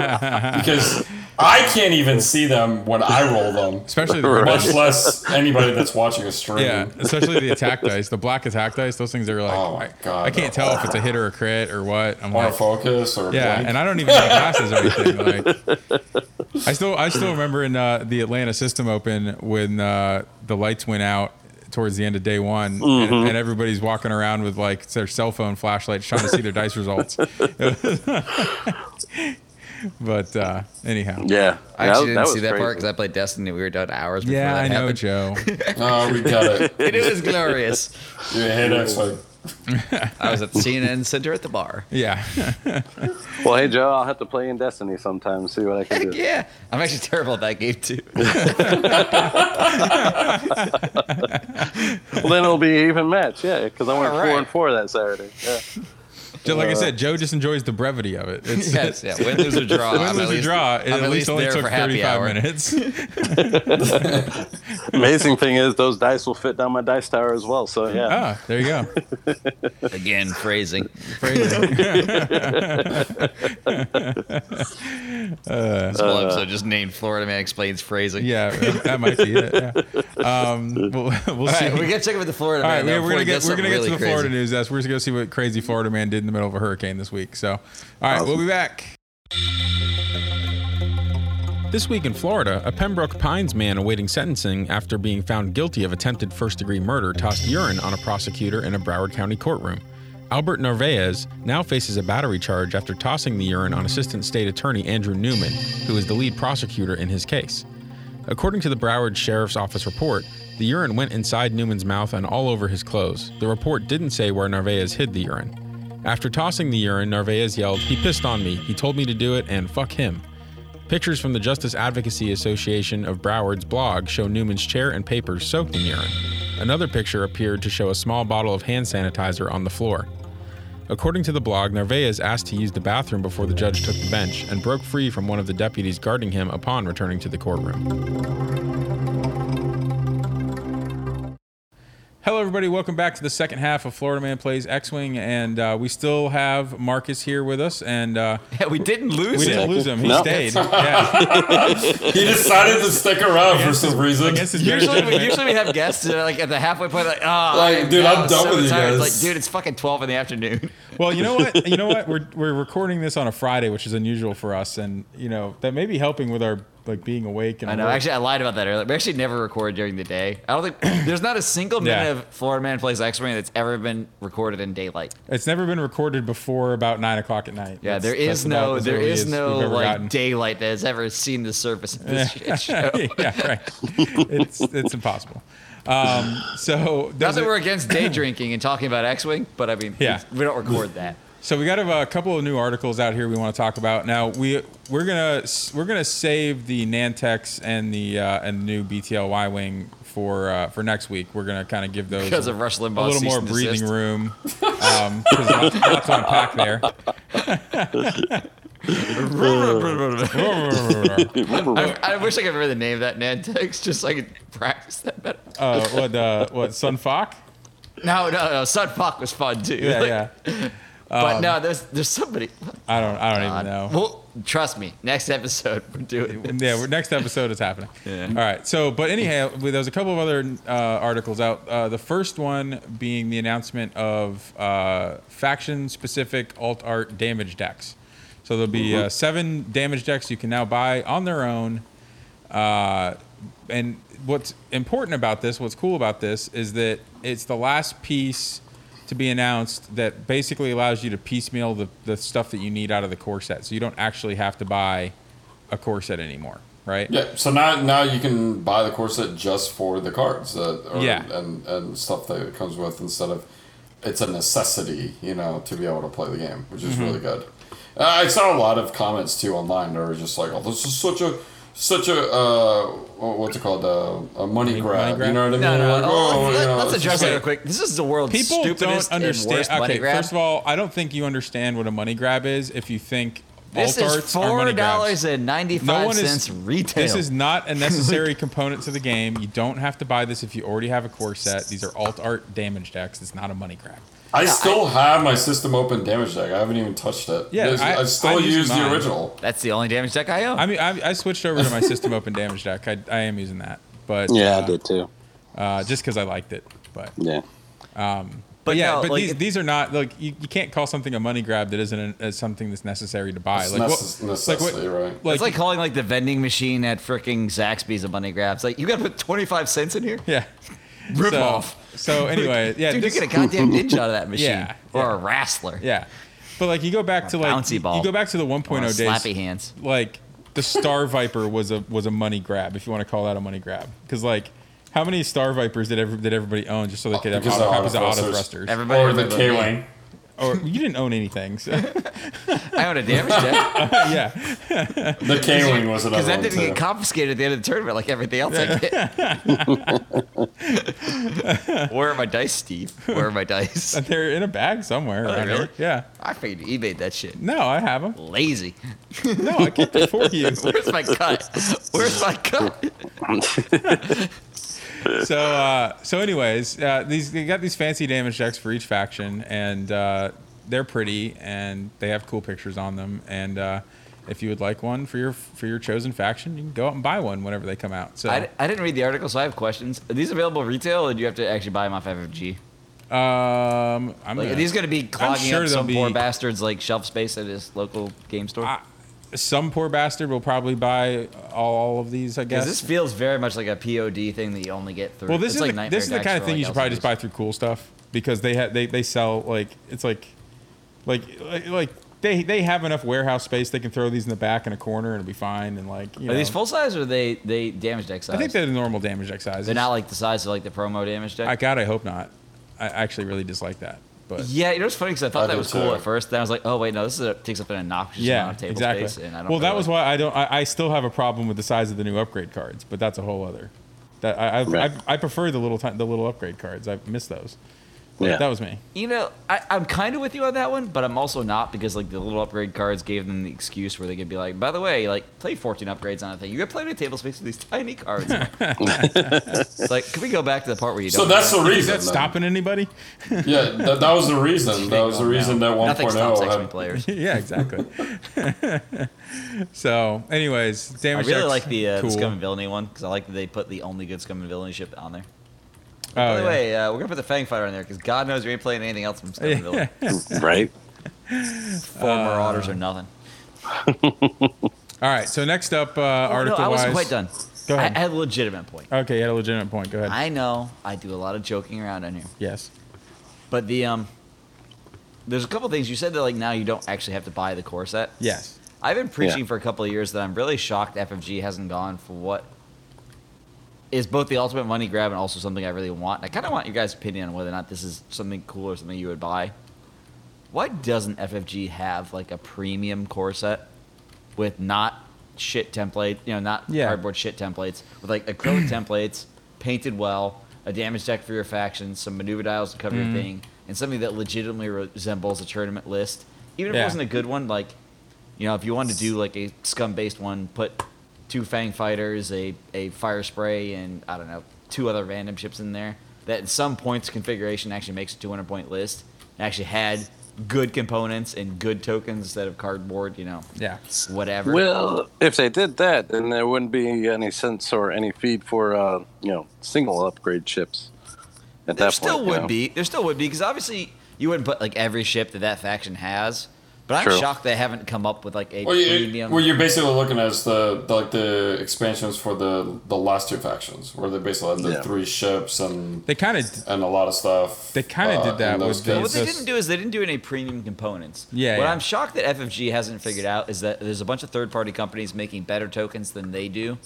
Speaker 4: because I can't even see them when I roll them
Speaker 2: especially the
Speaker 4: much less anybody that's watching a stream
Speaker 2: yeah, especially the attack dice, the black attack dice. Those things are like,
Speaker 4: Oh my God,
Speaker 2: I can't
Speaker 4: they're
Speaker 2: tell if it's a hit or a crit or what. I'm
Speaker 4: or
Speaker 2: like,
Speaker 4: focus or
Speaker 2: Yeah,
Speaker 4: blink.
Speaker 2: and I don't even have glasses or anything. Like, I still, I still remember in uh, the Atlanta System Open when uh, the lights went out towards the end of day one, and,
Speaker 4: Mm-hmm.
Speaker 2: and everybody's walking around with like their cell phone flashlights trying to see their dice results. But uh, anyhow.
Speaker 5: Yeah,
Speaker 3: I actually didn't
Speaker 5: was
Speaker 3: see that part
Speaker 5: crazy.
Speaker 3: because I played Destiny. We were done hours before
Speaker 2: Yeah,
Speaker 3: that
Speaker 2: I know,
Speaker 3: happened.
Speaker 2: Joe.
Speaker 4: Oh, we got it.
Speaker 3: And it was glorious.
Speaker 4: You hate us like
Speaker 3: I was at the CNN Center at the bar.
Speaker 2: Yeah.
Speaker 5: Well, hey Joe, I'll have to play in Destiny sometime. See what I can do.
Speaker 3: Heck yeah. I'm actually terrible at that game, too.
Speaker 5: Well, then it'll be an even match. Yeah, because I went
Speaker 3: All
Speaker 5: four
Speaker 3: right.
Speaker 5: and four that Saturday. Yeah.
Speaker 2: Just
Speaker 4: Uh,
Speaker 2: like I said, Joe just enjoys the brevity of it. It's,
Speaker 3: yes, yeah. Win, lose, or draw. I'm
Speaker 2: Win,
Speaker 3: at
Speaker 2: lose, or
Speaker 3: least-
Speaker 2: draw. It
Speaker 3: I'm
Speaker 2: at least only
Speaker 3: there
Speaker 2: took
Speaker 3: for happy
Speaker 2: 35
Speaker 3: hour.
Speaker 2: minutes.
Speaker 5: Amazing thing is those dice will fit down my dice tower as well. So yeah.
Speaker 2: ah, there you go.
Speaker 3: Again, phrasing. This whole
Speaker 5: Uh.
Speaker 3: episode just named Florida Man Explains Phrasing.
Speaker 2: Yeah, that might be it. Yeah. Um, we'll we'll
Speaker 3: All
Speaker 2: see.
Speaker 3: right, we got to check with the Florida
Speaker 2: All right,
Speaker 3: Man.
Speaker 2: yeah,
Speaker 3: though,
Speaker 2: we're
Speaker 3: before
Speaker 2: gonna
Speaker 3: he
Speaker 2: get
Speaker 3: does
Speaker 2: we're gonna
Speaker 3: something
Speaker 2: get to the
Speaker 3: really
Speaker 2: Florida
Speaker 3: crazy.
Speaker 2: news. That's we're just gonna see what crazy Florida man did in the middle of a hurricane this week. So, all right, we'll be back. This week in Florida, a Pembroke Pines man awaiting sentencing after being found guilty of attempted first degree murder tossed urine on a prosecutor in a Broward County courtroom. Albert Narvaez now faces a battery charge after tossing the urine on Assistant State Attorney Andrew Newman, who is the lead prosecutor in his case. According to the Broward Sheriff's Office report, the urine went inside Newman's mouth and all over his clothes. The report didn't say where Narvaez hid the urine. After tossing the urine, Narvaez yelled, He pissed on me. He told me to do it, and fuck him. Pictures from the Justice Advocacy Association of Broward's blog show Newman's chair and papers soaked in urine. Another picture appeared to show a small bottle of hand sanitizer on the floor. According to the blog, Narvaez asked to use the bathroom before the judge took the bench and broke free from one of the deputies guarding him upon returning to the courtroom. Hello, everybody. Welcome back to the second half of Florida Man Plays X Wing. And uh, we still have Marcus here with us. And uh,
Speaker 3: Yeah, we didn't lose
Speaker 2: we
Speaker 3: it.
Speaker 2: didn't lose him. He
Speaker 5: No.
Speaker 2: stayed. Yeah.
Speaker 4: he decided to stick around for some reason.
Speaker 2: I guess it's better
Speaker 3: Usually, we,
Speaker 2: judgment.
Speaker 3: usually we have guests that are like at the halfway point, like, ah,
Speaker 4: Like,
Speaker 3: I am
Speaker 4: dude,
Speaker 3: now
Speaker 4: I'm done
Speaker 3: so
Speaker 4: with you
Speaker 3: tired." It's
Speaker 4: guys.
Speaker 3: Like, dude, it's fucking twelve in the afternoon.
Speaker 2: Well, you know what? You know what? We're we're recording this on a Friday, which is unusual for us, and you know that may be helping with our like being awake. And
Speaker 3: I know.
Speaker 2: alert.
Speaker 3: Actually, I lied about that earlier. We actually never record during the day. I don't think there's not a single minute
Speaker 2: Yeah.
Speaker 3: of Florida Man plays X Men that's ever been recorded in daylight.
Speaker 2: it's never been recorded before about nine o'clock at night.
Speaker 3: Yeah,
Speaker 2: That's-
Speaker 3: there is
Speaker 2: that's about
Speaker 3: no
Speaker 2: as
Speaker 3: there
Speaker 2: early
Speaker 3: is
Speaker 2: as
Speaker 3: no
Speaker 2: we've ever
Speaker 3: like
Speaker 2: gotten.
Speaker 3: daylight that has ever seen the surface of this shit show.
Speaker 2: yeah, right. It's it's impossible. Um, so
Speaker 3: Not that we're against day drinking and talking about X Wing, but I mean,
Speaker 2: Yeah.
Speaker 3: we don't record that.
Speaker 2: So we got a couple of new articles out here we want to talk about. Now we we're gonna we're gonna save the Nantex and the uh, and the new BTLY wing for uh, for next week. We're gonna kind of give those
Speaker 3: Because of Rush Limbaugh's
Speaker 2: a little
Speaker 3: cease
Speaker 2: more
Speaker 3: and
Speaker 2: breathing
Speaker 3: desist.
Speaker 2: room. Um, 'cause lots, lots to unpack there.
Speaker 3: I, I wish I could remember the name of that Nantex just so I could practice that better.
Speaker 2: uh, what uh, what Sunfock?
Speaker 3: No, no, no. Sun Fuck was fun too.
Speaker 2: Yeah,
Speaker 3: Like,
Speaker 2: yeah.
Speaker 3: But no, there's there's somebody.
Speaker 2: I don't I don't even know.
Speaker 3: Well, trust me. Next episode, we're doing. This.
Speaker 2: Yeah, we're, next episode is happening. Yeah. All right. So, but anyhow, we- there's a couple of other uh, articles out. Uh, the first one being the announcement of uh, faction-specific alt art damage decks. So there'll be uh, seven damage decks you can now buy on their own. Uh, and what's important about this, what's cool about this, is that it's the last piece to be announced that basically allows you to piecemeal the, the stuff that you need out of the core set. So you don't actually have to buy a core set anymore, right?
Speaker 4: Yeah, so now now you can buy the core set just for the cards that are,
Speaker 2: Yeah.
Speaker 4: and and stuff that it comes with instead of it's a necessity, you know, to be able to play the game, which is really good. Uh, I saw a lot of comments too online that were just like, "Oh, this is such a such a uh, wh- what's it called uh, a money,
Speaker 2: Money-
Speaker 4: grab?"
Speaker 2: money grab?
Speaker 4: You know what I mean?
Speaker 3: No, no.
Speaker 4: Like,
Speaker 3: oh,
Speaker 4: oh, you
Speaker 3: let,
Speaker 4: know,
Speaker 3: us
Speaker 4: it's
Speaker 3: address
Speaker 4: just
Speaker 3: that
Speaker 2: like-
Speaker 3: real quick. This is the world's
Speaker 2: People
Speaker 3: stupidest
Speaker 2: don't
Speaker 3: and worst
Speaker 2: understand.
Speaker 3: money
Speaker 2: Okay,
Speaker 3: grab.
Speaker 2: first of all, I don't think you understand what a money grab is if you think
Speaker 3: this
Speaker 2: alt
Speaker 3: is
Speaker 2: arts are money
Speaker 3: four
Speaker 2: grabs.
Speaker 3: dollars and ninety
Speaker 2: No
Speaker 3: five
Speaker 2: one is
Speaker 3: retail.
Speaker 2: This is not a necessary component to the game. You don't have to buy this if you already have a core set. These are alt art damage decks. It's not a money grab.
Speaker 4: I still have my system open damage deck. I haven't even touched it.
Speaker 2: Yeah,
Speaker 4: There's-
Speaker 2: I-
Speaker 4: I, still
Speaker 2: I'm using
Speaker 4: use the
Speaker 2: mine.
Speaker 4: original.
Speaker 3: That's the only damage deck I own.
Speaker 2: I mean, I, I switched over to my system open damage deck. I, I am using that, but
Speaker 5: Yeah,
Speaker 2: uh,
Speaker 5: I did too.
Speaker 2: uh, just because I liked it. But
Speaker 5: Yeah.
Speaker 2: but yeah,
Speaker 3: no,
Speaker 2: but
Speaker 3: like,
Speaker 2: these
Speaker 3: it-
Speaker 2: these are not like you, you can't call something a money grab that isn't a, as something that's necessary to buy.
Speaker 4: It's
Speaker 2: like
Speaker 4: necess- necessity, right?
Speaker 3: it's like calling like the vending machine at fricking Zaxby's a money grab. It's like you got to put twenty five cents in here.
Speaker 2: yeah.
Speaker 3: Rip
Speaker 2: so,
Speaker 3: off.
Speaker 2: So anyway, yeah,
Speaker 3: Dude,
Speaker 2: this-
Speaker 3: you get a goddamn ninja out of that machine
Speaker 2: Yeah,
Speaker 3: or a wrestler.
Speaker 2: yeah. But like you go back to like
Speaker 3: bouncy
Speaker 2: you-
Speaker 3: ball.
Speaker 2: you go back to the 1.0
Speaker 3: Or
Speaker 2: days.
Speaker 3: slappy hands.
Speaker 2: Like the Star Viper was a was a money grab if you want to call that a money grab because like how many Star Vipers did every, did everybody own just so they could have
Speaker 4: Because they're
Speaker 2: auto, copies of auto
Speaker 4: autothrusters.
Speaker 2: thrusters?
Speaker 3: Everybody
Speaker 4: Or the
Speaker 3: remember
Speaker 4: K
Speaker 3: me.
Speaker 4: Wing.
Speaker 2: Or you didn't own anything, so
Speaker 3: I own a damage deck
Speaker 2: yeah.
Speaker 4: The K Wing was another
Speaker 3: because that
Speaker 4: one.
Speaker 3: didn't
Speaker 4: Too.
Speaker 3: get confiscated at the end of the tournament like everything else I get. Where are my dice, Steve? Where are my dice?
Speaker 2: They're in a bag somewhere.
Speaker 3: they
Speaker 2: around here.
Speaker 3: Oh, really?
Speaker 2: Yeah.
Speaker 3: I figured eBay that shit.
Speaker 2: No, I have them.
Speaker 3: Lazy.
Speaker 2: No, I kept it for you.
Speaker 3: Where's my cut? Where's my cut?
Speaker 2: so uh, so anyways, uh, these they got these fancy damage decks for each faction, and uh, they're pretty, and they have cool pictures on them. And uh, if you would like one for your for your chosen faction, you can go out and buy one whenever they come out. So
Speaker 3: I, I didn't read the article, so I have questions. Are these available retail, or do you have to actually buy them off FFG?
Speaker 2: um, I'm
Speaker 3: Like,
Speaker 2: gonna-
Speaker 3: are these going to be clogging
Speaker 2: sure
Speaker 3: up
Speaker 2: they'll
Speaker 3: some poor
Speaker 2: be-
Speaker 3: bastard's like shelf space at his local game store?
Speaker 2: I- some poor bastard will probably buy all of these. I guess
Speaker 3: Because this feels very much like a POD thing that you only get through.
Speaker 2: Well, this
Speaker 3: It's
Speaker 2: is
Speaker 3: like
Speaker 2: the,
Speaker 3: Nightmare
Speaker 2: this is the
Speaker 3: Dax
Speaker 2: kind of
Speaker 3: for,
Speaker 2: thing
Speaker 3: like,
Speaker 2: you should probably just
Speaker 3: LCDs.
Speaker 2: buy through cool stuff because they have they, they sell like it's like like like like they they have enough warehouse space they can throw these in the back in a corner and it'll be fine and like you
Speaker 3: Are
Speaker 2: know.
Speaker 3: these full size or are they they damage deck size?
Speaker 2: I think they're the normal damage deck sizes.
Speaker 3: they're not like the size of like the promo damage deck.
Speaker 2: I God, I hope not. I actually really dislike that. But
Speaker 3: yeah, you know what's funny because I thought
Speaker 4: I
Speaker 3: that
Speaker 4: do
Speaker 3: was cool
Speaker 4: too.
Speaker 3: at first. Then I was like, oh wait, no, this is a, takes up an obnoxious
Speaker 2: yeah,
Speaker 3: amount of table
Speaker 2: exactly.
Speaker 3: space. And I don't
Speaker 2: well, that
Speaker 3: really-
Speaker 2: was why I don't. I, I still have a problem with the size of the new upgrade cards, but that's a whole other. That I I,
Speaker 5: Right.
Speaker 2: I, I prefer the little ti- the little upgrade cards. I miss those. But
Speaker 5: Yeah.
Speaker 2: That was me.
Speaker 3: You know, I, I'm kind of with you on that one, but I'm also not because like the little upgrade cards gave them the excuse where they could be like, by the way, like play 14 upgrades on a thing. You're playing a table space with these tiny cards. it's like, can we go back to the part where you
Speaker 4: So
Speaker 3: don't?
Speaker 4: that's the
Speaker 2: Is
Speaker 4: reason.
Speaker 2: that
Speaker 5: um,
Speaker 4: then.
Speaker 2: stopping anybody?
Speaker 4: Yeah, that, that was the reason. That was the reason that 1.0.
Speaker 3: nothing stops x
Speaker 4: had-
Speaker 3: players.
Speaker 2: yeah, exactly. so, anyways,
Speaker 3: I
Speaker 2: damage.
Speaker 3: really
Speaker 2: Jack's
Speaker 3: like the, uh,
Speaker 2: cool.
Speaker 3: the Scum and Villainy one because I like that they put the only good Scum and Villainy ship on there.
Speaker 2: Oh,
Speaker 3: By the
Speaker 2: yeah.
Speaker 3: way, uh, we're gonna put the Fang Fighter on there because God knows we ain't playing anything else from Scum and Villainy.
Speaker 5: right?
Speaker 3: Four
Speaker 2: Uh,
Speaker 3: Marauders or nothing.
Speaker 2: All right. So next up, uh,
Speaker 3: Oh, no,
Speaker 2: article
Speaker 3: I wasn't
Speaker 2: wise.
Speaker 3: quite done.
Speaker 2: Go ahead.
Speaker 3: I had a legitimate point.
Speaker 2: Okay, you had a legitimate point. Go ahead.
Speaker 3: I know I do a lot of joking around on here.
Speaker 2: yes.
Speaker 3: But the um, there's a couple things you said that like now you don't actually have to buy the core set.
Speaker 2: Yes.
Speaker 3: I've been preaching
Speaker 5: Yeah.
Speaker 3: for a couple of years that I'm really shocked FFG hasn't gone for what is both the ultimate money grab and also something I really want. I kind of want your guys' opinion on whether or not this is something cool or something you would buy. Why doesn't FFG have like a premium core set with not shit template, you know, not
Speaker 2: Yeah.
Speaker 3: cardboard shit templates, with like acrylic templates, painted well, a damage deck for your faction, some maneuver dials to cover your thing, and something that legitimately resembles a tournament list. Even if
Speaker 2: Yeah.
Speaker 3: it wasn't a good one, like, you know, if you wanted to do like a scum based one, put two Fang Fighters, a, a Fire Spray, and I don't know, two other random ships in there, that at some points configuration actually makes a 200 point list, and actually had good components and good tokens instead of cardboard, you know
Speaker 2: Yeah.
Speaker 3: whatever.
Speaker 5: Well, if they did that, then there wouldn't be any sense or any feed for uh, you know single upgrade chips. At
Speaker 3: there
Speaker 5: that
Speaker 3: still
Speaker 5: point, you
Speaker 3: would
Speaker 5: know.
Speaker 3: be. There still would be because obviously you wouldn't put like every ship that that faction has. But I'm
Speaker 5: True.
Speaker 3: shocked they haven't come up with like a
Speaker 4: Well, you,
Speaker 3: premium.
Speaker 4: well, you're basically looking at is the, the like the expansions for the the last two factions, where they basically had the
Speaker 5: Yeah.
Speaker 4: three ships and
Speaker 2: They kind of.
Speaker 4: and a lot of stuff. uh,
Speaker 2: They kinda did
Speaker 4: in
Speaker 2: that
Speaker 4: those
Speaker 2: with the-
Speaker 3: But what
Speaker 4: games.
Speaker 3: they
Speaker 2: It's
Speaker 3: didn't do is they didn't do any premium components.
Speaker 2: Yeah,
Speaker 3: What
Speaker 2: yeah.
Speaker 3: I'm shocked that FFG hasn't figured out is that there's a bunch of third-party companies making better tokens than they do,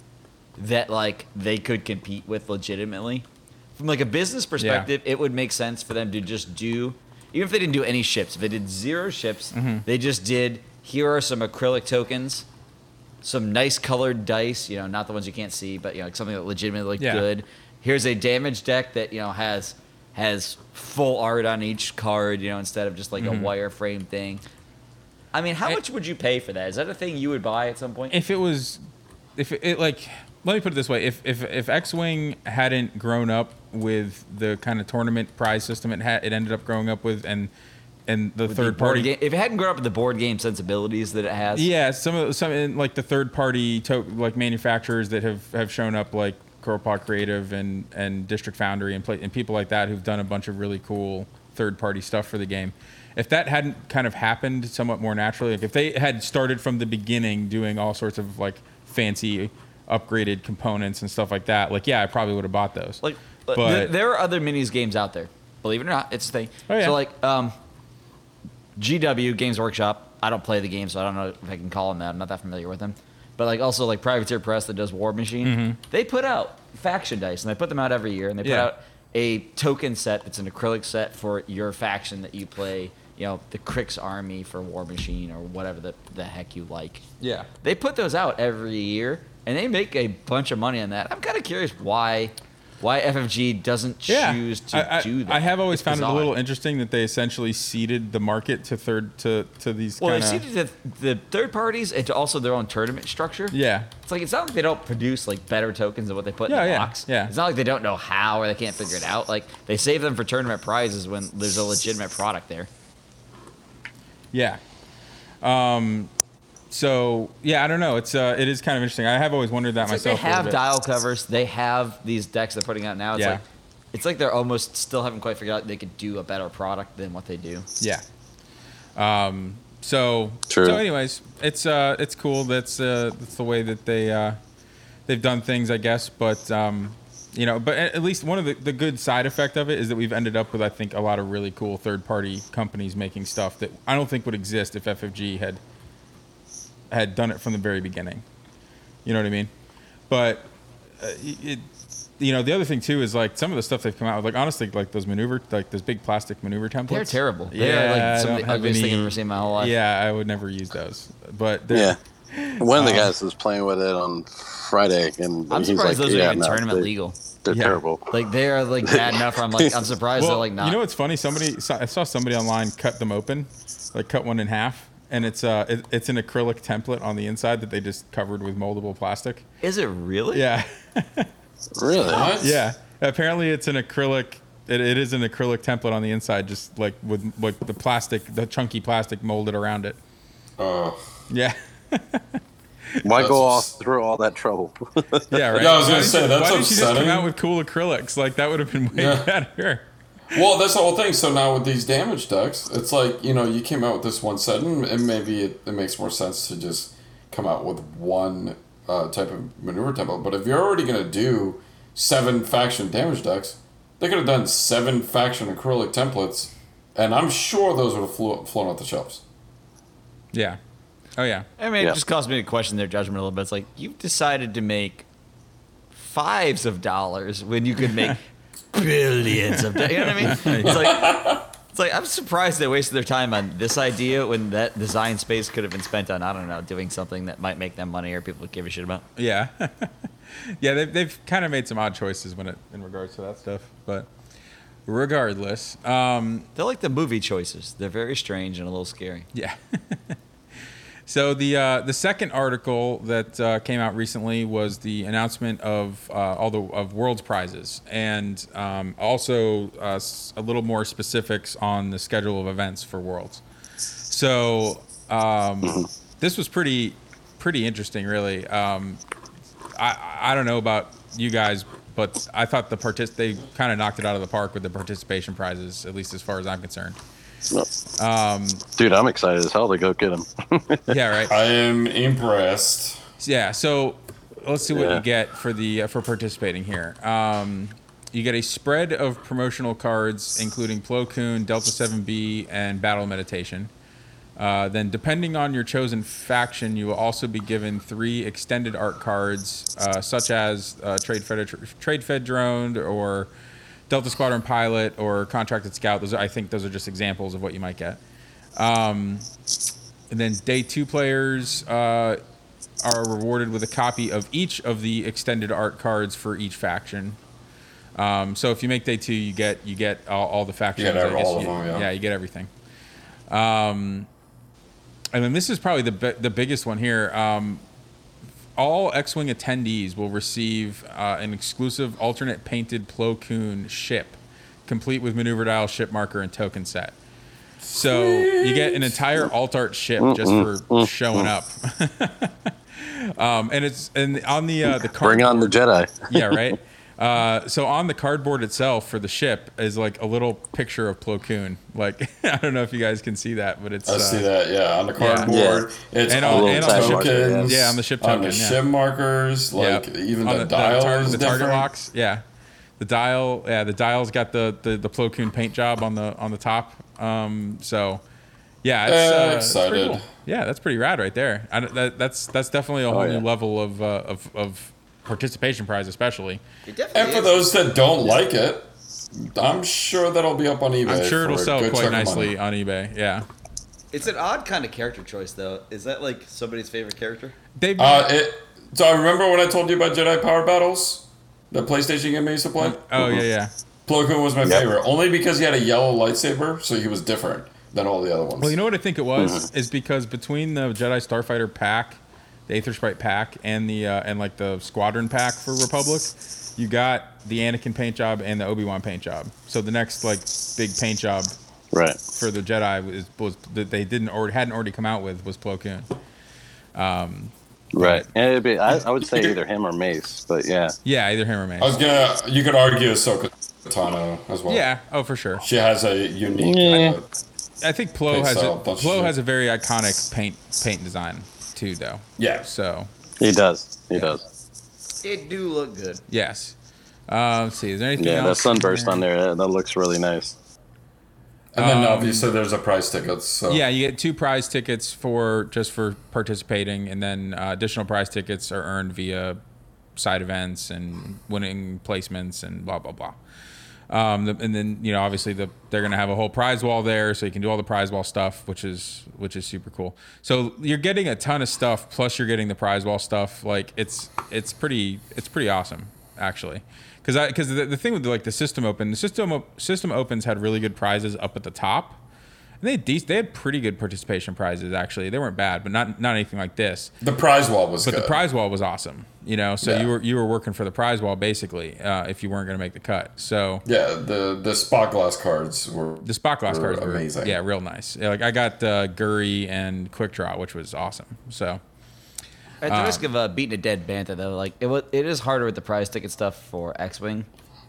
Speaker 3: that like they could compete with legitimately. From like a business perspective, it would make sense for them to just do, even if they didn't do any ships. If they did zero ships,
Speaker 2: Mm-hmm.
Speaker 3: they just did. Here are some acrylic tokens, some nice colored dice. You know, not the ones you can't see, but you know, like something that legitimately looked
Speaker 2: Yeah.
Speaker 3: good. Here's a damage deck that you know has has full art on each card. You know, instead of just like
Speaker 2: Mm-hmm.
Speaker 3: a wireframe thing. I mean, how
Speaker 2: Eh.
Speaker 3: much would you pay for that? Is that a thing you would buy at some point?
Speaker 2: If it was, if it, it like, let me put it this way: if if if X Wing hadn't grown up with the kind of tournament prize system it had, it ended up growing up with, and and the
Speaker 3: With the
Speaker 2: third
Speaker 3: board
Speaker 2: party
Speaker 3: game- If it hadn't grown up with the board game sensibilities that it has,
Speaker 2: Yeah, some of some in, like the third party to, like manufacturers that have have shown up like Coropod Creative and and District Foundry and play, and people like that who've done a bunch of really cool third party stuff for the game. If that hadn't kind of happened somewhat more naturally, like if they had started from the beginning doing all sorts of like fancy upgraded components and stuff like that, like yeah, I probably would have bought those.
Speaker 3: Like, uh,
Speaker 2: but,
Speaker 3: th- there are other minis games out there. Believe it or not, it's a thing.
Speaker 2: Oh, yeah.
Speaker 3: So like, um, GW Games Workshop. I don't play the game, so I don't know if I can call them that. I'm not that familiar with them. But like also like Privateer Press that does War Machine, they put out faction dice and they put them out every year and they put
Speaker 2: Mm-hmm. Yeah.
Speaker 3: out a token set that's an acrylic set for your faction that you play. You know the Crix Army for War Machine or whatever the the heck you like.
Speaker 2: Yeah.
Speaker 3: They put those out every year, and they make a bunch of money on that. I'm kind of curious why why FFG doesn't choose to
Speaker 2: I, I-
Speaker 3: do that.
Speaker 2: I have always
Speaker 3: It's
Speaker 2: found it a
Speaker 3: bizarre.
Speaker 2: little interesting that they essentially ceded the market to third to to these.
Speaker 3: Well,
Speaker 2: kinda-
Speaker 3: they see the, the third parties and to also their own tournament structure.
Speaker 2: Yeah,
Speaker 3: It's like it's not like they don't produce like better tokens than what they put
Speaker 2: Yeah,
Speaker 3: in the
Speaker 2: yeah,
Speaker 3: box.
Speaker 2: yeah.
Speaker 3: It's not like they don't know how or they can't figure it out. Like they save them for tournament prizes when there's a legitimate product there.
Speaker 2: yeah. Um, so yeah, I don't know. It's uh, it is kind of interesting. I have always wondered that
Speaker 3: It's like
Speaker 2: myself.
Speaker 3: they
Speaker 2: a little
Speaker 3: have
Speaker 2: bit.
Speaker 3: dial covers. They have these decks they're putting out now. It's
Speaker 2: Yeah.
Speaker 3: like it's like they're almost still haven't quite figured out they could do a better product than what they do.
Speaker 2: Yeah. Um. So.
Speaker 5: True.
Speaker 2: So, anyways, it's uh, it's cool. That's uh, that's the way that they uh, they've done things, I guess. But um, you know, but at at least one of the, the good side effect of it is that we've ended up with, I think, a lot of really cool third party companies making stuff that I don't think would exist if FFG had had done it from the very beginning. You know what I mean? But uh, it, you know, the other thing too is like some of the stuff they've come out with. Like honestly, like those maneuver, like those big plastic maneuver templates.
Speaker 3: They're terrible. They
Speaker 2: yeah,
Speaker 3: are like
Speaker 2: I
Speaker 3: some of
Speaker 2: don't
Speaker 3: the
Speaker 2: have
Speaker 3: ugliest
Speaker 2: any-
Speaker 3: thing I've ever seen in my whole life.
Speaker 2: Yeah, I would never use those. But they're-
Speaker 5: Yeah. One of the
Speaker 2: Um,
Speaker 5: guys was playing with it on Friday, and
Speaker 3: I'm
Speaker 5: he's
Speaker 3: surprised
Speaker 5: like,
Speaker 3: those
Speaker 5: yeah,
Speaker 3: are even
Speaker 5: no,
Speaker 3: tournament
Speaker 5: they,
Speaker 3: legal.
Speaker 5: They're
Speaker 2: Yeah.
Speaker 5: terrible.
Speaker 3: Like they are like bad enough. where I'm like I'm surprised
Speaker 2: well,
Speaker 3: they're like not.
Speaker 2: you know what's funny? Somebody so- I saw somebody online cut them open, like cut one in half, and it's uh it, it's an acrylic template on the inside that they just covered with moldable plastic.
Speaker 3: Is it really?
Speaker 2: Yeah,
Speaker 5: Really?
Speaker 4: What?
Speaker 2: yeah. Apparently, it's an acrylic. It, it is an acrylic template on the inside, just like with like the plastic, the chunky plastic molded around it.
Speaker 4: Oh.
Speaker 2: Yeah,
Speaker 5: Why go all
Speaker 4: That's-
Speaker 5: through all that trouble?
Speaker 2: yeah. Right.
Speaker 4: Yeah, I was gonna
Speaker 2: Why
Speaker 4: say,
Speaker 2: didn't- why
Speaker 4: that's
Speaker 2: didn't you just come
Speaker 4: upsetting.
Speaker 2: out with cool acrylics? Like that would have been way
Speaker 4: Yeah.
Speaker 2: better.
Speaker 4: Well, that's the whole thing. So now with these damage decks, it's like you know you came out with this one set, and, and maybe it, it makes more sense to just come out with one uh, type of maneuver template. But if you're already gonna do seven faction damage decks, they could have done seven faction acrylic templates, and I'm sure those would have flew, flown off the shelves.
Speaker 2: Yeah. Oh yeah.
Speaker 3: I mean,
Speaker 5: Yeah.
Speaker 3: it just caused me to question their judgment a little bit. It's like you've decided to make fives of dollars when you could make billions of dollars. You know what I mean? It's like it's like I'm surprised they wasted their time on this idea when that design space could have been spent on I don't know doing something that might make them money or people would give a shit about.
Speaker 2: Yeah, yeah. They've they've kind of made some odd choices when it in regards to that stuff, but regardless, um,
Speaker 3: They're like the movie choices. They're very strange and a little scary.
Speaker 2: yeah. so the uh, the second article that uh, came out recently was the announcement of uh, all the of world's prizes and um, also uh, s- a little more specifics on the schedule of events for worlds. So um, this was pretty pretty interesting, really. Um, I I don't know about you guys, but I thought the partic- they kind of knocked it out of the park with the participation prizes, at least as far as I'm concerned.
Speaker 5: Dude, I'm excited as hell to go get him.
Speaker 2: Yeah, right.
Speaker 4: I am impressed.
Speaker 2: Yeah. So let's see what
Speaker 5: Yeah.
Speaker 2: you get for the uh, for participating here. Um, you get a spread of promotional cards, including Plo Koon, Delta Seven B, and Battle Meditation. Uh, then, depending on your chosen faction, you will also be given three extended art cards, uh, such as uh, Trade Fed, Trade Fed Drone or Delta Squadron Pilot or Contracted Scout. Those, are, I think, those are just examples of what you might get. Um, And then day two players uh, are rewarded with a copy of each of the extended art cards for each faction. Um, so if you make day two, you get you get all, all the factions.
Speaker 4: get
Speaker 2: I
Speaker 4: every-
Speaker 2: guess
Speaker 4: all of
Speaker 2: you-
Speaker 4: them, yeah.
Speaker 2: you get everything. Um, and then this is probably the bi- the biggest one here. Um, all X-wing attendees will receive uh, an exclusive alternate painted Plo Koon ship, complete with maneuver dial, ship marker, and token set. So you get an entire alt art ship
Speaker 5: Mm,
Speaker 2: just for showing up. um, and it's and on the uh, the card
Speaker 5: Bring on the Jedi.
Speaker 2: yeah, right. Uh, so on the cardboard itself for the ship is like a little picture of Plo Koon. Like I don't know if you guys can see that, but it's
Speaker 4: I
Speaker 2: uh,
Speaker 4: see that, yeah, on the cardboard. It's
Speaker 2: And
Speaker 4: and
Speaker 2: on-
Speaker 4: on,
Speaker 2: and on the
Speaker 4: tokens,
Speaker 5: ship token,
Speaker 2: yeah. Yeah, on the ship
Speaker 4: on the
Speaker 2: token, yeah.
Speaker 4: ship markers, like
Speaker 2: Yep.
Speaker 4: even
Speaker 2: On
Speaker 4: the, dial
Speaker 2: tar-
Speaker 4: is
Speaker 2: the target
Speaker 4: different.
Speaker 2: locks. Yeah, the dial. Yeah, the dial's got the the, the Plo Koon paint job on the on the top. Um, so Yeah, it's,
Speaker 4: Uh,
Speaker 2: uh, it's pretty
Speaker 4: excited.
Speaker 2: cool. Yeah, that's pretty rad right there. I, don't- that, that's that's definitely a whole
Speaker 5: yeah.
Speaker 2: new level of, uh, of of participation prize, especially.
Speaker 6: It definitely
Speaker 4: And for
Speaker 6: is.
Speaker 4: those that don't like it, I'm sure that'll be up on eBay.
Speaker 2: I'm sure it'll
Speaker 4: for a
Speaker 2: sell
Speaker 4: good
Speaker 2: quite
Speaker 4: chunk of
Speaker 2: nicely
Speaker 4: money.
Speaker 2: on eBay. Yeah,
Speaker 6: It's an odd kind of character choice, though. Is that like somebody's favorite character?
Speaker 2: they've
Speaker 4: Uh, it, so I remember when I told you about Jedi Power Battles, the PlayStation game I used to play.
Speaker 2: oh yeah yeah.
Speaker 4: Plo Koon was my
Speaker 5: Yep.
Speaker 4: favorite, only because he had a yellow lightsaber, so he was different than all the other ones.
Speaker 2: Well, you know what I think it was
Speaker 5: Mm-hmm.
Speaker 2: is because between the Jedi Starfighter pack, the Aether Sprite pack, and the uh, and like the Squadron pack for Republic, you got the Anakin paint job and the Obi Wan paint job. So the next like big paint job
Speaker 5: Right.
Speaker 2: for the Jedi was, was that they didn't already hadn't already come out with was Plo Koon.
Speaker 5: Right. And it'd be, I, I would say either him or Mace, but yeah.
Speaker 2: Yeah, either him or me.
Speaker 4: I
Speaker 5: Oh.
Speaker 4: was gonna. You could argue Ahsoka Tano as well.
Speaker 2: Yeah, oh for sure.
Speaker 4: She has a unique.
Speaker 5: Yeah.
Speaker 4: uh,
Speaker 2: I think Plo
Speaker 4: Think
Speaker 2: has
Speaker 4: so,
Speaker 2: a,
Speaker 4: don't you
Speaker 2: Plo
Speaker 4: think?
Speaker 2: has a very iconic paint paint design too, though.
Speaker 4: yeah.
Speaker 2: So
Speaker 5: He does. He does.
Speaker 6: It do look good.
Speaker 2: yes. Uh, let's see, is there anything?
Speaker 5: Yeah, that
Speaker 2: else in
Speaker 5: sunburst
Speaker 2: there?
Speaker 5: on there, that, that looks really nice.
Speaker 4: And then obviously there's a price ticket. So
Speaker 2: Um, Yeah, you get two prize tickets for just for participating, and then uh, additional prize tickets are earned via side events and winning placements and blah blah blah. Um, the, and then you know obviously the, they're gonna have a whole prize wall there, so you can do all the prize wall stuff, which is which is super cool. So you're getting a ton of stuff, plus you're getting the prize wall stuff. Like it's it's pretty it's pretty awesome actually, because I because the, the thing with like the system open the system op- system opens had really good prizes up at the top. And they had dec- they had pretty good participation prizes actually. They weren't bad, but not not anything like this.
Speaker 4: the prize wall was
Speaker 2: But
Speaker 4: good.
Speaker 2: the prize wall was awesome, you know. So
Speaker 4: Yeah.
Speaker 2: you were you were working for the prize wall basically uh, if you weren't going to make the cut. So
Speaker 4: yeah, the the spot glass cards were
Speaker 2: the spot glass
Speaker 4: were
Speaker 2: cards were
Speaker 4: amazing.
Speaker 2: yeah, real nice. Yeah, Like I got uh, Gurry and Quick Draw, which was awesome. So
Speaker 7: At the risk of uh, beating a dead banta, though, like it was, it is harder with the prize ticket stuff for X Wing,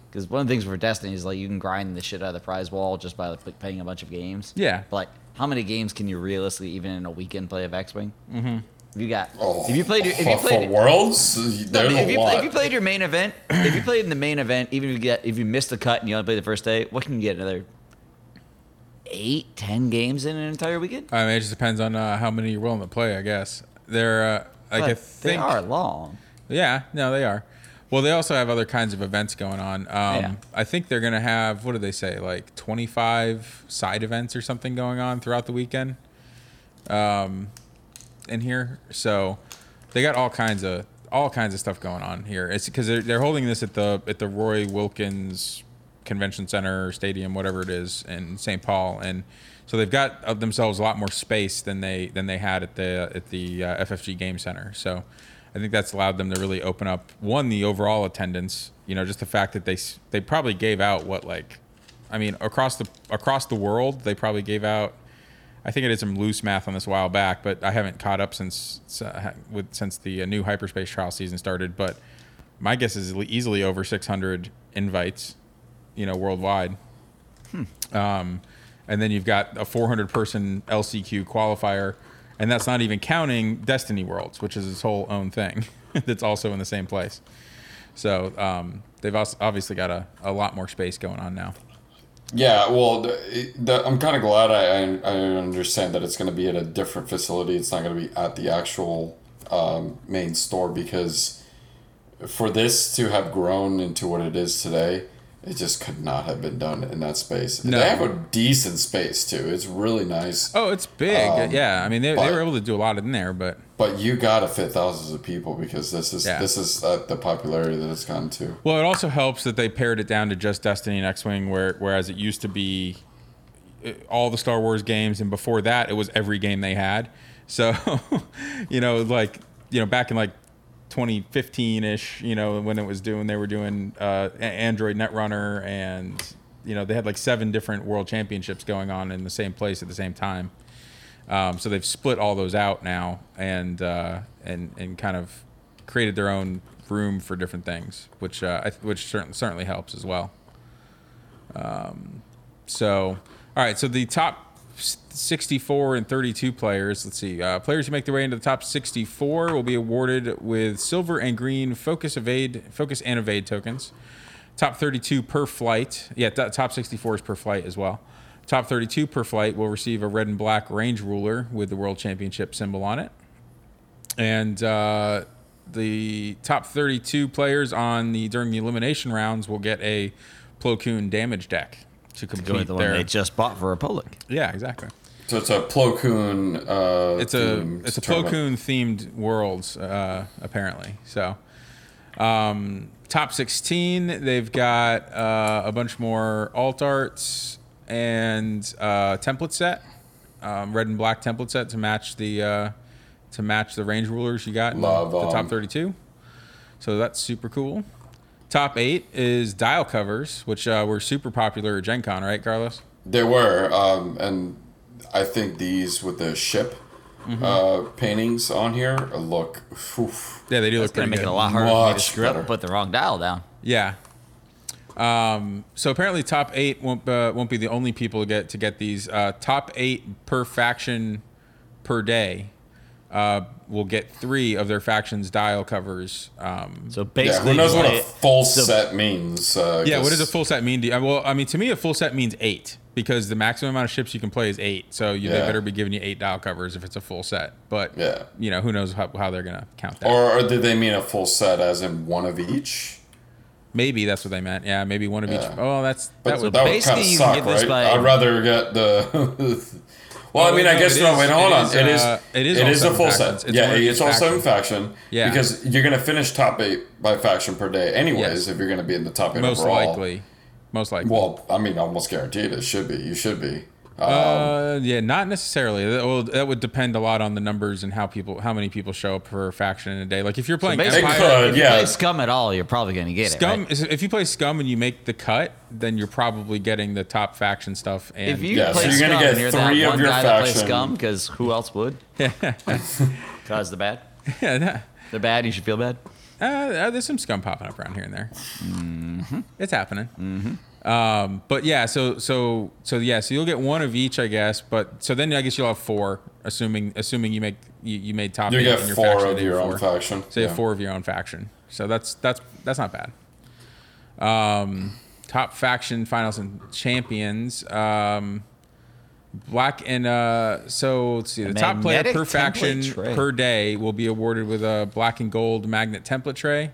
Speaker 7: because one of the things for Destiny is like you can grind the shit out of the prize wall just by like, playing a bunch of games.
Speaker 2: Yeah.
Speaker 7: But like, how many games can you realistically even in a weekend play of X Wing? Mm-hmm. If you got,
Speaker 4: Oh,
Speaker 7: if you played, if you
Speaker 4: for-
Speaker 7: played,
Speaker 4: for worlds,
Speaker 7: No, I
Speaker 4: there's
Speaker 7: mean, if,
Speaker 4: a
Speaker 7: you,
Speaker 4: lot.
Speaker 7: if you played your main event, if you played in the main event, even if you get if you missed the cut and you only played the first day, what can you get another eight, ten games in an entire weekend?
Speaker 2: I mean, it just depends on uh, how many you're willing to play, I guess. They're uh, like I
Speaker 7: But
Speaker 2: think
Speaker 7: they are long.
Speaker 2: Yeah, no, they are. Well, they also have other kinds of events going on. Um,
Speaker 7: Yeah.
Speaker 2: I think they're going to have, what do they say, like 25 side events or something going on throughout the weekend um, in here. So they got all kinds of all kinds of stuff going on here. It's because they're, they're holding this at the at the Roy Wilkins Convention Center, stadium, whatever it is, in St. Paul, and so they've got of themselves a lot more space than they than they had at the at the uh, FFG Game Center. So I think that's allowed them to really open up one the overall attendance. You know, just the fact that they s- they probably gave out what like, I mean, across the across the world, they probably gave out. I think I did some loose math on this a while back, but I haven't caught up since s- uh, with since the uh, new hyperspace trial season started. But my guess is le- easily over 600 invites, you know, worldwide. Um,
Speaker 4: Hmm.
Speaker 2: and then you've got a 400 person LCQ qualifier, and that's not even counting Destiny Worlds, which is its whole own thing that's also in the same place. So um, they've also obviously got a, a lot more space going on now.
Speaker 4: Yeah, well, the, the, I'm kind of glad I, I, I understand that it's going to be at a different facility. It's not going to be at the actual um, main store because for this to have grown into what it is today, it just could not have been done in that space.
Speaker 2: No.
Speaker 4: They have a decent space too. It's really nice.
Speaker 2: Oh, it's big.
Speaker 4: Um,
Speaker 2: yeah. I mean, they, they
Speaker 4: but-
Speaker 2: were able to do a lot in there, but
Speaker 4: But you got to fit thousands of people because this is
Speaker 2: Yeah.
Speaker 4: this is uh, the popularity that it's gotten to.
Speaker 2: Well, it also helps that they pared it down to just Destiny and X Wing, where whereas it used to be uh, all the Star Wars games, and before that, it was every game they had. So, you know, like you know, back in like 2015 ish, you know, when it was doing, they were doing uh, A- Android Netrunner, and you know, they had like seven different World Championships going on in the same place at the same time. Um, so they've split all those out now and uh, and and kind of created their own room for different things, which uh, I th- which certainly certainly helps as well. Um, so all right, so the top s- 64 and 32 players. Let's see, uh, players who make their way into the top 64 will be awarded with silver and green focus evade focus and evade tokens. Top 32 per flight. Yeah, t- top 64 is per flight as well. Top 32 per flight will receive a red and black range ruler with the World Championship symbol on it. And uh, the top 32 players on the during the elimination rounds will get a Plo Koon damage deck to
Speaker 7: Go
Speaker 2: complete
Speaker 7: with the one
Speaker 2: their.
Speaker 7: they just bought for Republic.
Speaker 2: yeah, exactly.
Speaker 4: So it's a Plo Koon. Uh,
Speaker 2: It's a
Speaker 4: themed
Speaker 2: it's a Plo
Speaker 4: tournament.
Speaker 2: Koon themed worlds uh, apparently. So um, top 16, they've got uh, a bunch more alt arts and uh, template set, um, red and black template set to match the uh, to match the range rulers you got in
Speaker 4: Love
Speaker 2: the top
Speaker 4: 'em.
Speaker 2: 32. So that's super cool. Top eight is dial covers, which uh, were super popular at Gen Con, right, Carlos?
Speaker 4: There were, um, and I think these with the ship
Speaker 2: Mm-hmm.
Speaker 4: uh, paintings on here look oof,
Speaker 2: Yeah, they do
Speaker 7: It's
Speaker 2: look
Speaker 7: gonna
Speaker 2: pretty
Speaker 7: make
Speaker 2: good.
Speaker 7: it a lot harder for me to
Speaker 4: Much
Speaker 7: screw up and
Speaker 4: better.
Speaker 7: put the wrong dial down.
Speaker 2: Yeah. Um, so apparently, top eight won't uh, won't be the only people to get to get these. Uh, top eight per faction per day uh, will get three of their faction's dial covers. Um,
Speaker 7: So
Speaker 4: Yeah,
Speaker 7: basically,
Speaker 4: who knows what
Speaker 7: play
Speaker 4: a
Speaker 7: it-
Speaker 4: full
Speaker 7: so-
Speaker 4: set means? Uh,
Speaker 2: yeah, what
Speaker 4: 'cause-
Speaker 2: does a full set mean to you? uh, Well, I mean, to me, a full set means eight because the maximum amount of ships you can play is eight. So you, they
Speaker 4: Yeah.
Speaker 2: better be giving you eight dial covers if it's a full set. But
Speaker 4: Yeah.
Speaker 2: you know, who knows how, how they're gonna count that?
Speaker 4: Or, or did they mean a full set as in one of each?
Speaker 2: maybe that's what they meant. Yeah, maybe one of
Speaker 4: Yeah.
Speaker 2: each. Oh, that's that
Speaker 4: But
Speaker 2: would. That
Speaker 4: that, would kind
Speaker 7: basically
Speaker 4: of
Speaker 7: you can
Speaker 4: suck,
Speaker 7: get
Speaker 4: right?
Speaker 7: this by-
Speaker 4: I'd rather get the. well, I mean, I
Speaker 2: no,
Speaker 4: guess
Speaker 2: it
Speaker 4: no.
Speaker 2: is-
Speaker 4: Wait, hold
Speaker 2: it
Speaker 4: on.
Speaker 2: is,
Speaker 4: it is.
Speaker 2: uh, it is
Speaker 4: It
Speaker 2: all
Speaker 4: is a
Speaker 2: seven
Speaker 4: full
Speaker 2: factions.
Speaker 4: set.
Speaker 2: It's
Speaker 4: yeah,
Speaker 2: one of each
Speaker 4: it's all seven faction.
Speaker 2: Yeah.
Speaker 4: Because you're gonna finish top eight by faction per day, anyways.
Speaker 2: Yes.
Speaker 4: If you're gonna be in the top eight
Speaker 2: most
Speaker 4: overall.
Speaker 2: likely, most likely.
Speaker 4: Well, I mean, almost guaranteed it should be. You should be. Um,
Speaker 2: Uh, yeah, not necessarily. That, well, that would depend a lot on the numbers and how people, how many people show up per faction in a day. Like if you're playing
Speaker 7: basically-
Speaker 2: Empire,
Speaker 4: it could,
Speaker 7: If you play
Speaker 4: yeah.
Speaker 7: scum at all, you're probably gonna get it.
Speaker 2: Scum.
Speaker 7: right?
Speaker 2: is- If you play Scum and you make the cut, then you're probably getting the top faction stuff. And
Speaker 7: If you
Speaker 4: Yeah, so
Speaker 7: play
Speaker 4: you're gonna
Speaker 7: scum,
Speaker 4: get
Speaker 7: and you're
Speaker 4: three
Speaker 7: that
Speaker 4: of
Speaker 7: one
Speaker 4: your
Speaker 7: guy that plays
Speaker 4: faction.
Speaker 7: scum because who else would? Cause the bad.
Speaker 2: yeah, nah.
Speaker 7: They're bad. You should feel bad.
Speaker 2: Uh, uh, there's some scum popping up around here and there.
Speaker 4: Mm-hmm.
Speaker 2: It's happening. Um, but yeah, so so so yeah, so you'll get one of each, I guess. But so then I guess you'll have four, assuming assuming you make you, you made top.
Speaker 4: You
Speaker 2: eight
Speaker 4: get
Speaker 2: in your
Speaker 4: four
Speaker 2: faction the
Speaker 4: of
Speaker 2: day
Speaker 4: your own
Speaker 2: before.
Speaker 4: faction.
Speaker 2: So you have
Speaker 4: Yeah.
Speaker 2: four of your own faction. So that's that's that's not bad. Um, top faction finals and champions. Um, black and uh, so let's see. The top player
Speaker 7: magnetic
Speaker 2: per
Speaker 7: template
Speaker 2: faction
Speaker 7: tray.
Speaker 2: per day will be awarded with a black and gold magnet template tray,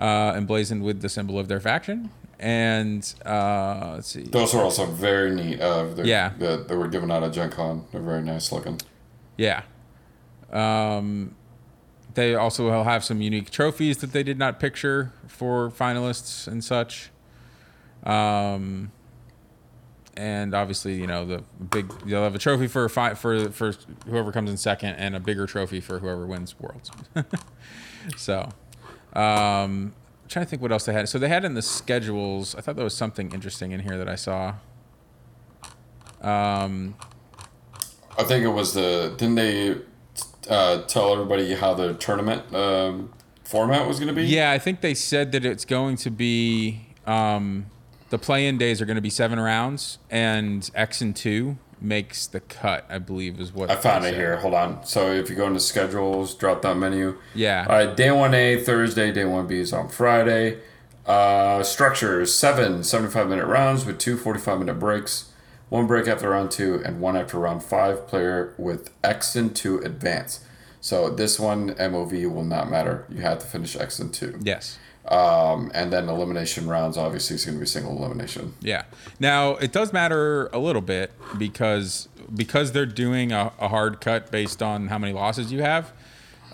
Speaker 2: uh, emblazoned with the symbol of their faction. And uh, let's see.
Speaker 4: Those were also very neat. Uh, they're-
Speaker 2: Yeah.
Speaker 4: That they were given out at Gen Con. They're very nice looking.
Speaker 2: Yeah. Um, they also will have some unique trophies that they did not picture for finalists and such. Um, and obviously, you know the big they'll have a trophy for fi- for for whoever comes in second, and a bigger trophy for whoever wins worlds. so, um, trying to think what else they had. So they had in the schedules. I thought there was something interesting in here that I saw.
Speaker 4: I think it was the didn't they uh, tell everybody how the tournament um, format was going to be?
Speaker 2: Yeah, I think they said that it's going to be um, the play-in days are going to be seven rounds, and X and two makes the cut. I believe is what
Speaker 4: I found
Speaker 2: they
Speaker 4: it
Speaker 2: said.
Speaker 4: here. Hold on. So if you go into schedules, drop down menu.
Speaker 2: Yeah.
Speaker 4: All right. Day one A Thursday. Day one B is on Friday. Uh, structures seven 75 minute rounds with two 45 minute breaks. One break after round two and one after round five. Player with X and two advance. So this one MOV will not matter. You have to finish X and two.
Speaker 2: Yes.
Speaker 4: Um, and then elimination rounds obviously is going to be single elimination.
Speaker 2: Yeah. Now it does matter a little bit because because they're doing a, a hard cut based on how many losses you have.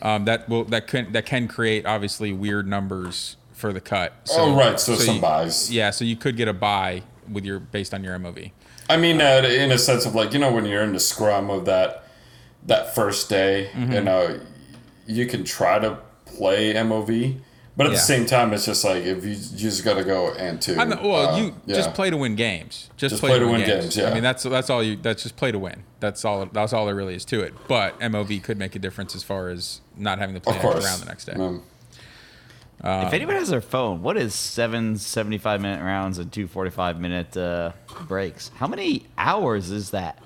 Speaker 2: Um, that will that can that can create obviously weird numbers for the cut.
Speaker 4: oh right, so, some
Speaker 2: you-
Speaker 4: buys.
Speaker 2: Yeah, so you could get a buy with your based on your MOV.
Speaker 4: I mean, uh, in a sense of like you know when you're in the scrum of that that first day,
Speaker 2: Mm-hmm.
Speaker 4: you know, you can try to play MOV, but at
Speaker 2: Yeah.
Speaker 4: the same time, it's just like if you, you just got to go and two.
Speaker 2: I'm not, well,
Speaker 4: uh,
Speaker 2: you
Speaker 4: yeah.
Speaker 2: just play to win games. Just, play, to win, games.
Speaker 4: yeah.
Speaker 2: I mean, that's that's all you. That's just play to win. That's all. That's all there really is to it. But MOV could make a difference as far as not having to play
Speaker 4: of
Speaker 2: another
Speaker 4: course
Speaker 2: round the next day.
Speaker 4: Um,
Speaker 7: if anyone has their phone, what is seven 75 minute rounds and two 45 minute uh, breaks? How many hours is that?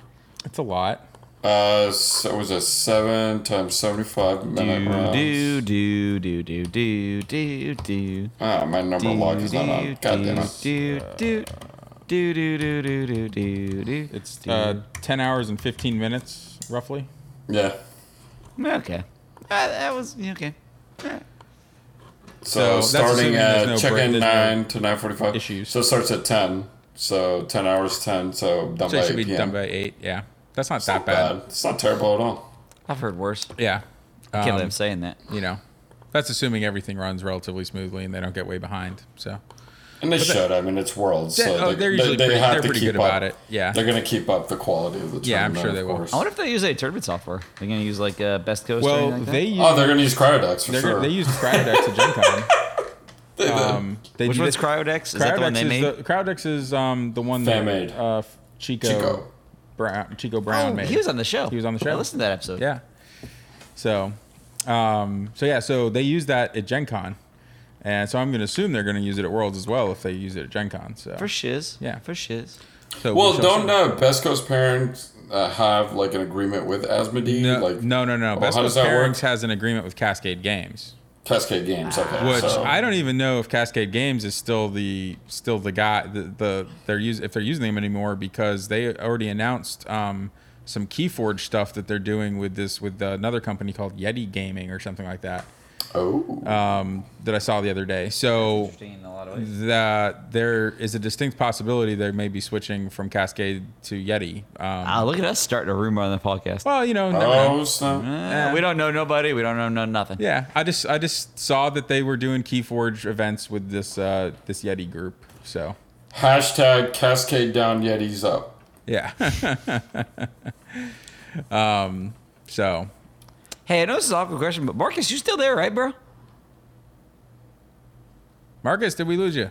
Speaker 2: It's a lot.
Speaker 4: uh, so it was a seven times seventy-five minute rounds.
Speaker 7: Do do do do do do do do.
Speaker 4: Ah, my number
Speaker 7: do,
Speaker 4: log is not
Speaker 7: do,
Speaker 4: on. God damn
Speaker 7: do,
Speaker 4: it!
Speaker 7: do, do.
Speaker 3: Do do do do do do do.
Speaker 2: It's
Speaker 3: do.
Speaker 2: uh, 10 hours and 15 minutes, roughly.
Speaker 4: Yeah.
Speaker 3: okay. Uh, that was yeah, okay.
Speaker 2: So
Speaker 4: So,
Speaker 2: that's assuming
Speaker 4: starting
Speaker 2: there's
Speaker 4: at
Speaker 2: no
Speaker 4: check
Speaker 2: break-
Speaker 4: in
Speaker 2: there's no
Speaker 4: nine to nine forty five.
Speaker 2: issues.
Speaker 4: So it starts at ten. So ten hours ten. So done
Speaker 2: So
Speaker 4: by
Speaker 2: it should be
Speaker 4: 8 PM.
Speaker 2: done by 8. Yeah. That's not that
Speaker 4: Not
Speaker 2: bad.
Speaker 4: bad. It's not terrible at all.
Speaker 3: I've heard worse.
Speaker 2: Yeah.
Speaker 3: I can't believe
Speaker 2: Um,
Speaker 3: I'm saying that.
Speaker 2: you know, that's assuming everything runs relatively smoothly and they don't get way behind. So
Speaker 4: And they should. I mean, it's world. So
Speaker 2: oh,
Speaker 4: they,
Speaker 2: they're usually
Speaker 4: they, they
Speaker 2: pretty-
Speaker 4: have
Speaker 2: they're
Speaker 4: to
Speaker 2: pretty
Speaker 4: keep
Speaker 2: good
Speaker 4: up.
Speaker 2: about it. Yeah.
Speaker 4: They're going to keep up the quality of the
Speaker 2: Yeah, I'm
Speaker 4: tournament,
Speaker 2: sure they
Speaker 4: of
Speaker 2: will.
Speaker 4: course.
Speaker 3: I wonder if they use any tournament software. They're gonna use like uh, Best Coast. or
Speaker 2: well,
Speaker 3: anything like
Speaker 2: they
Speaker 3: that?
Speaker 2: use,
Speaker 4: Oh, they're going to use Cryodex for
Speaker 2: they're
Speaker 4: sure.
Speaker 2: gonna- they used Cryodex at Gen Con. Um, they
Speaker 3: which
Speaker 2: did
Speaker 3: one's
Speaker 2: it-
Speaker 3: Cryodex? Is that the one they
Speaker 2: is
Speaker 3: made?
Speaker 2: The, Cryodex is um, the one that
Speaker 4: Fan-made.
Speaker 2: uh, Chico,
Speaker 4: Chico.
Speaker 2: Brown Chico Brown
Speaker 3: oh,
Speaker 2: made.
Speaker 3: he was on the show.
Speaker 2: He was on the show.
Speaker 3: I listened to that episode.
Speaker 2: Yeah. So, um, so yeah, so they use that at Gen Con. And so I'm going to assume they're going to use it at Worlds as well if they use it at Gen Con. So,
Speaker 3: For shiz.
Speaker 2: Yeah.
Speaker 3: For shiz.
Speaker 2: so we
Speaker 4: well,
Speaker 2: shall
Speaker 4: don't
Speaker 2: see.
Speaker 4: uh, Best Coast parents uh, have like an agreement with Asmodee?
Speaker 2: No,
Speaker 4: like,
Speaker 2: no, no, no.
Speaker 4: Oh,
Speaker 2: Best
Speaker 4: how
Speaker 2: Coast
Speaker 4: does that work?
Speaker 2: Pairings has an agreement with Cascade Games,
Speaker 4: Cascade Games. Okay.
Speaker 2: which
Speaker 4: so-
Speaker 2: I don't even know if Cascade Games is still the still the guy the, the they're use if they're using them anymore because they already announced um, some KeyForge stuff that they're doing with this with another company called Yeti Gaming or something like that
Speaker 4: Oh.
Speaker 2: um, that I saw the other day. So
Speaker 8: In a lot of
Speaker 2: Mm.
Speaker 8: ways.
Speaker 2: that there is a distinct possibility they may be switching from Cascade to Yeti. Um,
Speaker 3: Ah, look at us starting a rumor on the podcast.
Speaker 2: well, you know, never know.
Speaker 4: oh, snap.
Speaker 3: Uh, we don't know nobody. We don't know no, nothing.
Speaker 2: Yeah, I just I just saw that they were doing KeyForge events with this uh, this Yeti group. So
Speaker 4: Hashtag Cascade down, Yetis up.
Speaker 2: yeah, um, so
Speaker 3: Hey, I know this is an awkward question, but Marcus, you still there, right, bro?
Speaker 2: Marcus, did we lose you?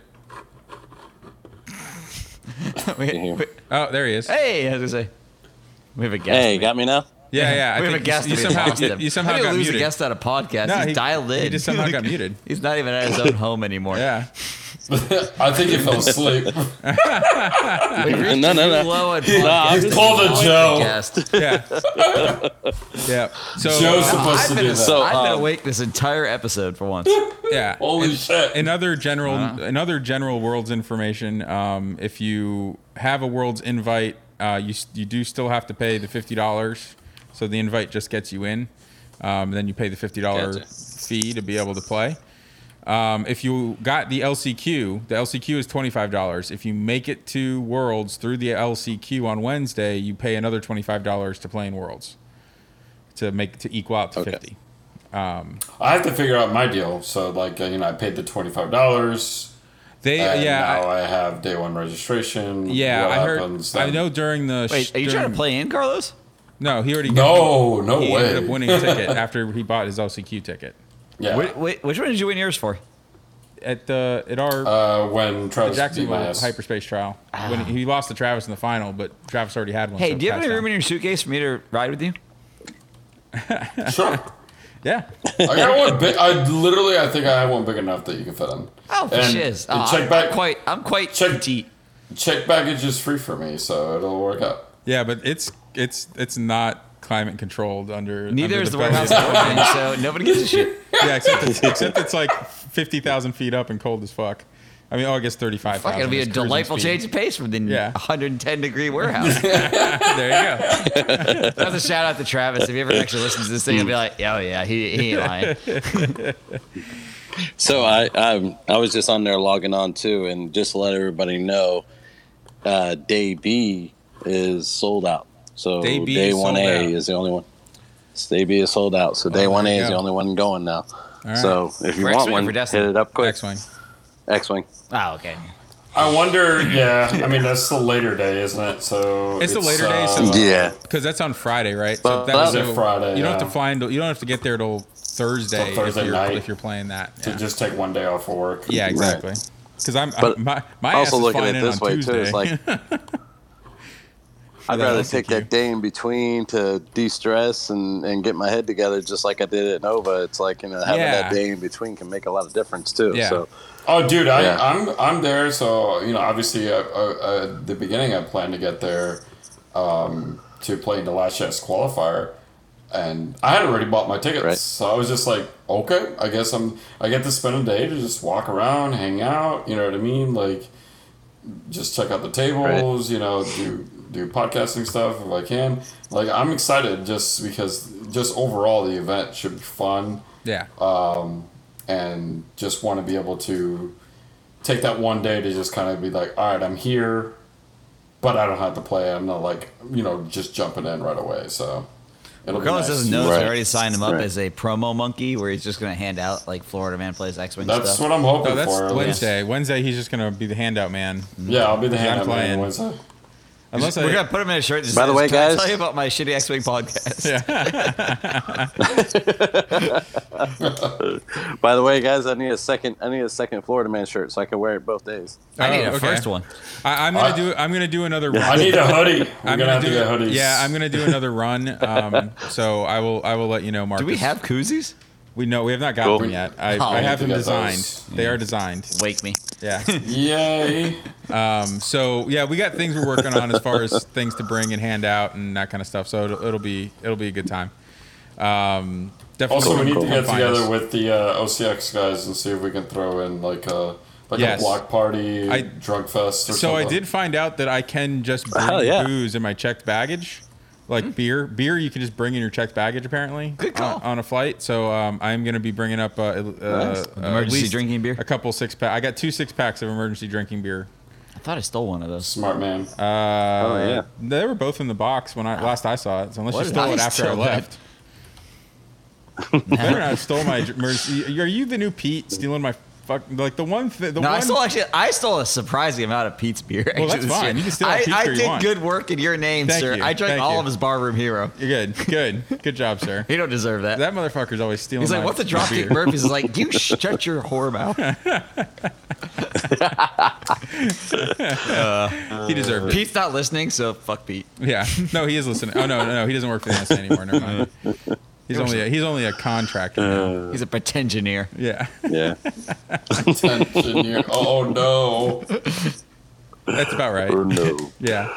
Speaker 3: We- we-
Speaker 2: Oh, there he is.
Speaker 3: hey, I was gonna say. We have a guest.
Speaker 5: Hey, you got me now?
Speaker 2: Yeah, yeah. I
Speaker 3: we have a
Speaker 2: think
Speaker 3: guest.
Speaker 2: You,
Speaker 3: and
Speaker 2: you
Speaker 3: we
Speaker 2: somehow
Speaker 3: lost
Speaker 2: you,
Speaker 3: him.
Speaker 2: you somehow
Speaker 3: How do you
Speaker 2: got
Speaker 3: lose
Speaker 2: muted.
Speaker 3: a guest on a podcast?
Speaker 2: No,
Speaker 3: he's
Speaker 2: he-
Speaker 3: dialed in.
Speaker 2: he just somehow got muted.
Speaker 3: He's not even at his own home anymore.
Speaker 2: Yeah.
Speaker 4: I think he fell asleep.
Speaker 3: We
Speaker 5: no,
Speaker 3: reached
Speaker 5: no,
Speaker 3: too
Speaker 5: no.
Speaker 3: low at
Speaker 5: No, I'm
Speaker 3: podcast.
Speaker 5: just-
Speaker 4: Pull the Joe.
Speaker 3: Guest.
Speaker 2: Yeah. yeah. So uh,
Speaker 4: Joe's supposed
Speaker 3: I've
Speaker 4: to
Speaker 3: been,
Speaker 4: do that.
Speaker 5: So,
Speaker 3: I've been
Speaker 5: um,
Speaker 3: awake this entire episode for once.
Speaker 2: yeah.
Speaker 4: Holy shit.
Speaker 2: Another general, another general worlds information. Um, if you have a worlds invite, uh, you s- you do still have to pay the fifty dollars. So the invite just gets you in. Um, then you pay the fifty dollar
Speaker 5: Gotcha.
Speaker 2: fee to be able to play. Um, if you got the LCQ, the LCQ is twenty five dollars. If you make it to worlds through the LCQ on Wednesday, you pay another twenty five dollars to play in worlds to make to equal out to
Speaker 5: Okay.
Speaker 2: fifty.
Speaker 4: I have to figure out my deal. So, like, uh, you know, I paid the $25.
Speaker 2: They
Speaker 4: And
Speaker 2: yeah. I-
Speaker 4: Uh, now I, have day one registration.
Speaker 2: Yeah,
Speaker 4: What
Speaker 2: I heard.
Speaker 4: happens
Speaker 2: I
Speaker 4: then?
Speaker 2: know during the.
Speaker 3: Wait, are you
Speaker 2: during-
Speaker 3: trying to play in, Carlos?
Speaker 2: No, he already.
Speaker 4: No, no
Speaker 2: he ended up
Speaker 4: way.
Speaker 2: winning a ticket after he bought his LCQ ticket
Speaker 4: Yeah.
Speaker 3: Wait, wait, which one did you win yours for?
Speaker 2: at the at our
Speaker 4: uh, when Travis beat
Speaker 2: Jacksonville
Speaker 4: my ass.
Speaker 2: hyperspace trial when he lost to Travis in the final, but Travis already had one.
Speaker 3: Ah. Hey,
Speaker 2: so
Speaker 3: do you have
Speaker 2: passed
Speaker 3: any room
Speaker 2: on.
Speaker 3: in your suitcase for me to ride with you?
Speaker 4: Sure.
Speaker 2: Yeah,
Speaker 4: I got one big. I literally, I think I have one big enough that you can fit in.
Speaker 3: Oh, for
Speaker 4: And
Speaker 3: shiz.
Speaker 4: the
Speaker 3: Ah,
Speaker 4: check
Speaker 3: I'm,
Speaker 4: back-
Speaker 3: quite. I'm quite
Speaker 4: check-
Speaker 3: petite.
Speaker 4: Check baggage is free for me, so it'll work out.
Speaker 2: yeah, but it's it's it's not climate controlled under.
Speaker 3: Neither
Speaker 2: under
Speaker 3: is the
Speaker 2: Belgian-
Speaker 3: warehouse I'm in, so nobody gives a shit.
Speaker 2: yeah, except it's, except it's like fifty thousand feet up and cold as fuck. I mean, oh, I guess thirty-five.
Speaker 3: Fuck, it'll be a delightful change of pace from the
Speaker 2: Yeah.
Speaker 3: 110 degree warehouse.
Speaker 2: There you go.
Speaker 3: That's a shout out to Travis. If you ever actually listen to this thing, you'll be like, oh yeah, he, he ain't lying.
Speaker 5: So I I'm, I was just on there logging on too, and just to let everybody know, uh, day B is sold out. So
Speaker 2: Day
Speaker 5: day,
Speaker 2: B is sold
Speaker 5: one A
Speaker 2: out. Oh,
Speaker 5: is the only one. Day B is sold out. So day
Speaker 2: there
Speaker 5: one A
Speaker 2: you
Speaker 5: is the
Speaker 2: go.
Speaker 5: only one going now.
Speaker 2: right.
Speaker 5: So if you
Speaker 3: For
Speaker 5: want
Speaker 3: X-Wing or
Speaker 5: one,
Speaker 3: for
Speaker 5: hit
Speaker 3: Destiny?
Speaker 5: it up quick.
Speaker 2: Next one.
Speaker 5: X-wing.
Speaker 3: Oh, okay.
Speaker 4: I wonder. Yeah, I mean that's the later day, isn't it? So
Speaker 2: It's the later day,
Speaker 4: um,
Speaker 2: so-
Speaker 5: Yeah.
Speaker 2: Because that's on Friday, right? was
Speaker 5: Well, that-
Speaker 4: Is it Uh, Friday,
Speaker 2: You don't have to
Speaker 4: yeah.
Speaker 2: fly until you don't have to get there till Thursday,
Speaker 4: Till Thursday
Speaker 2: if, you're,
Speaker 4: night.
Speaker 2: if you're playing that.
Speaker 4: to
Speaker 2: Yeah,
Speaker 4: just take one day off of work.
Speaker 2: Yeah, exactly. Because I'm,
Speaker 5: But
Speaker 2: I'm my my ass
Speaker 5: also
Speaker 2: is
Speaker 5: looking
Speaker 2: flying
Speaker 5: at
Speaker 2: in
Speaker 5: it this
Speaker 2: on
Speaker 5: way
Speaker 2: Tuesday.
Speaker 5: too. It's like I'd
Speaker 2: Yeah,
Speaker 5: rather
Speaker 2: that's a
Speaker 5: take that day in between to de-stress and, and get my head together, just like I did at Nova. It's like you know having
Speaker 2: Yeah.
Speaker 5: that day in between can make a lot of difference too.
Speaker 2: Yeah.
Speaker 5: So
Speaker 4: Oh, dude, I,
Speaker 5: Yeah.
Speaker 4: I'm I'm there. So you know, obviously, uh, uh, uh, at the beginning, I planned to get there um, to play in the last chance qualifier, and I had already bought my tickets.
Speaker 5: Right.
Speaker 4: So I was just like, okay, I guess I'm. I get to spend a day to just walk around, hang out. You know what I mean? Like, just check out the tables, you know, do do podcasting stuff if I can. Like I'm excited just because just overall the event should be fun
Speaker 2: Yeah.
Speaker 4: Oh, and just want to be able to take that one day to just kind of be like, all right, I'm here, but I don't have to play. I'm not like you know just jumping in right away. So it'll
Speaker 3: Carlos
Speaker 4: be nice.
Speaker 3: doesn't know, so I
Speaker 5: Right.
Speaker 3: already signed him up
Speaker 5: Right.
Speaker 3: as a promo monkey, where he's just going to hand out like Florida Man plays X Wing
Speaker 4: That's
Speaker 3: stuff.
Speaker 4: what I'm hoping
Speaker 2: no, Oh, that's
Speaker 4: for. at least.
Speaker 2: Wednesday. Wednesday, he's just gonna be the handout man.
Speaker 4: Yeah, I'll be the hand up
Speaker 2: playing.
Speaker 4: man Wednesday.
Speaker 2: Unless
Speaker 3: We're
Speaker 2: I,
Speaker 3: gonna put him in a shirt. that
Speaker 5: By the
Speaker 3: says,
Speaker 5: way,
Speaker 3: "Can I
Speaker 5: guys-
Speaker 3: tell you about my shitty X Wing podcast.
Speaker 5: By the way, guys, I need a second. I need a second Florida man shirt so I can wear it both days.
Speaker 3: I need
Speaker 2: Oh,
Speaker 3: a
Speaker 2: okay.
Speaker 3: first one.
Speaker 2: I, I'm gonna
Speaker 4: I-
Speaker 2: do. I'm gonna do another.
Speaker 4: I
Speaker 2: Run.
Speaker 4: need a hoodie. We're
Speaker 2: I'm
Speaker 4: gonna have to
Speaker 2: do.
Speaker 4: get hoodies.
Speaker 2: Yeah, I'm gonna do another run. Um, so I will. I will let you know, Marcus.
Speaker 3: Do we have koozies?
Speaker 2: We know we have not gotten
Speaker 5: Cool.
Speaker 2: them yet. I,
Speaker 3: Oh.
Speaker 2: I have them
Speaker 4: Yeah, those.
Speaker 2: designed. They are designed.
Speaker 3: Wake me.
Speaker 2: Yeah.
Speaker 4: Yay!
Speaker 2: Um, so yeah, we got things we're working on as far as things to bring and hand out and that kind of stuff. So it'll, it'll be it'll be a good time. Um, definitely.
Speaker 4: Also, we need to
Speaker 2: come
Speaker 4: get
Speaker 2: find
Speaker 4: together
Speaker 2: us.
Speaker 4: with the uh, OCX guys and see if we can throw in like a like
Speaker 2: Yes.
Speaker 4: a block party,
Speaker 2: I-
Speaker 4: drug fest. Or
Speaker 2: So I
Speaker 4: something.
Speaker 2: did find out that I can just bring
Speaker 5: Hell yeah.
Speaker 2: booze in my checked baggage, like beer. Beer you can just bring in your checked baggage apparently
Speaker 3: Hmm. Good call.
Speaker 2: On, on a flight. So um, I'm gonna be bringing up uh, uh, uh, at
Speaker 3: Emergency
Speaker 2: least
Speaker 3: drinking beer?
Speaker 2: A couple six pack. I got two six packs of emergency drinking beer.
Speaker 3: I thought I stole one of those.
Speaker 4: Smart man.
Speaker 2: Uh,
Speaker 5: Oh, yeah.
Speaker 2: They were both in the box when I last I saw it. So unless
Speaker 3: What
Speaker 2: you
Speaker 3: did
Speaker 2: stole
Speaker 3: I
Speaker 2: it after I
Speaker 3: steal that?
Speaker 2: left. You better not have stole my emergency. Are you the new Pete stealing my fuck? Like the one thing. The
Speaker 3: No,
Speaker 2: one,
Speaker 3: I stole actually. I stole a surprising amount of Pete's beer.
Speaker 2: Well,
Speaker 3: actually
Speaker 2: that's
Speaker 3: this
Speaker 2: fine.
Speaker 3: year.
Speaker 2: You can steal
Speaker 3: I,
Speaker 2: Pete's
Speaker 3: I
Speaker 2: beer you
Speaker 3: did
Speaker 2: want.
Speaker 3: good work in your name,
Speaker 2: Thank
Speaker 3: sir.
Speaker 2: you.
Speaker 3: I drank
Speaker 2: Thank
Speaker 3: all
Speaker 2: you.
Speaker 3: of his barroom hero.
Speaker 2: You're good. Good. Good job, sir.
Speaker 3: He don't deserve that.
Speaker 2: That motherfucker's always stealing.
Speaker 3: He's
Speaker 2: my-
Speaker 3: like, what's a
Speaker 2: my
Speaker 3: dropkick
Speaker 2: beer."
Speaker 3: Murphys? Is like, you shut your whore mouth.
Speaker 2: He deserved it.
Speaker 3: Pete's not listening, so fuck Pete.
Speaker 2: Yeah. No, he is listening. Oh no, no, no. He doesn't work for the NSA anymore. Never mind. He's only a, he's only a contractor. now.
Speaker 3: He's a pretensioneer.
Speaker 2: Yeah.
Speaker 5: Yeah,
Speaker 4: Attention, you- oh no!
Speaker 2: That's about
Speaker 5: or
Speaker 2: right.
Speaker 5: no.
Speaker 2: Yeah.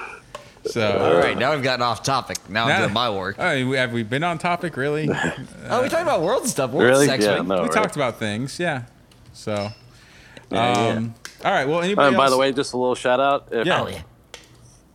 Speaker 2: So.
Speaker 3: All right, now we've gotten off topic. Now I'm
Speaker 2: Now-
Speaker 3: doing my work.
Speaker 2: I mean, we- have we been on topic really?
Speaker 3: oh, we talked about world stuff. World
Speaker 5: Oh, really?
Speaker 3: sex
Speaker 5: Yeah,
Speaker 3: week.
Speaker 5: no.
Speaker 2: we
Speaker 5: right?
Speaker 2: talked about things, yeah. So,
Speaker 5: Yeah, yeah.
Speaker 2: um, all right. Well, anybody?
Speaker 5: Oh, and by
Speaker 2: else?
Speaker 5: the way, just a little shout out. If,
Speaker 2: Yeah.
Speaker 3: Oh, yeah.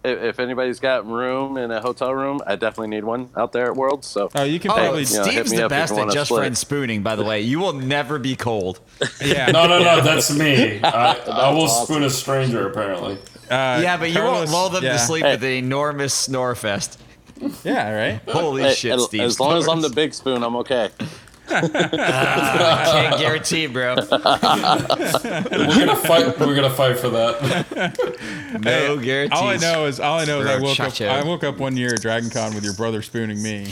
Speaker 5: if, if anybody's got room in a hotel room, I definitely need one out there at World. So
Speaker 2: oh, you can
Speaker 3: Oh,
Speaker 2: probably,
Speaker 5: Yeah, hit
Speaker 3: Steve's
Speaker 5: me
Speaker 3: the
Speaker 5: up if you
Speaker 3: best at
Speaker 5: wanna
Speaker 3: just
Speaker 5: split.
Speaker 3: friend spooning, by the way. You will never be cold.
Speaker 2: yeah.
Speaker 4: No, no, no. That's me. I, I will spoon a stranger. Apparently,
Speaker 2: uh,
Speaker 3: yeah, but you
Speaker 2: Carlos-
Speaker 3: won't lull them
Speaker 2: yeah.
Speaker 3: to sleep
Speaker 5: Hey.
Speaker 3: with an enormous snore fest.
Speaker 2: Yeah, right.
Speaker 3: Holy
Speaker 5: Hey,
Speaker 3: shit,
Speaker 5: as,
Speaker 3: Steve.
Speaker 5: as long as I'm the
Speaker 3: Snores.
Speaker 5: big spoon, I'm okay.
Speaker 3: I can't guarantee, it, bro.
Speaker 4: we're gonna fight. We're gonna fight for that.
Speaker 3: No
Speaker 2: Hey,
Speaker 3: guarantees.
Speaker 2: All I know is, all I know is, I
Speaker 3: Bro,
Speaker 2: woke up.
Speaker 3: chacho.
Speaker 2: I woke up one year at Dragon Con with your brother spooning me.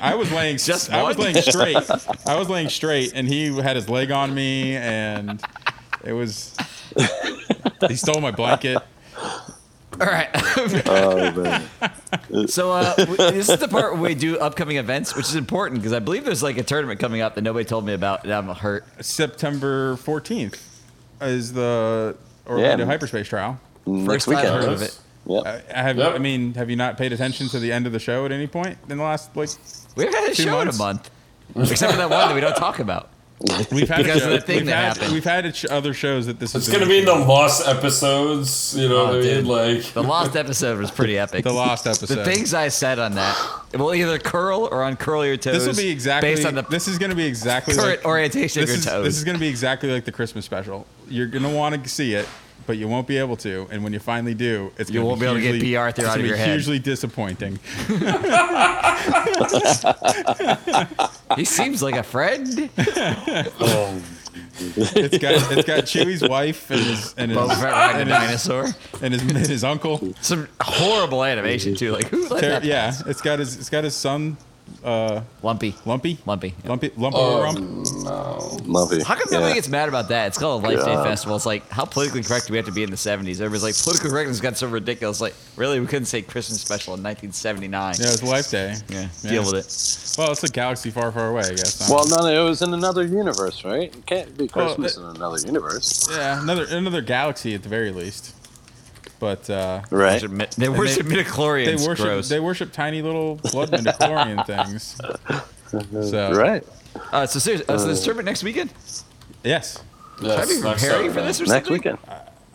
Speaker 2: I was laying.
Speaker 3: Just
Speaker 2: I was
Speaker 3: one?
Speaker 2: laying straight. I was laying straight, and he had his leg on me, and it was. He stole my blanket.
Speaker 3: All right.
Speaker 5: Oh, man.
Speaker 3: So uh, w- this is the part where we do upcoming events, which is important because I believe there's like a tournament coming up that nobody told me about that I'm hurt.
Speaker 2: September fourteenth is the Orlando hyperspace trial.
Speaker 3: First
Speaker 5: Next
Speaker 3: time I
Speaker 5: weekend.
Speaker 3: heard of it.
Speaker 5: Yep.
Speaker 2: I I Uh, have.
Speaker 4: Yep.
Speaker 2: I mean, have you not paid attention to the end of the show at any point in the last like?
Speaker 3: We haven't had a
Speaker 2: Two
Speaker 3: show
Speaker 2: months?
Speaker 3: in a month, except for that one that we don't talk about.
Speaker 2: We've had
Speaker 3: Because
Speaker 2: a show-
Speaker 3: of the thing
Speaker 2: we've
Speaker 3: that
Speaker 2: had,
Speaker 3: happened.
Speaker 2: We've had ch- other shows that this
Speaker 4: It's
Speaker 2: is
Speaker 4: gonna be in the lost episodes. You know
Speaker 3: Oh,
Speaker 4: what I mean?
Speaker 3: dude.
Speaker 4: Like
Speaker 3: The lost episode was pretty epic.
Speaker 2: the lost episode.
Speaker 3: The things I said on that will either curl or uncurl your toes.
Speaker 2: This will be exactly.
Speaker 3: based on the
Speaker 2: this is going to be exactly
Speaker 3: current
Speaker 2: like,
Speaker 3: orientation of
Speaker 2: this
Speaker 3: your
Speaker 2: is,
Speaker 3: toes.
Speaker 2: this is going to be exactly like the Christmas special. You're going to want to see it, but you won't be able to. And when you finally do, it's
Speaker 3: You
Speaker 2: gonna
Speaker 3: won't be able to get
Speaker 2: hugely-
Speaker 3: P. Arthur
Speaker 2: it's
Speaker 3: out of
Speaker 2: gonna
Speaker 3: your
Speaker 2: be
Speaker 3: head.
Speaker 2: Hugely disappointing.
Speaker 3: he seems like a friend.
Speaker 2: It's got it's got Chewie's wife and his and his,
Speaker 3: Boba Fett riding a
Speaker 2: and his,
Speaker 3: dinosaur.
Speaker 2: and his, and his uncle.
Speaker 3: Some horrible animation too. Like who let
Speaker 2: Ter-
Speaker 3: that?
Speaker 2: yeah, it's got his it's got his son uh,
Speaker 3: Lumpy.
Speaker 2: Lumpy.
Speaker 3: Lumpy. yeah.
Speaker 2: Lumpy, lump
Speaker 4: Oh,
Speaker 2: over rump.
Speaker 4: no.
Speaker 5: Love you.
Speaker 3: How come
Speaker 5: yeah.
Speaker 3: nobody gets mad about that? It's called a Life
Speaker 5: God.
Speaker 3: Day Festival. It's like, how politically correct do we have to be in the 70s? Everybody's like, political correctness got so ridiculous. Like, really, we couldn't say Christmas special in 1979.
Speaker 2: Yeah, it's Life Day.
Speaker 3: Yeah,
Speaker 2: Yeah.
Speaker 3: deal with it.
Speaker 2: Well, it's a galaxy far, far away, I guess.
Speaker 5: Well, no, no, it was in another universe, right? It can't be
Speaker 2: Well,
Speaker 5: Christmas
Speaker 2: it-
Speaker 5: in another universe,
Speaker 2: yeah, another another galaxy at the very least. But uh,
Speaker 5: right?
Speaker 3: Worship mi- They worship midichlorians.
Speaker 2: they worship
Speaker 3: Gross.
Speaker 2: they worship tiny little blood midichlorian things. So
Speaker 5: Right.
Speaker 3: uh,
Speaker 2: Oh.
Speaker 3: so, seriously, uh, so this tournament next weekend?
Speaker 2: Yes.
Speaker 4: Yes,
Speaker 3: Should I be
Speaker 4: next
Speaker 3: preparing for
Speaker 4: Saturday.
Speaker 3: this or
Speaker 5: Next
Speaker 3: something?
Speaker 5: weekend.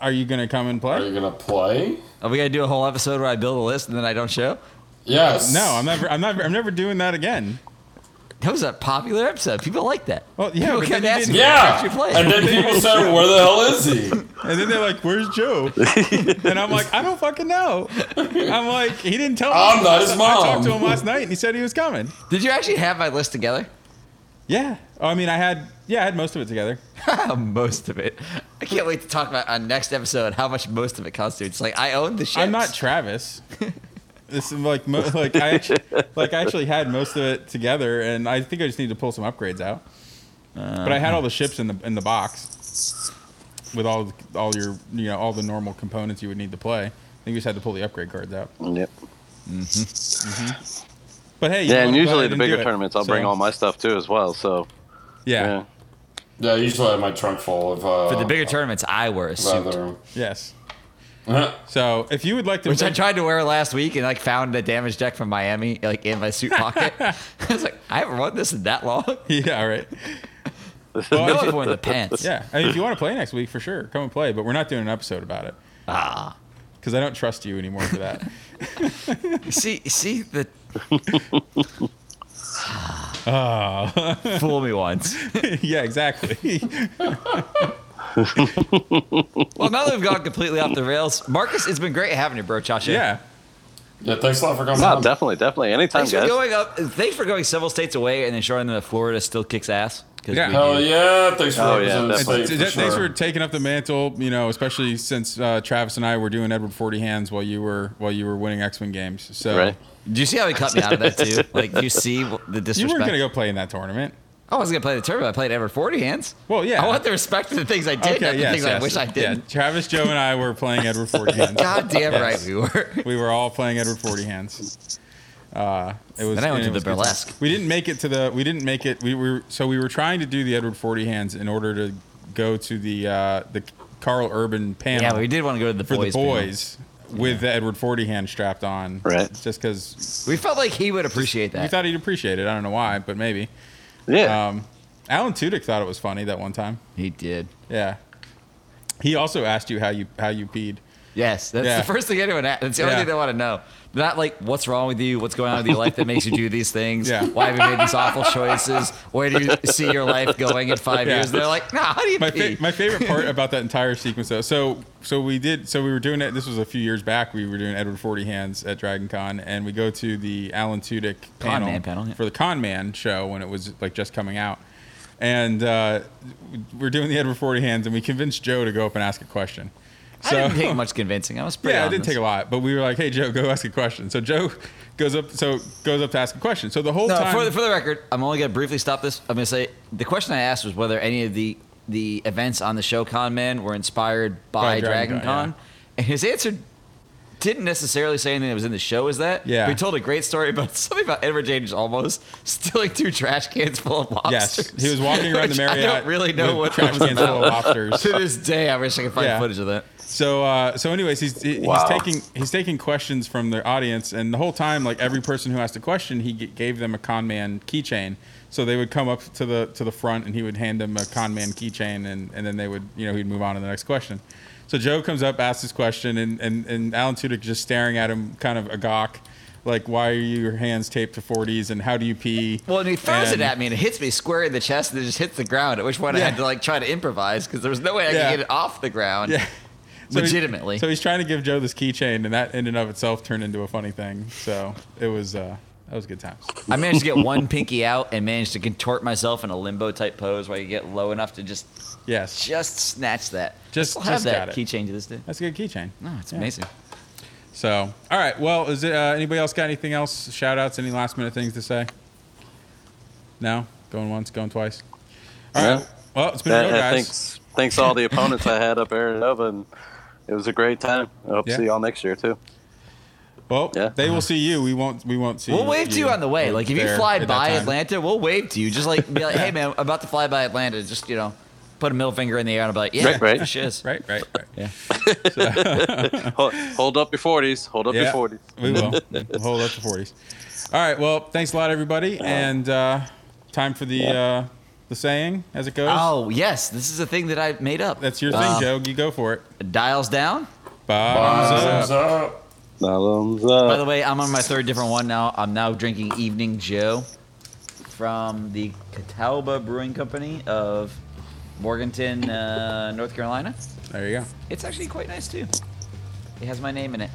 Speaker 2: Are you gonna come and
Speaker 4: Are
Speaker 2: play?
Speaker 4: you gonna play?
Speaker 3: Are Oh, we gonna do a whole episode where I build a list and then I don't show?
Speaker 4: Yes.
Speaker 2: No, I'm never. I'm never. I'm never doing that again.
Speaker 3: That was a popular episode. People like that.
Speaker 2: Well, yeah,
Speaker 3: People
Speaker 2: but
Speaker 3: kept
Speaker 2: then you didn't-
Speaker 3: asking me,
Speaker 4: Yeah.
Speaker 3: "Can't you play?"
Speaker 4: And then people said, "Where the hell is he?"
Speaker 2: And then they're like, "Where's Joe?" and I'm like, "I don't fucking know." I'm like, "He didn't tell me."
Speaker 4: I'm not his
Speaker 2: I talked to
Speaker 4: mom.
Speaker 2: him last night, and he said he was coming.
Speaker 3: Did you actually have my list together?
Speaker 2: Yeah. Oh, I mean, I had. Yeah, I had most of it together.
Speaker 3: most of it. I can't wait to talk about on next episode how much most of it constitutes. Like I own the shit.
Speaker 2: I'm not Travis. This is like mo- like I actually, like I actually had most of it together, and I think I just need to pull some upgrades out. but I had all the
Speaker 5: Uh-huh.
Speaker 2: ships in the in the box with all all your you know all the normal components you would need to play. I think we just had to pull the upgrade cards out.
Speaker 5: Yep.
Speaker 2: But hey, you know,
Speaker 5: Yeah, and
Speaker 2: I'm glad I
Speaker 5: usually the
Speaker 2: didn't do
Speaker 5: bigger
Speaker 2: it.
Speaker 5: tournaments, I'll
Speaker 2: So,
Speaker 5: bring all my stuff too as well. So
Speaker 2: Yeah.
Speaker 5: yeah.
Speaker 4: Yeah, usually I have my trunk full of. Uh,
Speaker 3: for the bigger tournaments. I wear a suit,
Speaker 4: rather.
Speaker 2: Yes. So if you would like to,
Speaker 3: which I tried to wear last week, and like found the damage deck from Miami like in my suit pocket. I was like, I haven't worn this in that long.
Speaker 2: yeah, all right.
Speaker 3: No,
Speaker 2: Well,
Speaker 3: I've worn the pants.
Speaker 2: yeah, I mean, if you want to play next week, for sure, come and play. But we're not doing an episode about it. Ah. Because I don't trust you anymore for that.
Speaker 3: See, see the.
Speaker 5: Uh,
Speaker 3: Fool me once.
Speaker 2: yeah, exactly.
Speaker 3: Well, now that we've gone completely off the rails, Marcus, it's been great having you, bro, Chacha.
Speaker 2: yeah.
Speaker 4: Yeah, thanks a lot for coming.
Speaker 5: No,
Speaker 4: on.
Speaker 5: definitely, definitely. Anytime,
Speaker 3: Thanks for
Speaker 5: guys.
Speaker 3: going up. Thanks for going several states away and ensuring that Florida still kicks ass. 'cause
Speaker 2: Yeah.
Speaker 3: we
Speaker 4: Hell
Speaker 3: do.
Speaker 4: yeah! Thanks for
Speaker 5: Oh, yeah,
Speaker 4: representing the
Speaker 5: definitely.
Speaker 4: state.
Speaker 2: Th-
Speaker 4: for
Speaker 2: th- Thanks
Speaker 4: sure.
Speaker 2: for taking up the mantle, you know, especially since uh, Travis and I were doing Edward Forty Hands while you were while you were winning X Wing games. So
Speaker 5: Right.
Speaker 3: Do you see how he cut me out of that too? Like, do you see the disrespect? Oh,
Speaker 2: you weren't gonna go play in that tournament.
Speaker 3: I wasn't gonna play the tournament. I played every forty hands.
Speaker 2: Well, yeah.
Speaker 3: Oh, I want the respect for the things I did, not the things I wish I didn't.
Speaker 2: Yeah, Travis, Joe, and I were playing Edward Forty Hands.
Speaker 3: God damn
Speaker 2: Yes.
Speaker 3: right we were.
Speaker 2: We were all playing Edward Forty Hands. Uh, it was.
Speaker 3: Then I went
Speaker 2: and
Speaker 3: to
Speaker 2: it was good
Speaker 3: the
Speaker 2: time.
Speaker 3: burlesque.
Speaker 2: We didn't make it to the. We didn't make it. We were so we were trying to do the Edward Forty Hands in order to go to the uh, the Carl Urban panel.
Speaker 3: Yeah, we did want to go to the
Speaker 2: for
Speaker 3: boys.
Speaker 2: the
Speaker 3: panel.
Speaker 2: boys with the Edward Forty hand strapped on.
Speaker 5: Right.
Speaker 2: Just because
Speaker 3: We felt like he would appreciate
Speaker 2: we
Speaker 3: that.
Speaker 2: thought he'd appreciate it. I don't know why, but maybe.
Speaker 5: Yeah. Uh,
Speaker 2: Um, Alan Tudyk thought it was funny that one time.
Speaker 3: he did.
Speaker 2: Yeah. He also asked you how you how you peed.
Speaker 3: Yes, that's
Speaker 2: Yeah.
Speaker 3: the first thing anyone. Asks. That's the only
Speaker 2: Yeah.
Speaker 3: thing they want to know. Not like what's wrong with you, what's going on with your life that makes you do these things.
Speaker 2: Yeah.
Speaker 3: Why have you made these awful choices? Where do you see your life going in five
Speaker 2: Yeah.
Speaker 3: years? They're like, nah, how do you
Speaker 2: My
Speaker 3: pee?
Speaker 2: fa- my favorite part about that entire sequence though. So so we did so we were doing it. This was a few years back. We were doing Edward Forty hands at Dragon Con, and we go to the Alan Tudyk
Speaker 3: Con
Speaker 2: panel,
Speaker 3: Man panel, yeah.
Speaker 2: for the Con Man show when it was like just coming out. And uh, we're doing the Edward Forty hands, and we convinced Joe to go up and ask a question.
Speaker 3: I didn't take much convincing. I was pretty.
Speaker 2: Yeah, it
Speaker 3: on
Speaker 2: didn't
Speaker 3: this.
Speaker 2: take a lot, but we were like, "Hey, Joe, go ask a question." So Joe goes up, so goes up to ask a question. So the whole
Speaker 3: No,
Speaker 2: time,
Speaker 3: for the, for the record, I'm only going to briefly stop this. I'm going to say the question I asked was whether any of the the events on the show Con Man were inspired by,
Speaker 2: By Dragon
Speaker 3: Dragon,
Speaker 2: Con,
Speaker 3: Con, and his answer didn't necessarily say anything that was in the show. Is that?
Speaker 2: Yeah.
Speaker 3: But he told a great story about something about Edward James almost stealing two trash cans full of
Speaker 2: yes,
Speaker 3: lobsters.
Speaker 2: he was walking around the
Speaker 3: Which
Speaker 2: Marriott.
Speaker 3: I don't really know
Speaker 2: with
Speaker 3: what that
Speaker 2: trash
Speaker 3: was
Speaker 2: cans
Speaker 3: about.
Speaker 2: full of lobsters.
Speaker 3: To this day, I wish I could find
Speaker 2: Yeah.
Speaker 3: footage of that.
Speaker 2: So uh, so anyways, he's he-
Speaker 5: Wow.
Speaker 2: he's taking he's taking questions from the audience, and the whole time, like every person who asked a question, he g- gave them a con man keychain. So they would come up to the to the front, and he would hand them a con man keychain, and, and then they would you know he'd move on to the next question. So Joe comes up, asks his question, and and, and Alan Tudyk just staring at him, kind of agawk, like why are your hands taped to 40s, and how do you pee?
Speaker 3: Well, and he throws
Speaker 2: And-
Speaker 3: it at me and it hits me square in the chest and it just hits the ground. At which point I
Speaker 2: Yeah.
Speaker 3: had to like try to improvise because there was no way I
Speaker 2: Yeah.
Speaker 3: could get it off the ground.
Speaker 2: Yeah. So he-
Speaker 3: Legitimately.
Speaker 2: so he's trying to give Joe this keychain, and that in and of itself turned into a funny thing. So it was uh, that was good times.
Speaker 3: I managed to get one pinky out and managed to contort myself in a limbo type pose where I could get low enough to just
Speaker 2: Yes,
Speaker 3: just snatch that.
Speaker 2: Just-
Speaker 3: I'll have
Speaker 2: just
Speaker 3: that
Speaker 2: got it.
Speaker 3: keychain to this day.
Speaker 2: that's a good keychain.
Speaker 3: No, it's
Speaker 2: Yeah.
Speaker 3: amazing.
Speaker 2: So all right, well, is it uh, anybody else got anything else? Shout outs? Any last minute things to say? No, going once, going twice. All right.
Speaker 5: Yeah.
Speaker 2: Well, it's been
Speaker 5: Yeah,
Speaker 2: real,
Speaker 5: yeah,
Speaker 2: guys.
Speaker 5: thanks, thanks to all the opponents I had up there in Nova, and it was a great time. I hope
Speaker 2: Yeah.
Speaker 5: to see y'all next year too.
Speaker 2: Well,
Speaker 5: Yeah.
Speaker 2: they will see you. We won't. We won't see.
Speaker 3: We'll wave to you on the way. Like if you
Speaker 2: there
Speaker 3: fly
Speaker 2: at that
Speaker 3: by
Speaker 2: time.
Speaker 3: Atlanta, we'll wave to you. Just like be like, hey man, I'm about to fly by Atlanta. Just you know, put a middle finger in the air and I'll be like, yeah,
Speaker 5: Right, right.
Speaker 3: there she is.
Speaker 2: Right, right, right.
Speaker 3: Yeah.
Speaker 5: Hold, hold up your forties. Hold up your forties.
Speaker 2: We will. We'll hold up to 40s. All right. Well, thanks a lot, everybody. And uh, time for the uh, the the saying as it goes?
Speaker 3: Oh yes, this is a thing that I made up.
Speaker 2: That's your thing,
Speaker 3: Uh,
Speaker 2: Joe. You go for it.
Speaker 3: Dials down.
Speaker 2: Bottoms,
Speaker 4: Bottoms
Speaker 2: up.
Speaker 4: up.
Speaker 5: Thumbs up.
Speaker 3: By the way, I'm on my third different one now. I'm now drinking Evening Joe from the Catawba Brewing Company of Morganton, uh, North Carolina.
Speaker 2: There you go.
Speaker 3: It's actually quite nice too. It has my name in it.